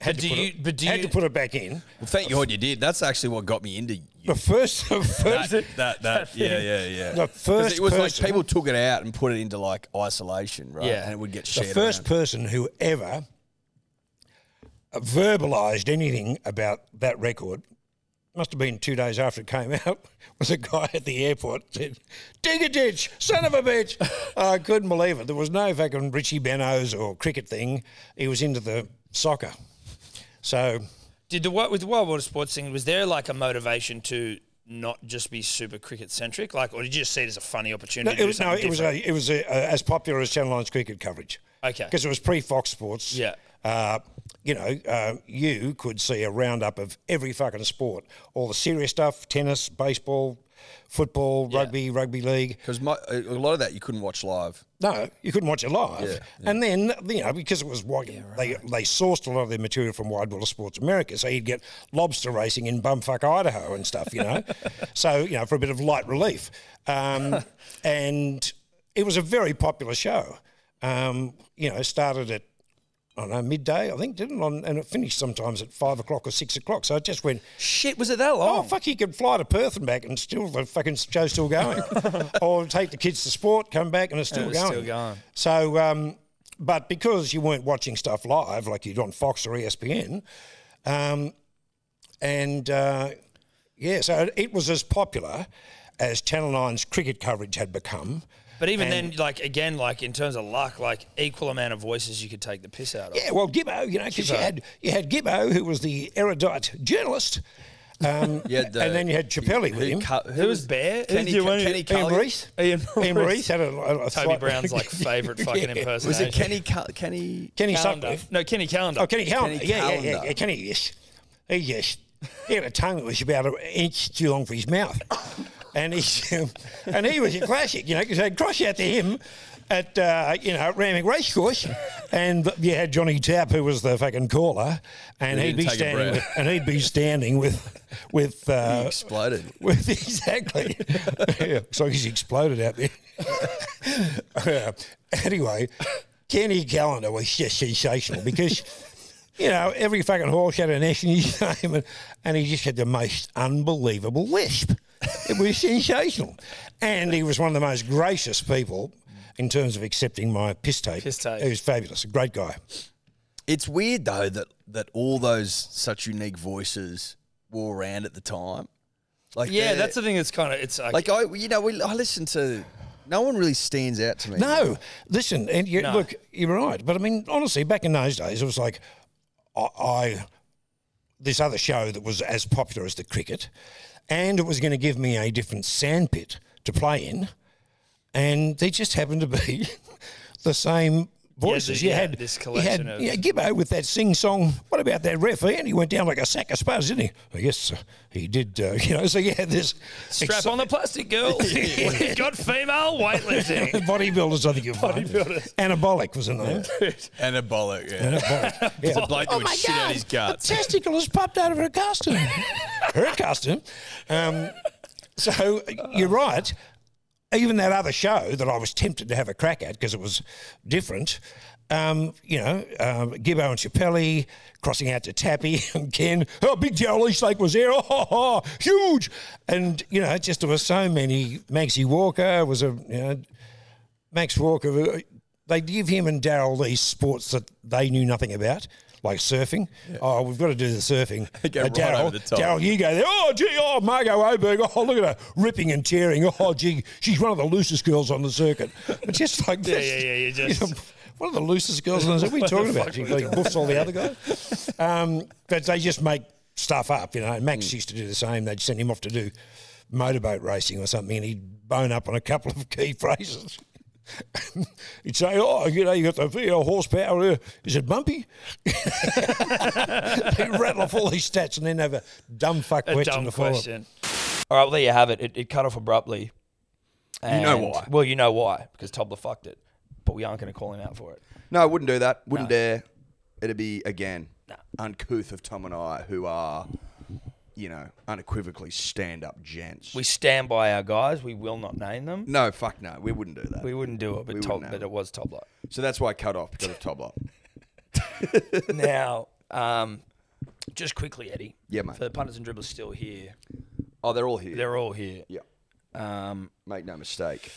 S4: had,
S1: But
S4: to,
S1: do
S4: put
S1: you?
S4: it,
S1: But do
S4: had
S1: you?
S4: to put it back in.
S2: Well, thank God you did. That's actually what got me into you.
S4: The first, the
S2: That,
S4: first,
S2: that, that, yeah, yeah, yeah.
S4: The
S2: 'Cause
S4: first
S2: it was
S4: person-
S2: like people took it out and put it into like isolation, right?
S1: Yeah.
S2: And it would get
S4: the
S2: shared.
S4: first
S2: around.
S4: person who ever verbalized anything about that record must have been two days after it came out was a guy at the airport said dig a ditch son of a bitch i couldn't believe it there was no fucking richie benos or cricket thing he was into the soccer so
S5: Did the what with the Wild Water Sports thing? Was there like a motivation to not just be super cricket centric, like, or did you just see it as a funny
S4: no,
S5: opportunity?
S4: it was no
S5: to do
S4: it was a, it was a, a, as popular as channel 9's cricket coverage
S5: Okay.
S4: because it was pre-fox sports
S5: Yeah.
S4: uh, you know, uh, you could see a roundup of every fucking sport, all the serious stuff: tennis, baseball, football, rugby, rugby league.
S2: Because a lot of that you couldn't watch live.
S4: No, you couldn't watch it live. And then you know because it was wide, they they sourced a lot of their material from Wide Water Sports America, so you'd get lobster racing in bumfuck Idaho and stuff, you know. so you know for a bit of light relief, um, and it was a very popular show. Um, you know, started at I don't know midday, I think, didn't it? On, and it finished sometimes at five o'clock or six o'clock. So it just went
S5: shit. Was it that
S4: Oh,
S5: long?
S4: fuck, you could fly to Perth and back and still the fucking show's still going. or take the kids to sport, come back and it's still
S5: it's
S4: going.
S5: still going.
S4: So, um, but because you weren't watching stuff live like you'd on Fox or E ESPN, um, and uh, yeah, so it, it was as popular as Channel 9's cricket coverage had become.
S5: But even then, like again, like in terms of luck, like equal amount of voices you could take the piss out of.
S4: Yeah, well, Gibbo, you know, because you had, you had Gibbo, who was the erudite journalist. Um,
S2: Yeah, the-
S4: and then you had Chappelle with him.
S2: Cu-
S5: Who was Bear?
S2: Kenny,
S5: Who-
S2: Kenny
S4: Ian
S2: Cully?
S4: Reese.
S5: Ian
S4: Ian
S5: Maurice.
S4: Reese had a, a, a
S5: Toby
S4: slight-
S5: Brown's like favorite fucking impersonation.
S2: Was it Kenny Cu- Kenny?
S4: Kenny
S5: Calendar.
S4: Sutcliffe.
S5: No, Kenny Calendar.
S4: Oh, Kenny Calendar.
S2: Kenny
S4: yeah, yeah, yeah,
S2: Calendar.
S4: yeah. Kenny, yes. He yes. He had a tongue that was about an inch too long for his mouth. And he, um, and he was a classic, you know, because they'd cross out to him at, uh, you know, at Ramming Racecourse. And you had Johnny Tapp, who was the fucking caller. And
S2: He
S4: he'd be
S2: didn't take a
S4: standing with,
S2: breath.
S4: and he'd be standing with, with,
S2: He
S4: uh,
S2: exploded.
S4: with exactly. yeah, it's like he's exploded out there. Yeah. anyway, Kenny Calendar was just sensational because, you know, every fucking horse had an S in his name and, and he just had the most unbelievable lisp. It was sensational. And he was one of the most gracious people in terms of accepting my piss tape.
S5: Piss tape.
S4: He was fabulous, a great guy.
S2: It's weird though that that all those such unique voices were around at the time. Like
S5: Yeah,
S2: they're-
S5: that's the thing. That's kind of it's like,
S2: like I you know we, I listen to. No one really stands out to me.
S4: No, listen, and you, look, you're right. But I mean, honestly, back in those days, it was like I, I this other show that was as popular as the cricket, and it was going to give me a different sandpit to play in, and they just happened to be the same. Voices
S5: yeah,
S4: you had
S5: this
S4: you had-
S5: collection of-
S4: yeah, Gibbo with that sing song. What about that referee? And he went down like a sack of spuds, didn't he? Oh, yes, uh, he did. Uh, you know, so you had this
S5: strap on the plastic girl. We've got female weightlifting.
S4: bodybuilders. I think you're bodybuilders. Anabolic was the name.
S2: Anabolic, yeah.
S4: Yeah.
S2: bloke that would shit out his guts.
S4: A testicle has popped out of her costume. her costume. Um, so you're right. Even that other show that I was tempted to have a crack at because it was different, Um, you know, um, Gibbo and Chappelli crossing out to Tappy and Ken. Oh, Big Joe Eastlake was there. Oh, ho, ho, huge! And you know, just there were so many. Maxie Walker was a you know, Max Walker. uh, They give him and Daryl these sports that they knew nothing about, like surfing. Oh, we've got to do the surfing. Uh,
S2: go right
S4: Daryl,
S2: over the top.
S4: Daryl, you go there. Oh, gee, oh, Margot Oberg. Oh, look at her ripping and tearing. Oh, gee, she's one of the loosest girls on the circuit. But just like this.
S5: yeah, yeah, yeah,
S4: you
S5: just-
S4: know, one of the loosest girls on the circuit. What are we talking about? She like buffs all the other guys. Um, but they just make stuff up, you know. And
S5: Hmm.
S4: Max used to do the same. They'd send him off to do motorboat racing or something and he'd bone up on a couple of key phrases. He'd say, "Oh, you know, you got the you know, horsepower. uh, Is it bumpy?" He'd rattle off all these stats and then have a dumb fuck
S5: A
S4: question
S5: dumb
S4: to follow.
S5: question.
S1: Oh. All right, well, there you have it. It, it cut off abruptly.
S7: You know
S1: And-
S7: why.
S1: Well, you know why. Because Tobler fucked it. But we aren't going to call him out for it.
S7: No, I wouldn't do that. Wouldn't dare. It'd be again uncouth of Tom and I, who are, you know, unequivocally stand-up gents.
S1: We stand by our guys. We will not name them.
S7: no, fuck no, we wouldn't do that.
S1: We wouldn't do it, but,
S7: We
S1: Tob-
S7: wouldn't
S1: but
S7: have.
S1: it was Tobler.
S7: so that's why I cut off because of Tobler.
S1: now, um, just quickly, Eddie.
S7: Yeah, mate.
S1: For the punters and dribblers still here.
S7: Oh, they're all here.
S1: They're all here.
S7: yeah,
S1: Um,
S7: make no mistake.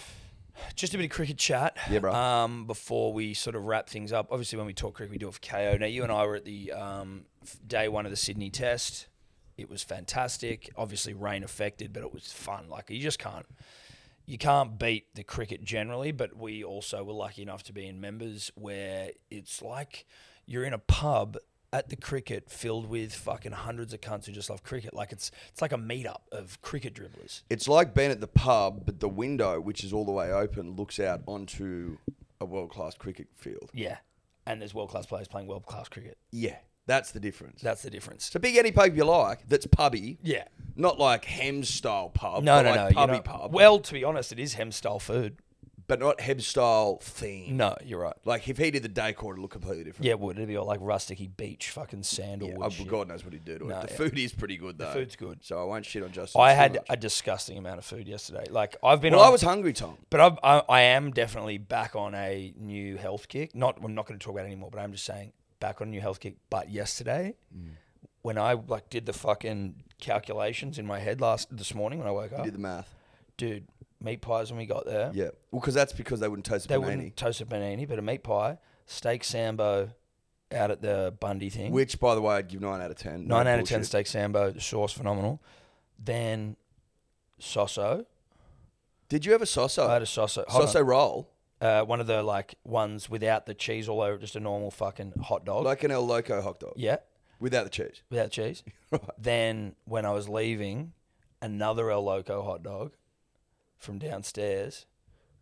S1: just a bit of cricket chat.
S7: Yeah, bro.
S1: Um, before we sort of wrap things up, obviously when we talk cricket, we do it for KO. Now you and I were at the um, f- day one of the Sydney Test. It was fantastic. Obviously rain affected, but it was fun. Like you just can't, you can't beat the cricket generally. But we also were lucky enough to be in members where it's like you're in a pub at the cricket filled with fucking hundreds of cunts who just love cricket. Like it's it's like a meetup of cricket dribblers.
S7: It's like being at the pub, but the window, which is all the way open, looks out onto a world-class cricket field.
S1: Yeah. And there's world class players playing world class cricket.
S7: Yeah, that's the difference.
S1: That's the difference.
S7: so big Eddie pub you like that's pubby.
S1: Yeah.
S7: Not like Hems style pub.
S1: No,
S7: but
S1: no,
S7: like
S1: no. you
S7: Pubby
S1: know-
S7: pub.
S1: Well, to be honest, it is hem style food.
S7: but not Heb style theme.
S1: No, you're right.
S7: Like if he did the day court, it'd look completely different.
S1: Yeah, it would. It'd be all like rusticy beach, fucking
S7: Yeah,
S1: sandalwood.
S7: oh,
S1: shit.
S7: God knows what he'd do to
S1: No,
S7: it. The
S1: yeah.
S7: food is pretty good though. The
S1: food's good.
S7: So I won't shit on Justin.
S1: I
S7: too
S1: had
S7: much.
S1: a disgusting amount of food yesterday. Like I've been.
S7: well,
S1: on,
S7: I was hungry, Tom.
S1: but I've, I, I am definitely back on a new health kick. Not, I'm not going to talk about it anymore. But I'm just saying, back on a new health kick. But yesterday, when I like did the fucking calculations in my head last this morning when I woke
S7: You
S1: up,
S7: did the math.
S1: dude, meat pies when we got there.
S7: Yeah. Well, because that's because they wouldn't toast a
S1: They
S7: panini.
S1: wouldn't toast a panini, but a meat pie, steak sambo, out at the Bundy thing.
S7: Which, by the way, I'd give nine out of ten. No
S1: nine out of ten
S7: bullshit.
S1: steak sambo, the sauce phenomenal. Then soso,
S7: Did you ever
S1: I had
S7: soso?
S1: a soso, hold
S7: Oh. Soso roll,
S1: on. Uh, one of the like ones without the cheese all over, it, just a normal fucking hot dog.
S7: like an El Loco hot dog
S1: yeah,
S7: without the cheese.
S1: without cheese. Then when I was leaving, another El Loco hot dog from downstairs,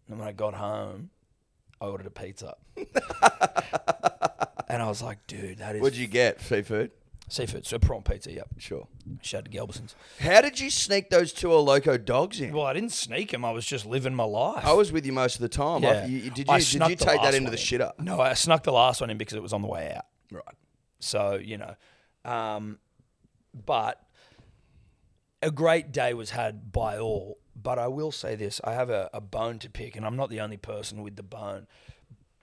S1: and when I got home, I ordered a pizza. and I was like, dude, that is
S7: What'd you get? Seafood.
S1: Seafood, so prawn pizza, yep.
S7: Sure.
S1: Shout out to Galbison's.
S7: How did you sneak those two El Loco dogs in?
S1: Well, I didn't sneak him. I was just living my life.
S7: I was with you most of the time. I- you- you- did you,
S1: I
S7: did
S1: snuck
S7: you
S1: the
S7: take
S1: last
S7: that into
S1: one
S7: the
S1: in.
S7: shitter?
S1: No, I snuck the last one in because it was on the way out.
S7: Right.
S1: So, you know, um, but a great day was had by all. But I will say this I have a, a bone to pick, and I'm not the only person with the bone.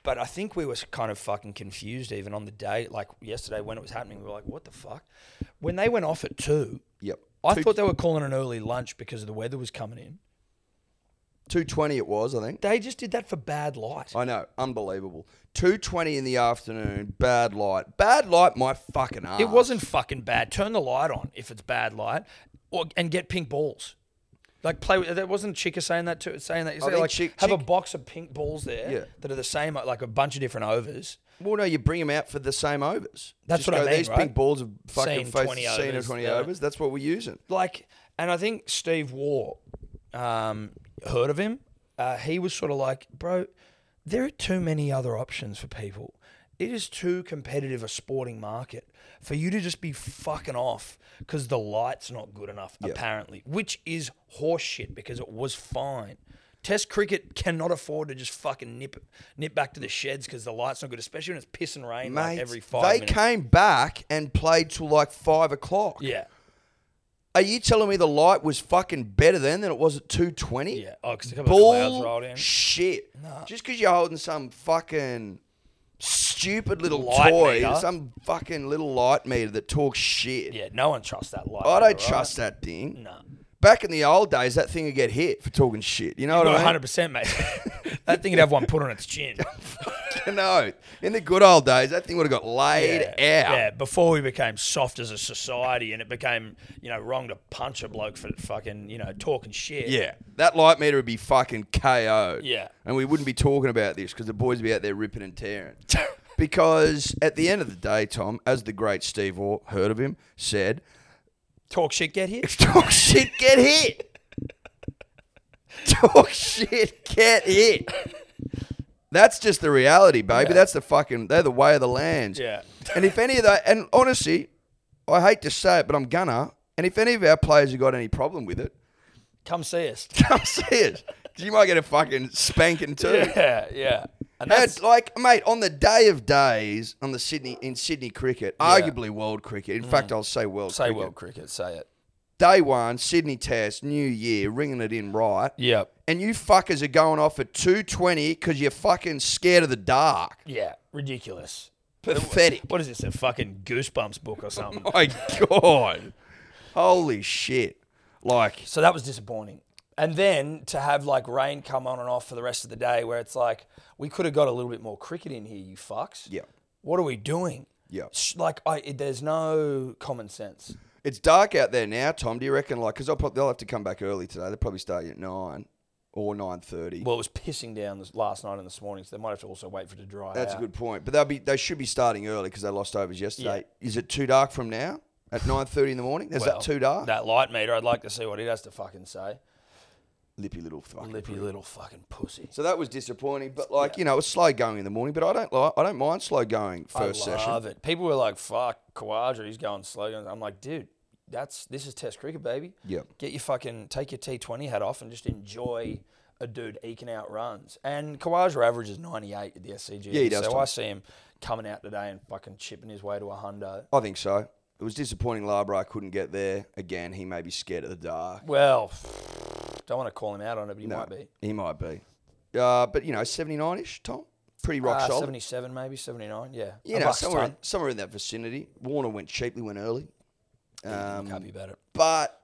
S1: But I think we were kind of fucking confused even on the day, like yesterday when it was happening. We were like, what the fuck? When they went off at two,
S7: Yep.
S1: I
S7: Two-
S1: thought they were calling an early lunch because the weather was coming in.
S7: Two twenty it was, I think.
S1: They just did that for bad light.
S7: I know, unbelievable. Two twenty in the afternoon, bad light, bad light. My fucking ass.
S1: It wasn't fucking bad. Turn the light on if it's bad light, or and get pink balls. Like play. with That wasn't Chica saying that too. Saying that.
S7: I
S1: Saying
S7: think
S1: like
S7: Chick-
S1: have a
S7: Chick-
S1: box of pink balls there
S7: Yeah.
S1: that are the same, like a bunch of different overs.
S7: Well, no, you bring them out for the same overs.
S1: That's
S7: Just
S1: what I
S7: go,
S1: mean,
S7: These
S1: right?
S7: big balls of fucking
S1: Seen
S7: face,
S1: 20
S7: seen
S1: overs,
S7: of twenty
S1: yeah.
S7: overs. That's what we're using.
S1: Like, and I think Steve Waugh, um, heard of him. Uh, he was sort of like, bro, there are too many other options for people. It is too competitive a sporting market for you to just be fucking off because the light's not good enough, apparently, which is horseshit because it was fine. Test cricket cannot afford to just fucking nip nip back to the sheds because the light's not good, especially when it's piss and rain like
S7: Mate,
S1: every five
S7: they
S1: minutes.
S7: came back and played till like five o'clock.
S1: yeah,
S7: Are you telling me the light was fucking better then than it was at two twenty?
S1: yeah. Oh, because a couple of clouds rolled
S7: Bull
S1: in.
S7: shit. Just because you're holding some fucking stupid little
S1: Light
S7: toy,
S1: meter.
S7: some fucking little light meter that talks shit.
S1: Yeah, no one trusts that light.
S7: I don't
S1: meter, right?
S7: trust that thing.
S1: No.
S7: Back in the old days, that thing would get hit for talking shit. You know what
S1: One
S7: I mean?
S1: hundred percent, mate. that thing would have one put on its chin.
S7: no, in the good old days, that thing would have got laid out.
S1: Yeah, before we became soft as a society, and it became you know wrong to punch a bloke for fucking you know talking shit.
S7: Yeah, that light meter would be fucking KO.
S1: Yeah.
S7: and we wouldn't be talking about this because the boys would be out there ripping and tearing. because at the end of the day, Tom, as the great Steve Waugh, heard of him, said,
S1: talk shit, get hit.
S7: "Talk shit, get hit. Talk shit, get hit." That's just the reality, baby. That's the fucking. They're the way of the land.
S1: Yeah.
S7: And if any of that, and honestly, I hate to say it, but I'm gonna. And if any of our players have got any problem with it,
S1: Come see us.
S7: come see us. 'Cause You might get a fucking spanking too.
S1: Yeah, yeah. And that's
S7: That's like, mate, on the day of days, on the Sydney in Sydney cricket, arguably world cricket. In fact, I'll say world.
S1: Mm. say
S7: cricket.
S1: world cricket. Say it.
S7: Day one, Sydney Test, New Year, ringing it in right.
S1: Yep.
S7: And you fuckers are going off at two twenty because you're fucking scared of the dark.
S1: Yeah. Ridiculous.
S7: Pathetic.
S1: What is this? A fucking goosebumps book or something?
S7: My God. Holy shit. Like,
S1: So that was disappointing. And then to have like rain come on and off for the rest of the day, where it's like we could have got a little bit more cricket in here, you fucks.
S7: Yeah.
S1: What are we doing?
S7: Yeah.
S1: Sh- Like I, it- there's no common sense.
S7: it's dark out there now, Tom. Do you reckon? Like, because they'll have to come back early today. They'll probably start at nine or nine thirty.
S1: Well, it was pissing down this last night and this morning, so they might have to also wait for it to dry
S7: That's
S1: out.
S7: a good point. But they'll be they should be starting early because they lost overs yesterday. Is it too dark from now at nine thirty in the morning? Is
S1: Well,
S7: that too dark?
S1: That light meter, I'd like to see what it has to fucking say.
S7: Lippy little fucking.
S1: Lippy little fucking pussy.
S7: So that was disappointing. But like you know, it's slow going in the morning. But I don't like I don't mind slow going first
S1: I love
S7: session.
S1: it. People were like, "Fuck, Kawaja, he's going slow." I'm like, dude, that's this is Test cricket, baby.
S7: Yep.
S1: Get your fucking take your T20 hat off and just enjoy a dude eking out runs. And Kawaja averages 98 at the SCG.
S7: Yeah, he does,
S1: E, So
S7: Tom.
S1: I see him coming out today and fucking chipping his way to a hundo.
S7: I think so. It was disappointing. Labra couldn't get there again. He may be scared of the dark.
S1: Well, don't want to call him out on it, but he might be.
S7: He might be. Uh, but you know, seventy nine ish, Tom. Pretty rock
S1: Ah,
S7: solid.
S1: 77 maybe 79. Yeah.
S7: You
S1: A
S7: know,
S1: buck's
S7: somewhere in,
S1: ton.
S7: somewhere in that vicinity. Warner went cheaply, went early. Um,
S1: Happy about it.
S7: But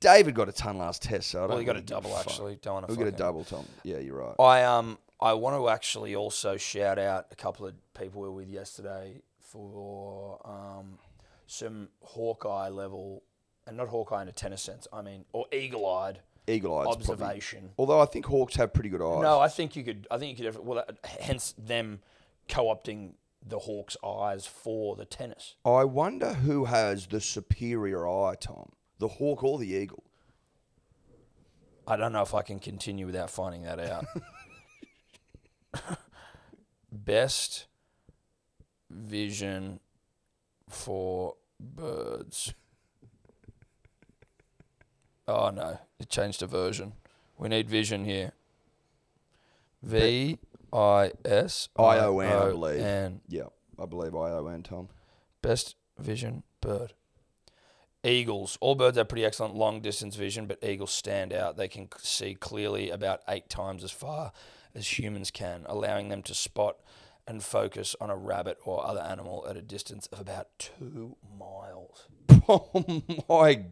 S7: David got a ton last test, so I don't.
S1: Well, he got a
S7: really give
S1: double
S7: fuck.
S1: actually. Don't want to.
S7: We got a double, Tom. Yeah, you're right.
S1: I um I want to actually also shout out a couple of people we were with yesterday for um, some Hawkeye level, and not Hawkeye in a tennis sense. I mean, or eagle-eyed
S7: Eagle eyes. Probably.
S1: observation.
S7: Although I think Hawks have pretty good eyes.
S1: No, I think you could. I think you could. Have, well, that- hence them co-opting the Hawks' eyes for the tennis.
S7: I wonder who has the superior eye, Tom. The hawk or the eagle?
S1: I don't know if I can continue without finding that out. Best vision for birds. Oh no, it changed to version. We need vision here. V I S
S7: I O N, I believe.
S1: N.
S7: Yeah, I believe I O N, Tom.
S1: Best vision bird. Eagles. All birds have pretty excellent long distance vision, but eagles stand out. They can c- see clearly about eight times as far as humans can, allowing them to spot and focus on a rabbit or other animal at a distance of about two miles.
S7: Oh my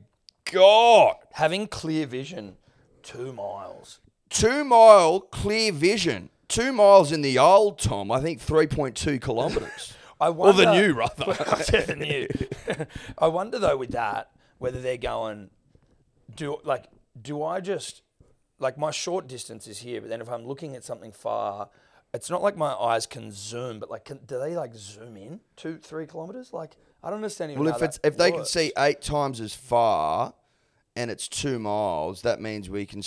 S7: god!
S1: Having clear vision, two miles.
S7: Two mile clear vision. Two miles in the old, Tom. I think three point two kilometers.
S1: I wonder,
S2: rather.
S1: Yeah, the new. I wonder though with that whether they're going. Do like do I just like my short distance is here, but then if I'm looking at something far, it's not like my eyes can zoom, but like can, do they like zoom in two three kilometers? Like I don't understand. Even
S7: Well,
S1: how
S7: if it's
S1: that
S7: if they can
S1: works.
S7: see eight times as far, and it's two miles, that means we can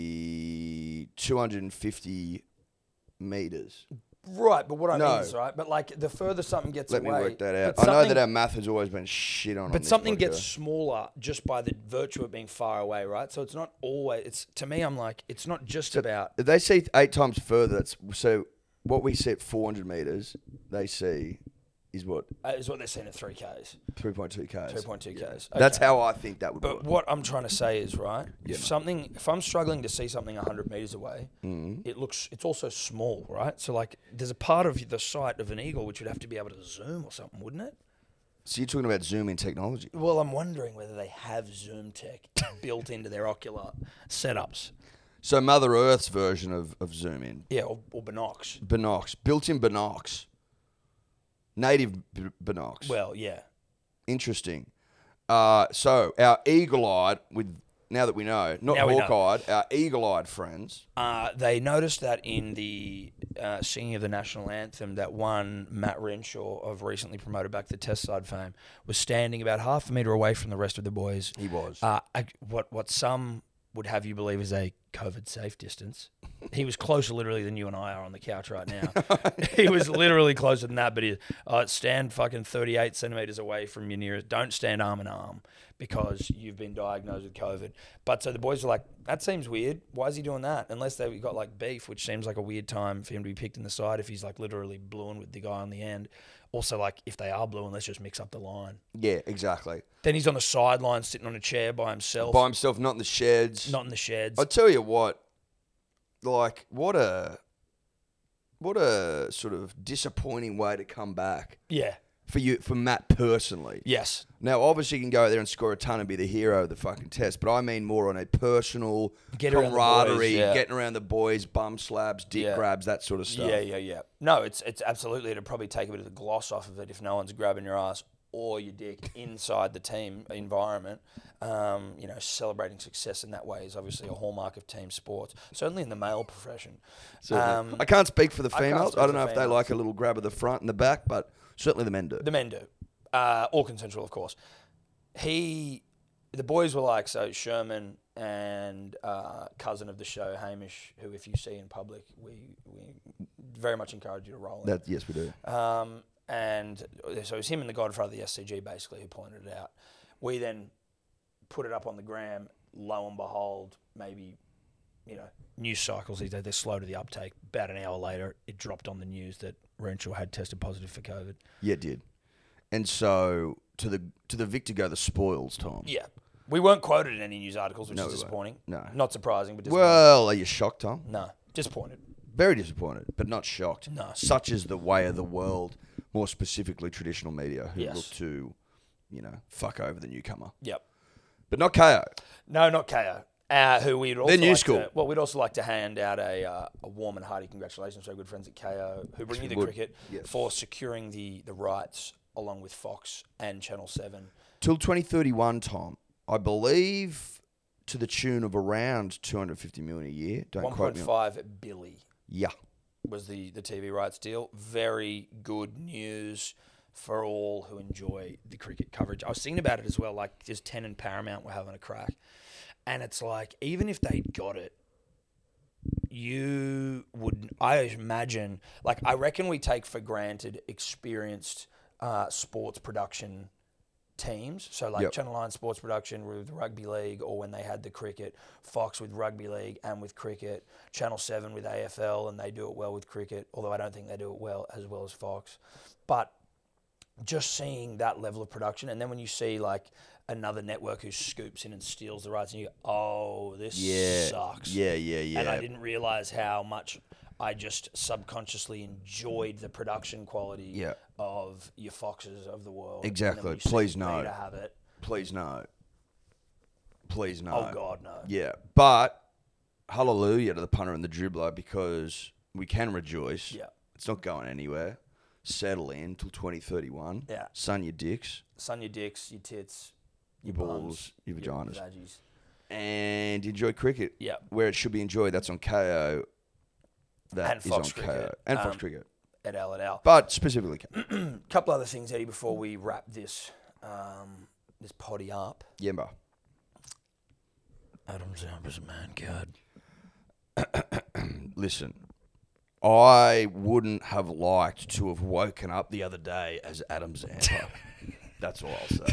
S7: see two hundred and fifty meters.
S1: right, but what I
S7: No.
S1: mean is right, but like the further something gets
S7: Let
S1: away,
S7: me work that out.
S1: but
S7: I know that
S1: something-
S7: our math has always been shit on. on
S1: But
S7: this
S1: something
S7: podcast.
S1: gets smaller just by the virtue of being far away, right? So it's not always. It's to me, I'm like, it's not just about
S7: If they see eight times further. That's so. What we see at four hundred meters, they see is what
S1: Uh, is what they're seeing at three Ks,
S7: three point two k's.
S1: two point two Ks.
S7: That's how I think that would
S1: But
S7: work.
S1: what I'm trying to say is right. if something, if I'm struggling to see something 100 meters away,
S7: Mm-hmm.
S1: it looks. It's also small, right? So like, there's a part of the sight of an eagle which would have to be able to zoom or something, wouldn't it?
S7: So you're talking about zoom in technology.
S1: Well, I'm wondering whether they have zoom tech built into their ocular setups.
S7: So Mother Earth's version of, of zoom in.
S1: Yeah, or, or binocs.
S7: Binox. Built in Binox. Native b- Binox.
S1: Well, yeah.
S7: Interesting. Uh, so our eagle eyed with now that we know, not
S1: Now we know.
S7: hawk eyed, our eagle eyed friends.
S1: Uh, they noticed that in the uh, singing of the national anthem, that one Matt Renshaw of recently promoted back to Test side fame was standing about half a meter away from the rest of the boys.
S7: He was.
S1: Uh, I, what what some would have you believe is a COVID safe distance. He was closer literally than you and I are on the couch right now. he was literally closer than that, but he uh, stand fucking 38 centimeters away from your nearest. Don't stand arm in arm because you've been diagnosed with COVID. But so the boys are like, that seems weird. Why is he doing that? Unless they got like beef, which seems like a weird time for him to be picked in the side if he's like literally blueing with the guy on the end. Also, like if they are blueing, let's just mix up the line.
S7: yeah, exactly.
S1: Then he's on the sideline sitting on a chair by himself.
S7: By himself, not in the sheds.
S1: Not in the sheds.
S7: I tell you what, like what a what a sort of disappointing way to come back
S1: yeah.
S7: for you for Matt personally.
S1: Yes.
S7: Now, obviously, you can go out there and score a ton and be the hero of the fucking test, but I mean more on a personal
S1: Get around the
S7: camaraderie,
S1: boys, yeah.
S7: getting around the boys, bum slabs, dick
S1: Yeah.
S7: grabs, that sort of stuff.
S1: Yeah, yeah, yeah. No, it's it's absolutely. It'd probably take a bit of the gloss off of it if no one's grabbing your ass or your dick inside the team environment. Um, you know, celebrating success in that way is obviously a hallmark of team sports, certainly in the male profession.
S7: Certainly.
S1: Um,
S7: I can't speak for the
S1: I can't
S7: females.
S1: speak
S7: I,
S1: for
S7: don't know if they
S1: females.
S7: like a little grab of the front and the back, but certainly the men do.
S1: The men do. Uh, all consensual, of course. He, the boys were like, so Sherman and uh, cousin of the show, Hamish, who if you see in public, we, we very much encourage you to roll in.
S7: that, yes, we do.
S1: Um, and uh, so it was him and the godfather of the SCG basically who pointed it out. We then put it up on the gram. Lo and behold, maybe, you know, news cycles these days, they're slow to the uptake. About an hour later, it dropped on the news that Renshaw had tested positive for COVID.
S7: Yeah, it did. And so to the to the victor go the spoils, Tom.
S1: Yeah. We weren't quoted in any news articles, which
S7: No,
S1: is
S7: we
S1: disappointing.
S7: weren't. No.
S1: Not surprising, but disappointing.
S7: Well, are you shocked, Tom?
S1: no. Disappointed.
S7: Very disappointed, but not shocked.
S1: No.
S7: Such is the way of the world, more specifically traditional media, who
S1: Yes.
S7: look to, you know, fuck over the newcomer.
S1: Yep.
S7: But not KO.
S1: No, not KO. Uh, who we'd also
S7: They're new
S1: like
S7: school.
S1: To, well, we'd also like to hand out a, uh, a warm and hearty congratulations to our good friends at KO, who bring you the
S7: Would,
S1: cricket
S7: yes.
S1: for securing the the rights along with Fox and Channel Seven.
S7: Till 2031, Tom, I believe to the tune of around 250 million a year. Don't
S1: One
S7: quote
S1: point
S7: me. on-
S1: five billy
S7: Yeah.
S1: was the the TV rights deal. Very good news for all who enjoy the cricket coverage. I was thinking about it as well. Like, just Ten and Paramount were having a crack, and it's like even if they got it, you would i imagine like i reckon we take for granted experienced uh, sports production teams so like
S7: Yep.
S1: channel 9 sports production with rugby league or when they had the cricket fox with rugby league and with cricket channel 7 with afl and they do it well with cricket although i don't think they do it well as well as fox but just seeing that level of production and then when you see like another network who scoops in and steals the rights and you go oh this
S7: Yeah.
S1: sucks
S7: Yeah, yeah, yeah.
S1: and I didn't realize how much I just subconsciously enjoyed the production quality
S7: Yeah.
S1: of your foxes of the world.
S7: Exactly.
S1: And then when you
S7: Please
S1: see
S7: no.
S1: Peter have it.
S7: Please no. Please no.
S1: Oh God, no.
S7: Yeah. But hallelujah to the punter and the dribbler because we can rejoice.
S1: Yeah.
S7: It's not going anywhere. Settle in till 2031.
S1: Yeah.
S7: Sun your dicks,
S1: Sun your dicks, your tits,
S7: your,
S1: your,
S7: balls, your
S1: bums, your
S7: vaginas.
S1: vaggies.
S7: and enjoy cricket.
S1: Yeah.
S7: Where it should be enjoyed. That's on KO. That
S1: And
S7: is
S1: Fox
S7: on KO.
S1: Cricket.
S7: And Fox
S1: Um,
S7: Cricket.
S1: Et al. Et al.
S7: But specifically KO.
S1: couple other things, Eddie, before we wrap this um, this potty up.
S7: Yemba.
S1: Adam Zamba's a man god.
S7: Listen, I wouldn't have liked to have woken up the other day as Adam Zampa. That's all I'll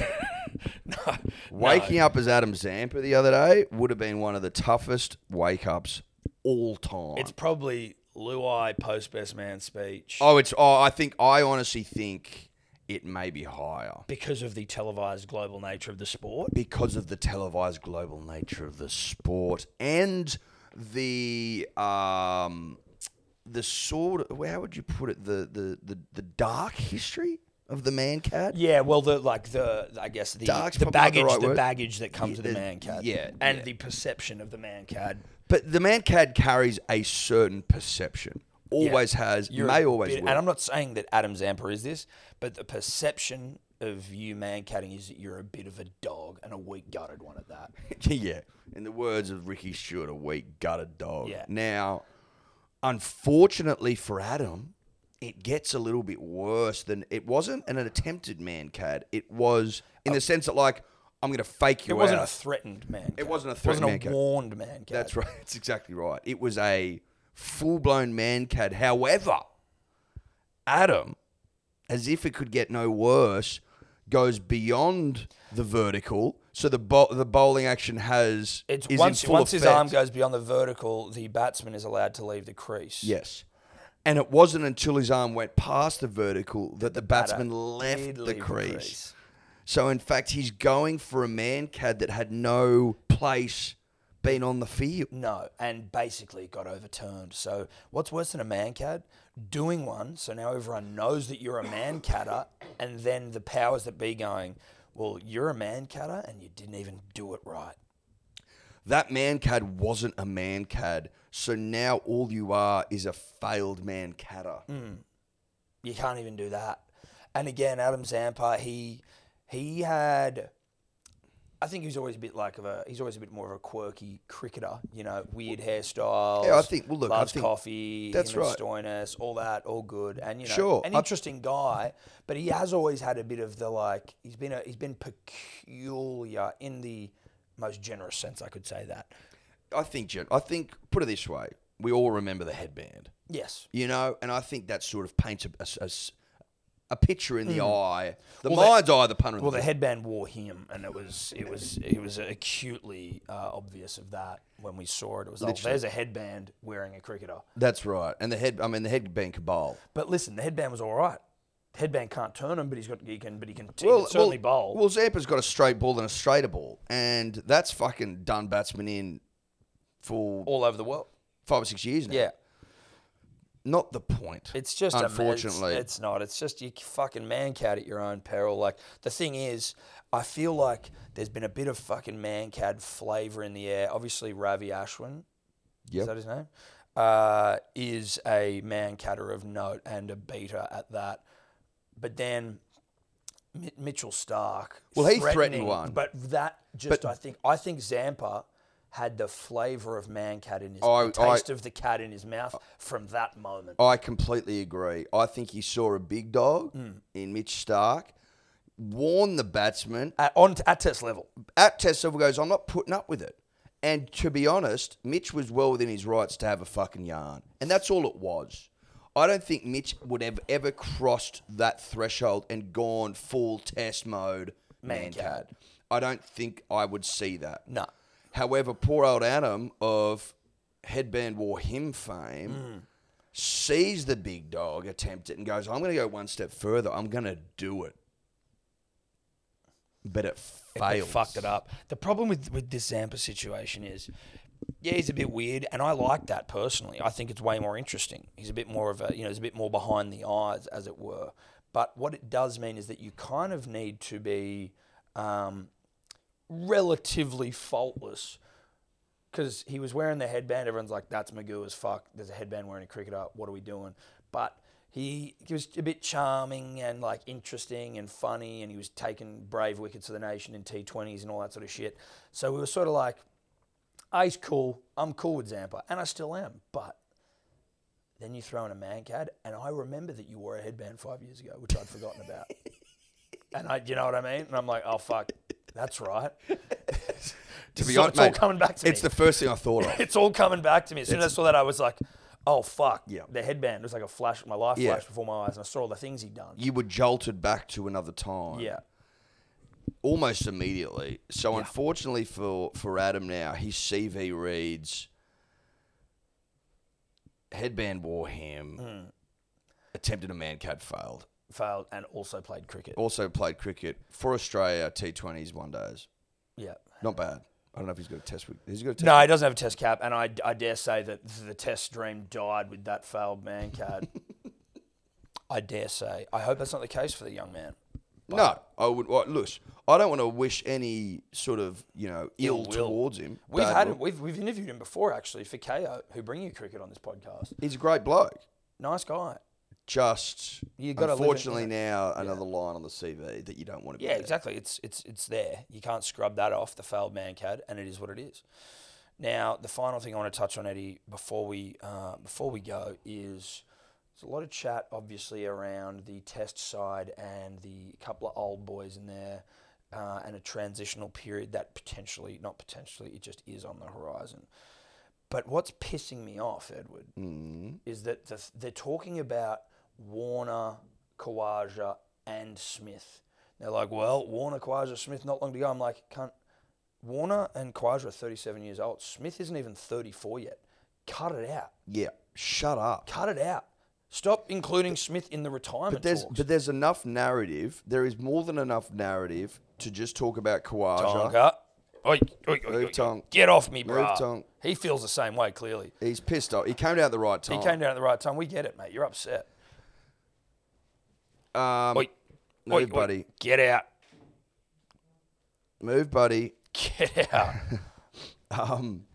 S7: say. Waking up as Adam Zampa the other day would have been one of the toughest wake ups all time.
S1: It's probably Luai post best man speech.
S7: oh, it's oh, I think I honestly think it may be higher
S1: because of the televised global nature of the sport.
S7: because of the televised global nature of the sport and the um, the sort of, how would you put it the the the, the dark history of the man cat
S1: Yeah, well, the like the I guess the
S7: Dark's
S1: the
S7: probably
S1: baggage the,
S7: not the right word.
S1: baggage that comes with the
S7: the-
S1: man cad,
S7: yeah,
S1: and
S7: yeah.
S1: the perception of the man cad.
S7: but the man cat carries a certain perception always has
S1: You're
S7: may
S1: a
S7: always
S1: bit-
S7: will.
S1: And I'm not saying that Adam Zampa is this, but the perception of you man catting is that you're a bit of a dog and a weak gutted one at that.
S7: yeah. In the words of Ricky Stewart, a weak gutted dog.
S1: Yeah.
S7: Now, unfortunately for Adam, it gets a little bit worse than it wasn't an attempted man cad. It was in the sense that like I'm gonna fake
S1: Oh. It
S7: you
S1: wasn't
S7: out.
S1: a threatened man.
S7: It wasn't a
S1: It
S7: threatened
S1: wasn't a
S7: man cat.
S1: warned man cat.
S7: That's right. That's exactly right. It was a full blown man cad. However, Adam, as if it could get no worse, goes beyond the vertical. So the bo- the bowling action has
S1: It's
S7: is
S1: once
S7: in full
S1: once his
S7: effect.
S1: arm goes beyond the vertical, the batsman is allowed to leave the crease.
S7: Yes. And it wasn't until his arm went past the vertical that the, batsman left
S1: Did
S7: the
S1: leave
S7: crease. So, in fact, he's going for a man cad that had no place being on the field.
S1: No, and basically it got overturned. So what's worse than a man cad? Doing one, so now everyone knows that you're a man catter, and then the powers that be going, well, you're a man catter and you didn't even do it right.
S7: That man cad wasn't a man cad. So now all you are is a failed man cadder.
S1: You can't even do that. And again, Adam Zampa, he he had I think he's always a bit like of a he's always a bit more of a quirky cricketer, you know, weird hairstyles.
S7: Yeah, I think- well, look, I
S1: loves
S7: think-
S1: coffee,
S7: that's
S1: him and
S7: right.
S1: Stoinis, all that, all good. And you know
S7: Sure,
S1: an
S7: I-
S1: interesting guy, but he has always had a bit of the like he's been a, he's been peculiar in the most generous sense I could say that.
S7: I think, Jen, I think, put it this way, we all remember the headband.
S1: Yes.
S7: you know, and I think that sort of paints a, a s- a picture in the eye, the
S1: Well,
S7: mind's eye, of the punter. in
S1: Well,
S7: the
S1: the
S7: field.
S1: headband wore him, and it was it was it was acutely uh, obvious of that when we saw it. It was like, there's a headband wearing a cricketer.
S7: That's right, and the head. I mean, the headband cabal.
S1: But listen, the headband was all right. Headband can't turn him, but he's got he can, but he can, he
S7: Well,
S1: can certainly bowl.
S7: Well, Zampa's got a straight ball and a straighter ball, and that's fucking done batsmen in for
S1: all over the world.
S7: five or six years now.
S1: Yeah,
S7: not the point.
S1: it's just a mess.
S7: unfortunately.
S1: it's, not. It's just you fucking man cad at your own peril. Like the thing is, I feel like there's been a bit of fucking man cad flavor in the air. Obviously, Ravi Ashwin
S7: Yep.
S1: Is that his name? Uh, is a man catter of note and a beater at that. But then Mi- Mitchell Stark.
S7: Well, he threatened
S1: threatening-
S7: one.
S1: But that just, I think, I think Zampa had the flavour of man cat in his,
S7: I-
S1: the taste
S7: I-
S1: of the cat in his mouth from that moment.
S7: I completely agree. I think he saw a big dog in Mitch Stark, warn the batsman,
S1: At, on at test level,
S7: at test level goes, I'm not putting up with it. And to be honest, Mitch was well within his rights to have a fucking yarn. And that's all it was. I don't think Mitch would have ever crossed that threshold and gone full test mode man cat. I don't think I would see that.
S1: No.
S7: However, poor old Adam of headband wore him fame
S1: Mm.
S7: sees the big dog attempt it and goes, I'm going to go one step further. I'm going to do it. But it
S1: they
S7: failed.
S1: fucked it up. The problem with with this Zampa situation is, yeah, he's a bit weird, and I like that personally. I think it's way more interesting. He's a bit more of a you know, he's a bit more behind the eyes, as it were. But what it does mean is that you kind of need to be um, relatively faultless because he was wearing the headband. Everyone's like, "That's Magoo as fuck." There's a headband wearing a cricketer. What are we doing? But he, he was a bit charming and like interesting and funny, and he was taking brave wickets of the nation in T20s and all that sort of shit. So we were sort of like, "Ah, he's cool. I'm cool with Zampa, and I still am." But then you throw in a man cad, and I remember that you wore a headband five years ago, which I'd forgotten about. And I, you know what I mean? And I'm like, "Oh fuck, that's right."
S7: To be
S1: So
S7: honest,
S1: it's all
S7: mate,
S1: coming back to
S7: It's
S1: me.
S7: the first thing I thought of.
S1: it's all coming back to me. As soon as I saw that, I was like, oh, fuck.
S7: Yeah.
S1: The headband was like a flash, my life
S7: Yeah.
S1: flashed before my eyes, and I saw all the things he'd done.
S7: you were jolted back to another time.
S1: Yeah.
S7: Almost immediately. So unfortunately for for Adam now, his CV
S1: Mm.
S7: reads headband wore him, attempted a man cat failed.
S1: failed, and also played cricket.
S7: Also played cricket for Australia, T20s, one days.
S1: Yeah.
S7: Not bad. I don't know if he's got a test week. Has he got a test
S1: No, he doesn't have a test cap, and I, I dare say that the test dream died with that failed man card. I dare say. I hope that's not the case for the young man.
S7: No, I would. Well, look, I don't want to wish any sort of you know ill, towards him.
S1: We've
S7: bad
S1: had
S7: will.
S1: him, we've we've interviewed him before actually for KO, who bring you cricket on this podcast.
S7: He's a great bloke.
S1: Nice guy.
S7: Just
S1: You gotta live in-
S7: unfortunately now another line on the CV that you don't want to. be
S1: Yeah,
S7: there.
S1: exactly. It's it's it's there. You can't scrub that off the failed man cad, and it is what it is. Now, the final thing I want to touch on, Eddie, before we uh, before we go, is there's a lot of chat, obviously, around the test side and the couple of old boys in there, uh, and a transitional period that potentially, not potentially, it just is on the horizon. But what's pissing me off, Edward,
S7: Hmm.
S1: is that the, they're talking about Warner, Kawaja, and Smith. They're like, well, Warner, Kawaja, Smith, not long to go. I'm like, cunt. Warner and Kawaja are 37 years old. Smith isn't even 34 yet. Cut it out.
S7: Yeah. Shut up.
S1: Cut it out. Stop including Smith in the retirement
S7: But there's
S1: talks.
S7: but there's enough narrative. There is more than enough narrative to just talk about Kawaja.
S1: Tonka. Oi, oi, oi,
S7: Move
S1: oi,
S7: Tonk.
S1: Get off me,
S7: Move
S1: bro.
S7: Tonk.
S1: He feels the same way, clearly.
S7: He's pissed off. He came down at the right
S1: He
S7: time.
S1: came down at the right time. We get it, mate. You're upset.
S7: Um,
S1: Oi.
S7: move,
S1: Oi, oi.
S7: buddy.
S1: Get out.
S7: Move, buddy.
S1: Get out.
S7: Um,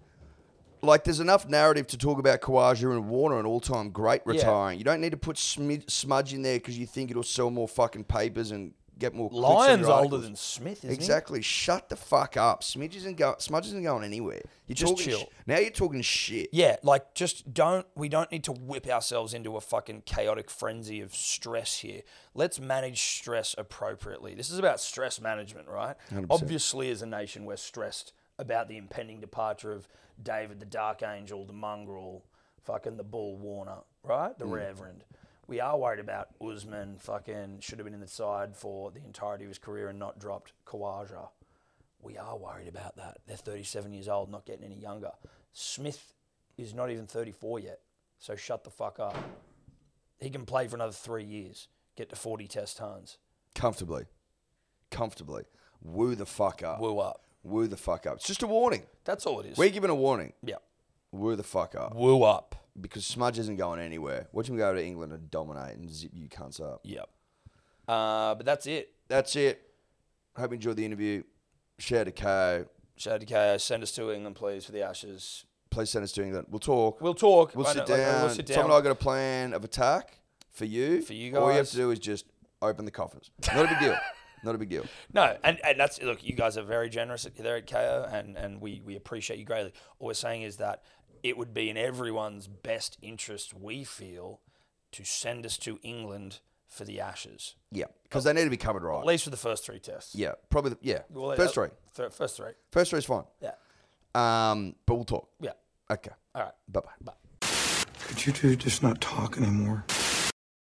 S7: like there's enough narrative to talk about Kawaja and Warner, an all-time great retiring. You don't need to put Smid- Smudge in there because you think it'll sell more fucking papers and get more. clicks on your
S1: Lyon's older
S7: articles.
S1: than Smith, isn't
S7: Exactly. Shut the fuck up. Smidge isn't go- Smudge isn't going anywhere. You're
S1: Just
S7: talking
S1: chill.
S7: sh- now you're talking shit.
S1: he? Yeah, like just don't we don't need to whip ourselves into a fucking chaotic frenzy of stress here. Let's manage stress appropriately. This is about stress management, right? Obviously as a nation we're stressed about the impending departure of David the Dark Angel, the mongrel, fucking the Bull Warner, right? The Reverend. We are worried about Usman fucking should have been in the side for the entirety of his career and not dropped Kawaja. we are worried about that. They're 37 years old, not getting any younger. Smith is not even 34 yet, so shut the fuck up. He can play for another three years, get to 40 test tons,
S7: Comfortably. Comfortably. Woo the fuck up.
S1: woo up.
S7: Woo the fuck up. It's just a warning.
S1: That's all it is.
S7: We're giving a warning.
S1: yeah.
S7: Woo the fuck up.
S1: Woo up.
S7: because Smudge isn't going anywhere. Watch him go to England and dominate and zip you cunts up.
S1: Yep. Uh, but that's it.
S7: That's it. Hope you enjoyed the interview. Share to KO.
S1: Shout out to KO. Send us to England, please, for the Ashes.
S7: Please send us to England. We'll talk.
S1: We'll talk.
S7: We'll
S1: I
S7: sit,
S1: know, like,
S7: down.
S1: We'll sit
S7: Tom
S1: down.
S7: and I got a plan of attack for you.
S1: For you
S7: All you have
S1: guys.
S7: to do is just open the coffers. Not a big deal. Not a big deal.
S1: No, and, and that's look, you guys are very generous at- there at KO, and, and we, we appreciate you greatly. All we're saying is that it would be in everyone's best interest, we feel, to send us to England for the Ashes,
S7: Yeah, because they need to be covered
S1: at
S7: right.
S1: least for the first three tests.
S7: Yeah, probably. The, yeah,
S1: Well,
S7: first
S1: uh,
S7: three.
S1: th- first three.
S7: First three is fine.
S1: Yeah.
S7: Um, but we'll talk.
S1: Yeah.
S7: Okay.
S1: All right.
S7: Bye bye.
S8: Could you two just not talk anymore?